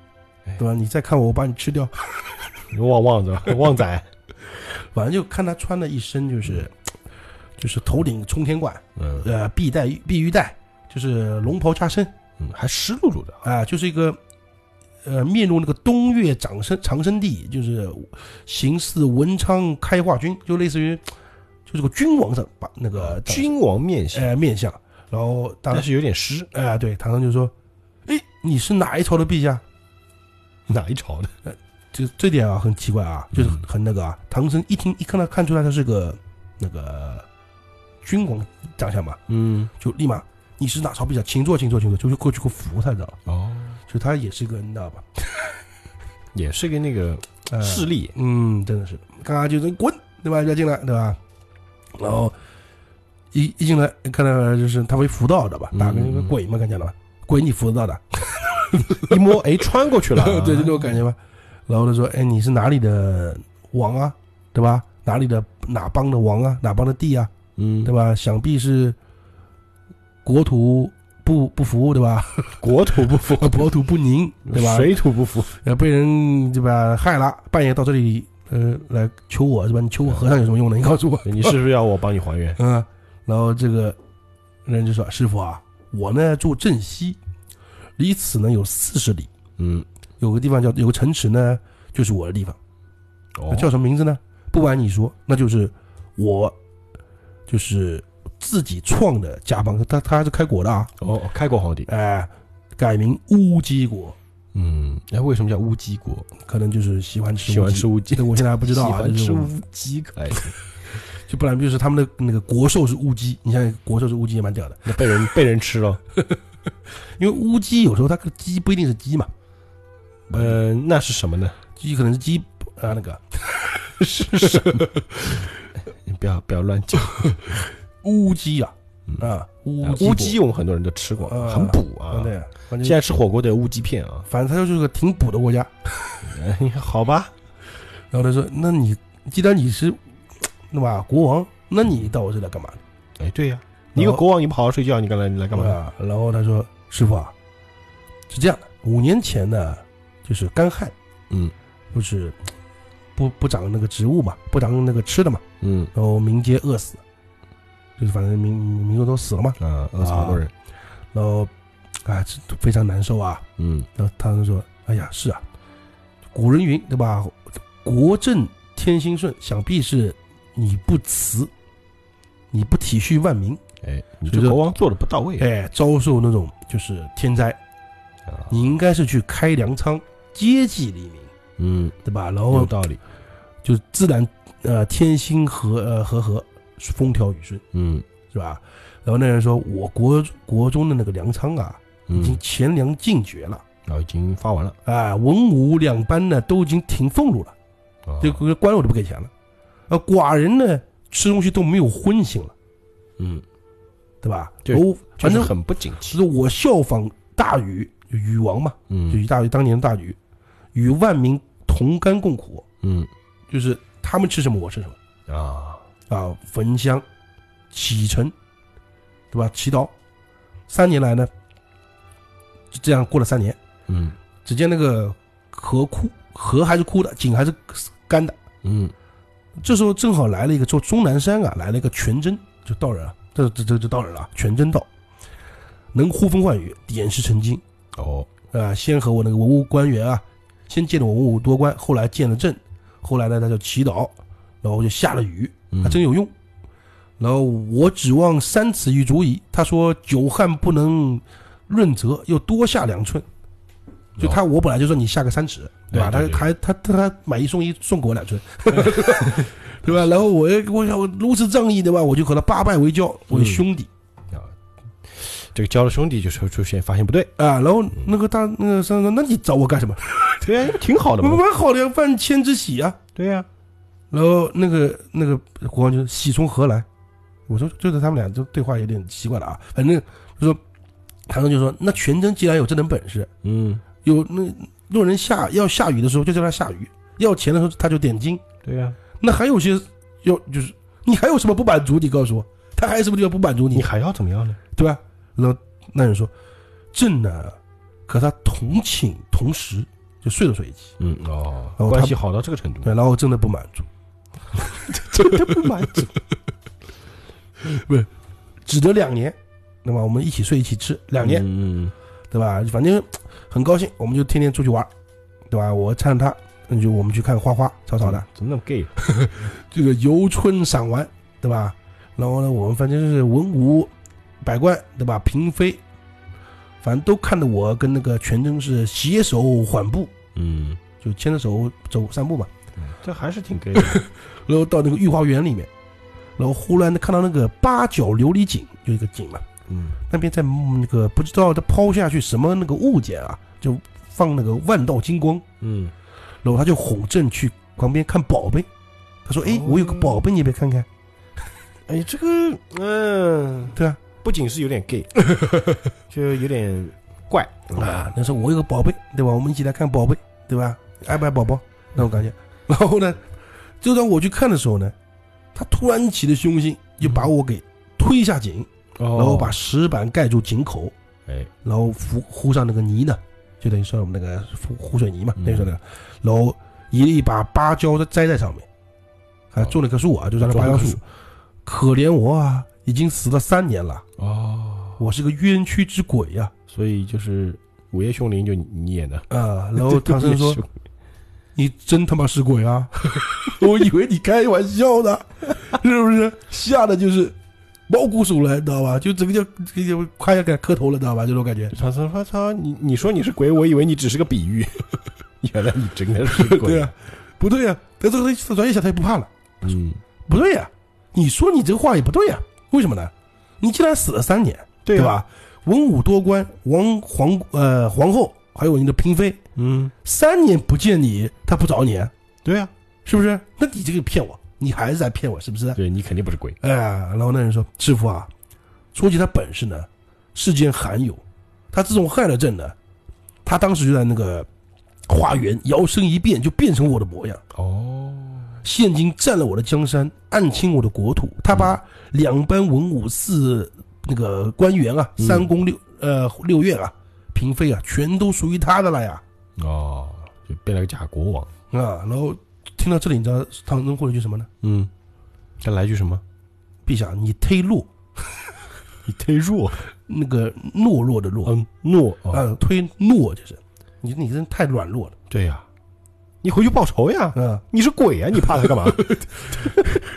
Speaker 2: 对吧？你再看我，我把你吃掉。
Speaker 1: 你旺旺子吧，旺仔，
Speaker 2: 反正就看他穿的一身就是，就是头顶冲天冠，
Speaker 1: 嗯
Speaker 2: 呃，碧带碧玉带，就是龙袍加身
Speaker 1: 嗯，还湿漉漉的，
Speaker 2: 啊、就是一个。呃，面露那个东岳长生长生帝，就是形似文昌开化君，就类似于，就是个君王的把那个长
Speaker 1: 哦君王面相，
Speaker 2: 呃面相，然后当
Speaker 1: 哎但是有点湿，
Speaker 2: 哎、对，唐僧就说：“哎，你是哪一朝的陛下
Speaker 1: 哪一朝的？？”
Speaker 2: 就这点啊，很奇怪啊，就是很
Speaker 1: 嗯
Speaker 2: 很那个啊。唐僧一听一看他看出来他是个那个君王长相嘛，
Speaker 1: 嗯，
Speaker 2: 就立马你是哪朝陛下？请坐，请坐，请坐，就就过去过服他，你知道吧？
Speaker 1: 哦，
Speaker 2: 就他也是一个，你知道吧？
Speaker 1: 也是个那个
Speaker 2: 呃、
Speaker 1: 势，力，
Speaker 2: 嗯，真的是，刚刚就是滚，对吧？不要进来，对吧？然后一一进来看到就是他会服道的吧，打个那个
Speaker 1: 嗯
Speaker 2: 鬼嘛，看见了吧？鬼你服得 到的，
Speaker 1: 一 摸哎穿
Speaker 2: ，
Speaker 1: 过去了
Speaker 2: 对，就那种感觉吧。然后他说：“哎，你是哪里的王啊？对吧？哪里的哪邦的王啊，哪邦的帝啊，
Speaker 1: 嗯
Speaker 2: 对，吧？想必是国土不不服，对吧？
Speaker 1: 国土不服，
Speaker 2: 国土不宁，对吧？
Speaker 1: 水土不服，
Speaker 2: 呃，被人对吧害了，半夜到这里呃来求我是吧？你求我和尚有什么用呢？你告诉我，
Speaker 1: 你是不是要我帮你还原？
Speaker 2: 嗯，然后这个人就说：“师傅啊，我呢住镇西，离此呢有四十里，
Speaker 1: 嗯，
Speaker 2: 有个地方叫有个城池呢，就是我的地方，
Speaker 1: 哦，
Speaker 2: 叫什么名字呢？不瞒你说，那就是我就是自己创的家邦，他他是开国的啊，
Speaker 1: 哦，开国皇帝，
Speaker 2: 哎、改名乌鸡国，
Speaker 1: 嗯，哎，为什么叫乌鸡国？
Speaker 2: 可能就是喜欢吃
Speaker 1: 喜欢吃
Speaker 2: 乌
Speaker 1: 乌鸡
Speaker 2: 鸡，，我现在还不知道
Speaker 1: 喜
Speaker 2: 啊，
Speaker 1: 欢
Speaker 2: 就是
Speaker 1: 吃
Speaker 2: 我
Speaker 1: 乌鸡，哎，
Speaker 2: 就不然就是他们的那个国兽是乌鸡，你像国兽是乌鸡也蛮屌的，
Speaker 1: 那被人被人吃 了，
Speaker 2: 因为乌鸡有时候它个鸡不一定是鸡嘛，
Speaker 1: 呃，那是什么呢？
Speaker 2: 鸡可能是鸡啊那个
Speaker 1: 是什么？你不要不要乱讲，啊
Speaker 2: 乌鸡啊
Speaker 1: 嗯
Speaker 2: 啊乌
Speaker 1: 啊
Speaker 2: 乌
Speaker 1: 乌鸡我们很多人都吃过，
Speaker 2: 啊
Speaker 1: 很补
Speaker 2: 啊
Speaker 1: 啊。
Speaker 2: 对啊，反
Speaker 1: 现
Speaker 2: 正
Speaker 1: 在吃火锅得有乌鸡片啊，
Speaker 2: 反正它就是个挺补的国家。
Speaker 1: 哎好吧？
Speaker 2: 然后他说：“那你既然你是对吧国王，那你到我这来干嘛呢？
Speaker 1: 哎，对呀，你一个国王，你不好好睡觉，你干来你来干嘛？
Speaker 2: 啊？”然后他说：“师傅啊，是这样的，五年前呢，就是干旱，
Speaker 1: 嗯，
Speaker 2: 就是不不长那个植物嘛，不长那个吃的嘛。”
Speaker 1: 嗯
Speaker 2: 然后民皆饿死，就是反正民民众都死了嘛，
Speaker 1: 啊，饿死好多人，
Speaker 2: 然后啊这非常难受啊。
Speaker 1: 嗯
Speaker 2: 然后他们说：“哎呀，是啊，古人云对吧？国正天心顺，想必是你不慈，你不体恤万民，
Speaker 1: 哎，你
Speaker 2: 所以
Speaker 1: 这
Speaker 2: 说
Speaker 1: 国王做的不到位
Speaker 2: 哎，遭受那种就是天灾，
Speaker 1: 啊，
Speaker 2: 你应该是去开粮仓，接济黎民，
Speaker 1: 嗯，
Speaker 2: 对吧？然
Speaker 1: 有
Speaker 2: 后
Speaker 1: 道理，
Speaker 2: 就自然呃天心和呃和合，风调雨顺。”
Speaker 1: 嗯
Speaker 2: 是吧？然后那人说：“我国国中的那个粮仓啊，已经
Speaker 1: 嗯，
Speaker 2: 钱粮尽绝了，
Speaker 1: 然后已经发完了，
Speaker 2: 啊，文武两班呢都已经停俸禄了，
Speaker 1: 啊
Speaker 2: 这个官我都不给钱了，啊，寡人呢吃东西都没有荤腥了，
Speaker 1: 嗯，
Speaker 2: 对吧？
Speaker 1: 对
Speaker 2: 哦，
Speaker 1: 就
Speaker 2: 反
Speaker 1: 是
Speaker 2: 正
Speaker 1: 很不景气，
Speaker 2: 其实我效仿大禹，就禹王嘛，就
Speaker 1: 嗯
Speaker 2: 禹大禹当年的大禹，与万民同甘共苦，
Speaker 1: 嗯
Speaker 2: 就是他们吃什么我吃什么
Speaker 1: 啊，
Speaker 2: 啊，焚香、启程，对吧？祈祷，三年来呢，就这样过了三年。”
Speaker 1: 嗯
Speaker 2: 只见那个河枯，河还是枯的，井还是干的。
Speaker 1: 嗯
Speaker 2: 这时候正好来了一个，就终南山啊，来了一个全真，就道人啊，这这这就道人了啊，全真道，能呼风唤雨，点石成金
Speaker 1: 哦，
Speaker 2: 啊、先和我那个文物官员啊，先建了文武多官，后来建了镇，后来呢他就祈祷，然后就下了雨，
Speaker 1: 嗯
Speaker 2: 还真有用。然后我指望三尺玉足矣。他说久旱不能润泽，又多下两寸。就他，我本来就说你下个三尺，对
Speaker 1: 对
Speaker 2: 吧？他
Speaker 1: 对对
Speaker 2: 还他他他买一送一，送给我 两寸，对吧？然后我我我如此仗义，对吧？我就和他八拜为交，
Speaker 1: 嗯
Speaker 2: 为兄弟
Speaker 1: 哦啊，这个交了兄弟就是会出现发现不对，
Speaker 2: 啊。然后那个大那个三哥，那你找我干什么？
Speaker 1: 对啊，挺好的嘛，
Speaker 2: 蛮好的呀，万千之喜啊。
Speaker 1: 对呀，
Speaker 2: 然后那个那个国王就说喜从何来？我说就是他们俩就对话有点奇怪了啊，反正就说唐僧就说那全真既然有这等本事，
Speaker 1: 嗯，
Speaker 2: 有那若人下要下雨的时候就叫他下雨，要钱的时候他就点睛，
Speaker 1: 对啊呀，
Speaker 2: 那还有些要就是你还有什么不满足？你告诉我，他还有什么地方不满足
Speaker 1: 你
Speaker 2: 你，
Speaker 1: 还要怎么样呢？
Speaker 2: 对吧？然后那人说朕呢和他同寝同食，就睡都睡一起，
Speaker 1: 嗯哦，
Speaker 2: 哦
Speaker 1: 关
Speaker 2: 他
Speaker 1: 系好到这个程度，
Speaker 2: 对，然后真的不满足，
Speaker 1: 真的不满足。
Speaker 2: 只得两年，那么我们一起睡一起吃两年。
Speaker 1: 嗯
Speaker 2: 对吧？反正很高兴，我们就天天出去玩儿，对吧？我搀着他，那就我们去看花花草草的，
Speaker 1: 怎么那么 gay？
Speaker 2: 嗯
Speaker 1: 啊
Speaker 2: 这个游春赏玩，对吧？然后呢，我们反正是文武百官，对吧？嫔妃，反正都看得我跟那个全真是携手缓步，
Speaker 1: 嗯，
Speaker 2: 就牵着手走散步嘛。
Speaker 1: 这还是嗯挺 gay 的。
Speaker 2: 然后到那个御花园里面，然后忽然看到那个八角琉璃井，有一个井嘛，
Speaker 1: 嗯
Speaker 2: 那边在嗯那个不知道他抛下去什么那个物件啊，就放那个万道金光。
Speaker 1: 嗯，
Speaker 2: 然后他就哄朕去旁边看宝贝。他说：“哎
Speaker 1: 哦，
Speaker 2: 我有个宝贝，你也别看看，
Speaker 1: 哎，这个嗯，
Speaker 2: 对啊，
Speaker 1: 不仅是有点 gay，就有点怪
Speaker 2: 啊，那时候我
Speaker 1: 嗯
Speaker 2: 有个宝贝，对吧？我们一起来看宝贝，对吧？爱不爱宝宝那种感觉。然后呢，就当我去看的时候呢，他突然起的凶性，就把我给推下井，
Speaker 1: 哦
Speaker 2: 然后把石板盖住井口，
Speaker 1: 哎，
Speaker 2: 然后糊糊上那个泥呢，就等于说我们那个糊糊水泥嘛，
Speaker 1: 嗯
Speaker 2: 等于说那个，然后一一把芭蕉栽在上面，还种了棵树啊，就让那芭蕉树。可怜我啊，已经死了三年了，
Speaker 1: 哦，
Speaker 2: 我是个冤屈之鬼呀、
Speaker 1: 所以就是《午夜凶铃》就你演的。
Speaker 2: 啊！然后唐僧说：“你真他妈是鬼啊！我以为你开玩笑呢，是不是？吓得就是毛骨悚然，知道吧？就整个就就就快要给磕头了，知道吧？这种感觉。
Speaker 1: 唐僧说：“操，你你说你是鬼，我以为你只是个比喻， 原来你真的 是鬼。
Speaker 2: 对啊，不对啊！但这个他转一下，他也不怕了。
Speaker 1: 嗯，
Speaker 2: 不对呀、你说你这个话也不对呀、为什么呢？你既然死了三年，
Speaker 1: 对啊
Speaker 2: 对吧？文武多官、王皇呃皇后，还有你的嫔妃，
Speaker 1: 嗯，
Speaker 2: 三年不见你，他不找你，
Speaker 1: 对啊，
Speaker 2: 是不是？那你这个骗我，你还是在骗我，是不是？
Speaker 1: 对你肯定不是鬼。
Speaker 2: 哎，然后那人说：“师傅啊，说起他本事呢，世间罕有。他自从害了朕呢，他当时就在那个花园摇身一变，就变成我的模样。
Speaker 1: 哦，
Speaker 2: 现今占了我的江山，暗侵我的国土。他把两班文武四那个官员啊，
Speaker 1: 嗯
Speaker 2: 三宫六呃六院啊，嫔妃啊，全都属于他的了呀。
Speaker 1: 哦，就变了个假国王。
Speaker 2: 啊，然后听到这里，你知道唐僧会了一句什么呢？
Speaker 1: 嗯，再来句什么？
Speaker 2: 陛下，你忒弱，
Speaker 1: 你忒弱。
Speaker 2: 那个懦弱的弱，
Speaker 1: 嗯，懦。
Speaker 2: 啊、
Speaker 1: 哦，
Speaker 2: 忒懦就是，你你真太软弱了
Speaker 1: 对呀，你回去报仇呀。
Speaker 2: 啊。
Speaker 1: 你是鬼啊，你怕他干嘛？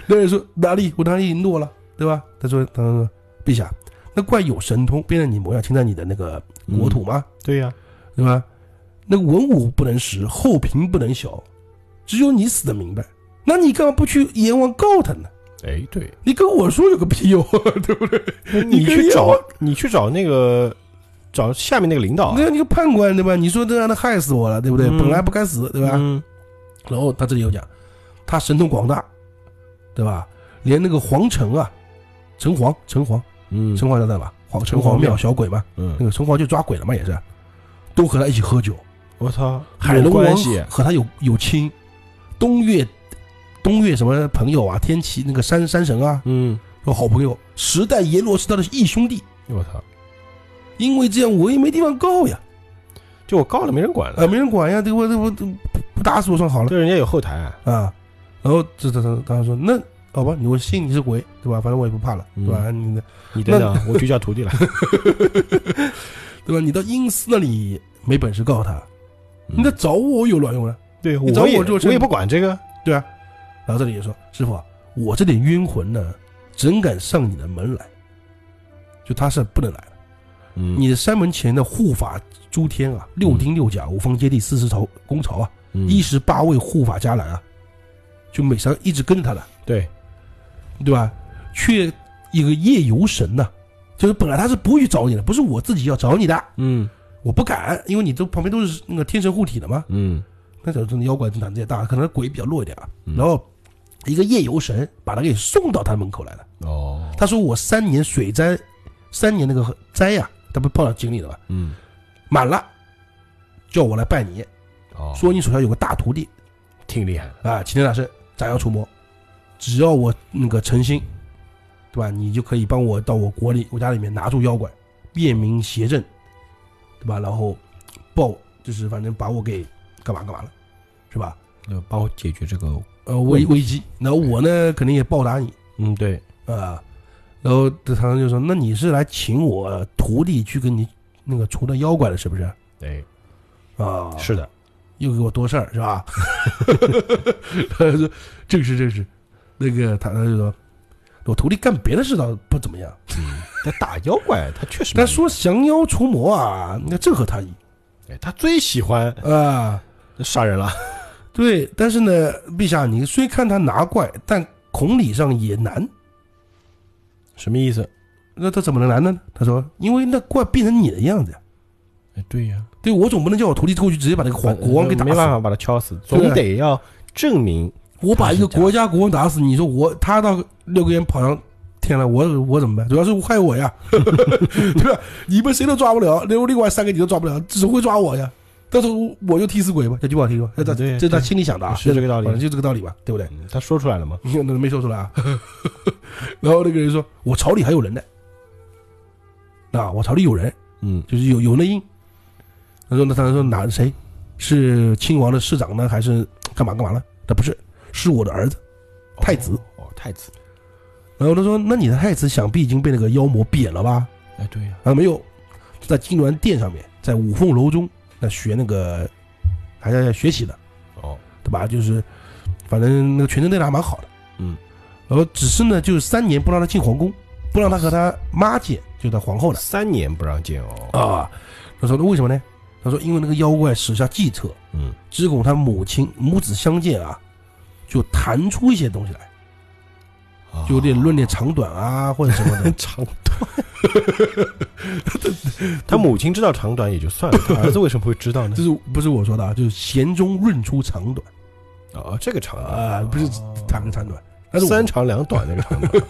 Speaker 2: 那人说哪里我哪里懦了，对吧？他说他说陛下，那怪有神通变成你模样侵占你的那个国土吗？
Speaker 1: 对呀，
Speaker 2: 对吧？那个文武不能食，后嫔不能小，只有你死的明白。那你干嘛不去阎王告他呢？
Speaker 1: 哎，对，
Speaker 2: 你跟我说有个屁用，对不对？
Speaker 1: 你
Speaker 2: 跟
Speaker 1: 去
Speaker 2: 阎王
Speaker 1: 找你去找那个找下面那个领导啊，
Speaker 2: 那你个判官对吧？你说这让他害死我了，对不对？
Speaker 1: 嗯
Speaker 2: 本来不该死，对吧？
Speaker 1: 嗯，
Speaker 2: 然后他这里有讲，他神通广大，对吧？连那个皇城啊，城隍，城隍，
Speaker 1: 嗯
Speaker 2: 城隍知道吧？皇城隍
Speaker 1: 城隍庙
Speaker 2: 庙小鬼嘛，那
Speaker 1: 嗯，
Speaker 2: 个城隍就抓鬼了嘛，也是，都和他一起喝酒。
Speaker 1: 我操，
Speaker 2: 海
Speaker 1: 有
Speaker 2: 龙王
Speaker 1: 关系，
Speaker 2: 和他有有亲，东岳，东岳什么朋友啊？天齐那个山山神啊，
Speaker 1: 嗯，
Speaker 2: 有好朋友，十代阎罗是他的义兄弟。
Speaker 1: 我操，
Speaker 2: 因为这样我也没地方告呀，
Speaker 1: 就我告了没人管
Speaker 2: 啊，
Speaker 1: 了，
Speaker 2: 没人管呀，这我这我这不打死我算好了。
Speaker 1: 对人家有后台啊，
Speaker 2: 啊，然后这这这，他说那好吧，你我信你是鬼，对吧？反正我也不怕了，对吧？
Speaker 1: 嗯
Speaker 2: 你的
Speaker 1: 你等等，我去叫徒弟 来，
Speaker 2: 对吧？你到阴司那里没本事告他，你
Speaker 1: 嗯
Speaker 2: 那
Speaker 1: 那
Speaker 2: 找我有卵用呢？
Speaker 1: 对
Speaker 2: 你找
Speaker 1: 我也
Speaker 2: 我做
Speaker 1: 我
Speaker 2: 生意
Speaker 1: 也不管这个，
Speaker 2: 对啊。然后这里也说，师傅啊，我这点冤魂呢，怎敢上你的门来？就他是不能来的。
Speaker 1: 你
Speaker 2: 你的山门前的护法诸天啊，六丁六甲、五方揭谛、四十朝公朝啊，
Speaker 1: 嗯
Speaker 2: 一十八位护法伽蓝啊，就每山一直跟着他来。
Speaker 1: 对，
Speaker 2: 对吧？却一个夜游神呐、就是本来他是不会去找你的，不是我自己要找你的，
Speaker 1: 嗯
Speaker 2: 我不敢，因为你这旁边都是那个天神护体的嘛。
Speaker 1: 嗯，
Speaker 2: 那时候真的妖怪胆子也大，可能鬼比较弱一点啊。
Speaker 1: 嗯
Speaker 2: 然后一个夜游神把他给送到他门口来了。
Speaker 1: 哦，
Speaker 2: 他说：“我三年水灾，三年那个灾呀、他不泡到井里了吗？
Speaker 1: 嗯
Speaker 2: 满了，叫我来拜你，
Speaker 1: 哦，
Speaker 2: 说你手下有个大徒弟
Speaker 1: 挺厉害的，
Speaker 2: 啊，齐天大圣斩妖除魔，只要我那个诚心，对吧？你就可以帮我到我国里、我家里面拿住妖怪，辨明邪正，对吧？然后报就是反正把我给干嘛干嘛了，是吧？
Speaker 1: 那帮我解决这个，
Speaker 2: 呃，危
Speaker 1: 嗯
Speaker 2: 危机，然后我呢肯定也报答你
Speaker 1: 嗯对，
Speaker 2: 啊、然后这唐僧就说：“那你是来请我徒弟去跟你那个除了妖怪的，是不是？
Speaker 1: 哎
Speaker 2: 啊，
Speaker 1: 是的，
Speaker 2: 又给我多事儿 是吧？他说正是正是，那个他他就说，我徒弟干别的事倒不怎么样，
Speaker 1: 嗯他打妖怪 他确实蛮
Speaker 2: 但说降妖除魔啊，那正合他意
Speaker 1: 哎他最喜欢
Speaker 2: 啊。
Speaker 1: 杀人了，
Speaker 2: 对，但是呢，陛下你虽看他拿怪，但孔理上也难。
Speaker 1: 什么意思？
Speaker 2: 那他怎么能难呢？他说，因为那怪变成你的样子呀。
Speaker 1: 哎对呀，
Speaker 2: 对我总不能叫我徒弟过去直接把那个皇国王给打
Speaker 1: 呃没办
Speaker 2: 死。
Speaker 1: 法把他敲死，啊
Speaker 2: 对
Speaker 1: 总得要证明
Speaker 2: 我把一个国家国王打死，你说我他到六个人跑上天了，我我怎么办？主要是害 我呀，对吧？你们谁都抓不了，另另外三个你都抓不了，只会抓我呀，到时候我就替死鬼吧，这句不好听吧？这他
Speaker 1: 对
Speaker 2: 这他
Speaker 1: 对
Speaker 2: 心里想的啊，
Speaker 1: 是这个道理
Speaker 2: 反正就这个道理吧，对不对？
Speaker 1: 嗯他说出来了吗？
Speaker 2: 那没说出来啊。 然后那个人说：“我巢里还有人呢，啊，我巢里有人，
Speaker 1: 嗯
Speaker 2: 就是有有内应。”他说：“那他说哪谁是亲王的市长呢？还是干嘛干嘛呢？他不是，是我的儿子太子。
Speaker 1: 哦，哦太子，
Speaker 2: 然后他说：“那你的太子想必已经被那个妖魔贬了吧
Speaker 1: 哎，对呀？”、
Speaker 2: 啊，没有，在金銮殿上面，在五凤楼中，那学那个还在学习的。
Speaker 1: 哦，
Speaker 2: 对吧？就是反正那个全真对他还蛮好的，
Speaker 1: 嗯，
Speaker 2: 然后只是呢，就是三年不让他进皇宫，不让他和他妈见，就他皇后了
Speaker 1: 三年不让见哦，
Speaker 2: 啊。他说那为什么呢？他说因为那个妖怪使下计策，
Speaker 1: 嗯，
Speaker 2: 只恐他母亲母子相见啊，就弹出一些东西来，
Speaker 1: 啊。
Speaker 2: 就有点论点长短啊，或者什么的
Speaker 1: 长短。 他母亲知道长短也就算了，他儿子为什么会知 道呢
Speaker 2: 这？是不是我说的啊？就是弦中润出长短
Speaker 1: 哦，这个长短
Speaker 2: 啊，不是弹个长短，但是我
Speaker 1: 哦三长两短那个长短，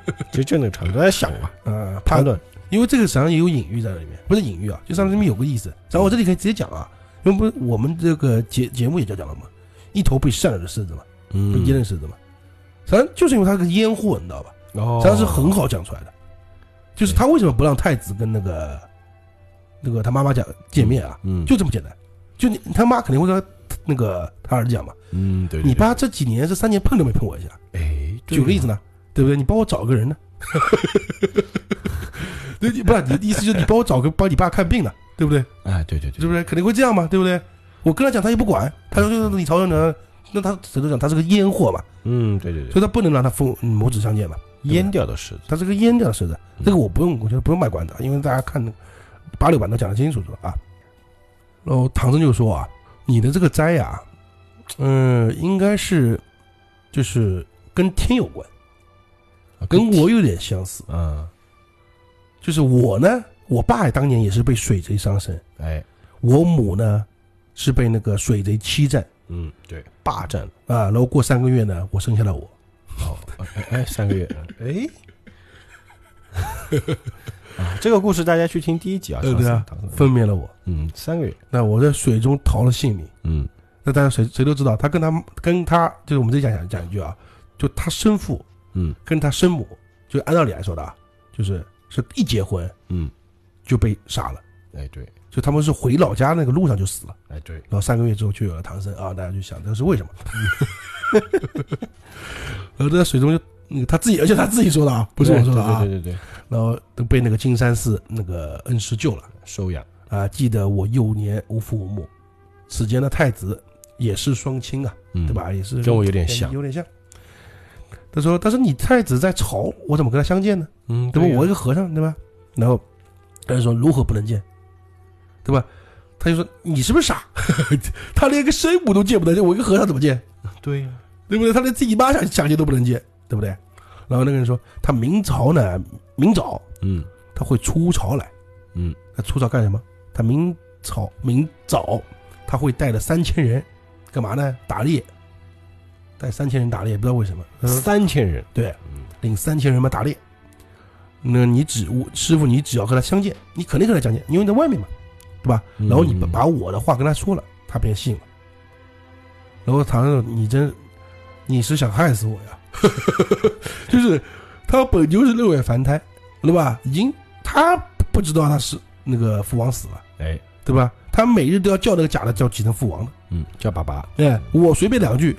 Speaker 1: 其实就那个长短。大家想吧，
Speaker 2: 啊，他
Speaker 1: 长短
Speaker 2: 因为这个实际上也有隐喻在里面，不是隐喻啊，就上面这边有个意思。然后我这里可以直接讲啊，因为不是我们这个节节目也就讲了嘛，一头被扇了的狮子嘛，被
Speaker 1: 嗯
Speaker 2: 淹的狮子嘛，实际上就是因为它个烟火，你知道吧？
Speaker 1: 哦
Speaker 2: 实际上是很好讲出来的，就是他为什么不让太子跟那个那个他妈妈讲见面啊？
Speaker 1: 嗯，
Speaker 2: 就这么简单，就你他妈肯定会跟他那个他儿子讲嘛，
Speaker 1: 嗯，对，对
Speaker 2: 你，爸这几年这三年碰都没碰我一下，
Speaker 1: 对哎，
Speaker 2: 举个例子
Speaker 1: 呢，
Speaker 2: 呢，对不对？你帮我找个人呢？对，你不是啊你的意思就是你帮我找个帮你爸看病呢，对不对？
Speaker 1: 哎，对对
Speaker 2: 是
Speaker 1: 对，
Speaker 2: 不是肯定会这样嘛？对不对？我跟他讲他也不管，他说就是你朝着呢，那他只能讲他是个烟货嘛，
Speaker 1: 嗯，对对对，
Speaker 2: 所以他不能让他父嗯母子相见嘛，
Speaker 1: 阉掉的狮子，
Speaker 2: 他是个烟掉的狮子。
Speaker 1: 嗯
Speaker 2: 这个我不用，我觉得不用卖关子，因为大家看那个八六版都讲得清清楚楚了啊。然后唐僧就说啊，你的这个灾啊，嗯、应该是就是跟天有关，
Speaker 1: 啊
Speaker 2: 跟我有点相似。
Speaker 1: 嗯，
Speaker 2: 就是我呢，我爸当年也是被水贼伤身，
Speaker 1: 哎，
Speaker 2: 我母呢是被那个水贼欺诈
Speaker 1: 嗯，对，霸占了，
Speaker 2: 啊，然后过三个月呢，我生下了我。
Speaker 1: 哦，哎哎，三 个月，哎。 啊，这个故事大家去听第一集啊，
Speaker 2: 对对啊
Speaker 1: 唐僧，唐僧
Speaker 2: 分娩了我，
Speaker 1: 嗯，三个月，
Speaker 2: 那我在水中逃了性命。
Speaker 1: 嗯，
Speaker 2: 那大家谁谁都知道，他跟他跟他就是我们这讲讲讲一句啊，就他生父
Speaker 1: 嗯
Speaker 2: 跟他生母，就按道理来说的啊，就是是一结婚
Speaker 1: 嗯，
Speaker 2: 就被杀了，
Speaker 1: 哎对，
Speaker 2: 就他们是回老家那个路上就死了，
Speaker 1: 哎对，
Speaker 2: 然后三个月之后就有了唐僧啊，大家就想这是为什么？然后在水中就嗯他自己，而且他自己说的啊，不是我说的啊
Speaker 1: 对，对对对对，
Speaker 2: 然后都被那个金山寺那个恩师救了
Speaker 1: 收养，
Speaker 2: 啊，记得我幼年无父无母，此间的太子也是双亲啊，
Speaker 1: 嗯
Speaker 2: 对？吧？也是
Speaker 1: 跟我有点像，
Speaker 2: 有点像。他说：“但是你太子在朝，我怎么跟他相见呢？
Speaker 1: 嗯，
Speaker 2: 对吧？
Speaker 1: 呀
Speaker 2: 我一个和尚，对吧？”然后他就说：“如何不能见？对吧？”他就说：“你是不是傻？ 他连个生母都见不得见，我一个和尚怎么见？
Speaker 1: 对呀，
Speaker 2: 对不对？他连自己妈想想见都不能见，对不对？”然后那个人说：“他明朝呢，明早
Speaker 1: 嗯
Speaker 2: 他会出朝来，
Speaker 1: 嗯，
Speaker 2: 他出朝干什么？他明朝明早他会带了三千人，干嘛呢？打猎，带三千人打猎，不知道为什么，他说
Speaker 1: 三千人，
Speaker 2: 嗯对，
Speaker 1: 嗯
Speaker 2: 领三千人嘛打猎。那你只我师傅，你只要和他相见，你肯定和他相见，因为你在外面嘛，对吧？
Speaker 1: 嗯
Speaker 2: 然后你把把我的话跟他说了，他便信了。然后唐僧说：“你真，你是想害死我呀？” 就是他本就是六月凡胎，对吧？已经他不知道他是那个父王死了，
Speaker 1: 哎，
Speaker 2: 对吧？他每日都要叫那个假的叫几声父王的。
Speaker 1: 嗯，叫爸爸，
Speaker 2: 哎，我随便两句，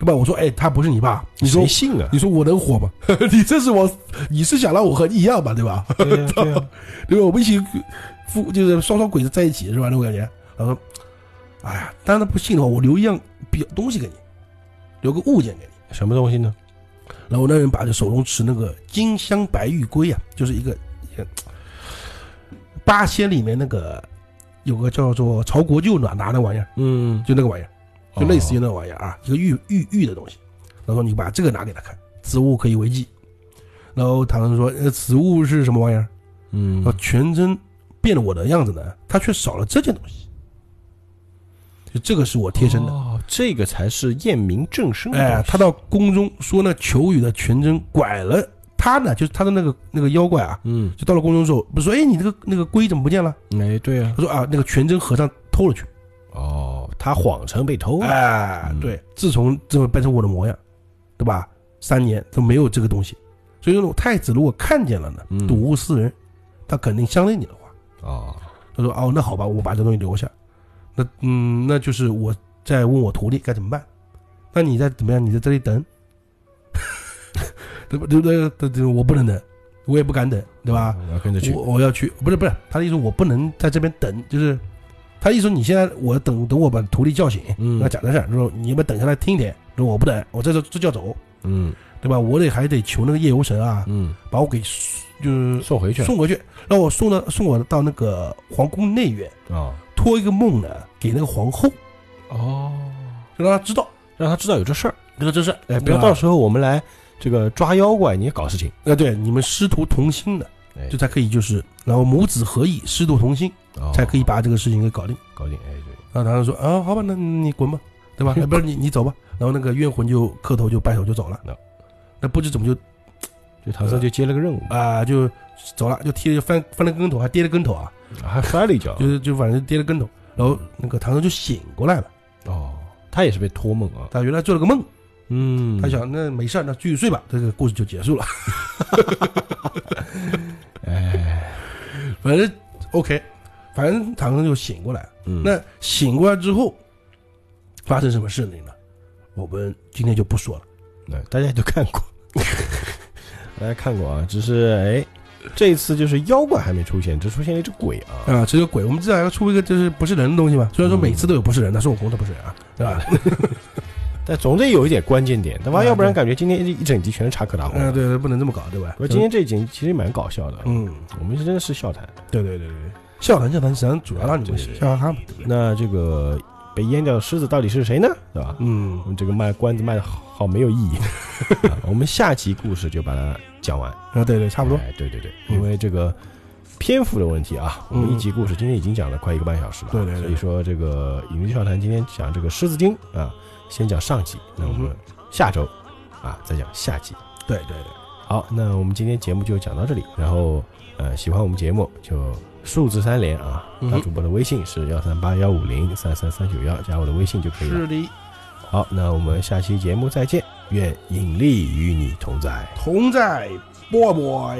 Speaker 2: 对吧？我说：“哎，他不是你爸。”你说
Speaker 1: 谁信啊？
Speaker 2: 你说我能火吗？ 你这是我，你是想让我和你一样吧，对吧？
Speaker 1: 对呀对呀，
Speaker 2: 对吧？我们一起夫就是双双鬼子在一起是吧？那种感觉。然后，哎呀，当然他不信的话，我留一样表东西给你，留个物件给你。
Speaker 1: 什么东西呢？
Speaker 2: 然后那人把这手中持那个金镶白玉龟啊， 就是一个一个八仙里面那个有个叫做曹国舅拿拿那玩意儿，
Speaker 1: 嗯，
Speaker 2: 就那个玩意儿，就类似于
Speaker 1: 于
Speaker 2: 那个玩意儿啊，一个玉玉玉的东西。然后你把这个拿给他看，此物可以为记。然后唐僧说：“呃，此物是什么玩意儿？”
Speaker 1: 嗯
Speaker 2: 啊，全真变了我的样子呢，他却少了这件东西。就这个是我贴身的。
Speaker 1: 哦，这个才是验明正身的东西。
Speaker 2: 哎，他到宫中说那求雨的全真拐了他呢，就是他的那个那个妖怪啊，
Speaker 1: 嗯，
Speaker 2: 就到了宫中之后，不是说哎你这个那个龟怎么不见了？
Speaker 1: 哎，对呀，
Speaker 2: 他说啊那个全真和尚偷了去，
Speaker 1: 哦，他谎称被偷了，
Speaker 2: 哎，对，自从这么变成我的模样，对吧？三年都没有这个东西，所以说太子如果看见了呢，
Speaker 1: 嗯
Speaker 2: 睹物思人，他肯定相信你的话，
Speaker 1: 哦，
Speaker 2: 他说哦，那好吧，我把这东西留下，那嗯，那就是我在问我徒弟该怎么办，那你再怎么样，你在这里等， 对不对不对？对对，我不能等，我也不敢等，嗯对吧？
Speaker 1: 我要跟着去，
Speaker 2: 我我要去，不是不是，他的意思我不能在这边等，就是他意思你现在我等等我把徒弟叫醒，
Speaker 1: 嗯
Speaker 2: 那假的事儿，说你们等下来听一点，说我不等，我这就这就要走，
Speaker 1: 嗯
Speaker 2: 对吧？我得还得求那个夜游神啊，
Speaker 1: 嗯，
Speaker 2: 把我给就是
Speaker 1: 送回去
Speaker 2: 送回去，让我送到送我到那个皇宫内院，
Speaker 1: 啊，
Speaker 2: 托一个梦呢给那个皇后，
Speaker 1: 哦，
Speaker 2: 就让她知道，
Speaker 1: 让他知道有这事儿，
Speaker 2: 这个这是哎，
Speaker 1: 哎，不要到时候我们来这个抓妖怪，你也搞事情，
Speaker 2: 哎对你们师徒同心的，
Speaker 1: 哎
Speaker 2: 就才可以就是，然后母子合意，师徒同心，
Speaker 1: 哦
Speaker 2: 才可以把这个事情给搞定。
Speaker 1: 搞定，哎，对，
Speaker 2: 然后他就说啊，好吧，那你滚吧，对吧？哎不是你你走吧。然后那个冤魂就磕头就拜手就走了
Speaker 1: No。
Speaker 2: 那不知怎么就
Speaker 1: 这唐僧就接了个任务嘛，
Speaker 2: 啊、就走了，就踢了翻翻了跟头，还跌了跟头啊，
Speaker 1: 还摔了一跤，
Speaker 2: 就是就反正跌了跟头。然后那个唐僧就醒过来了，
Speaker 1: 哦，他也是被托梦啊，
Speaker 2: 他原来做了个梦，
Speaker 1: 嗯
Speaker 2: 他想那没事儿，那继续睡吧。这个故事就结束了。
Speaker 1: 哎，
Speaker 2: 反正 OK，反正唐僧就醒过来了。
Speaker 1: 嗯
Speaker 2: 那醒过来之后，发生什么事情呢？我们今天就不说了。
Speaker 1: 那大家也都看过， 大家看过啊，只是哎。这一次就是妖怪还没出现，只出现了一只鬼啊！
Speaker 2: 啊，只有鬼。我们至少要出一个就是不是人的东西嘛。虽然
Speaker 1: 嗯
Speaker 2: 说每次都有不是人，但孙悟空他不是人啊，对吧？
Speaker 1: 但总得有一点关键点，对吧？
Speaker 2: 啊
Speaker 1: 要不然
Speaker 2: 对
Speaker 1: 感觉今天一一整集全是插科 打诨。
Speaker 2: 嗯，对对，不能这么搞，对吧？
Speaker 1: 不过今天这一集其实蛮搞笑的，
Speaker 2: 嗯，
Speaker 1: 我们真的是笑谈。
Speaker 2: 对对对对对，笑谈笑谈，实际上主要让你们
Speaker 1: 对对对
Speaker 2: 笑哈哈嘛，对不对？
Speaker 1: 那这个被阉掉的狮子到底是谁呢？对吧？我
Speaker 2: 嗯，
Speaker 1: 们这个卖关子卖的好没有意 义、啊我们下期故事就把它讲完，
Speaker 2: 啊，对对，差不多。
Speaker 1: 哎对对对，
Speaker 2: 嗯
Speaker 1: 因为这个篇幅的问题啊，我
Speaker 2: 嗯
Speaker 1: 们一集故事今天已经讲了快一个半小时了，
Speaker 2: 对对对
Speaker 1: 所以说这个影视笑谈今天讲这个狮子精啊，先讲上集，那我
Speaker 2: 嗯
Speaker 1: 们下周啊再讲下集。
Speaker 2: 对对对，
Speaker 1: 好，那我们今天节目就讲到这里。然后，呃，喜欢我们节目就数字三连啊。
Speaker 2: 嗯
Speaker 1: 那主播的微信是幺三八幺五零三三三九幺，加我的微信就可以了。
Speaker 2: 是的，
Speaker 1: 好，那我们下期节目再见，愿引力与你同在。
Speaker 2: 同在，波波。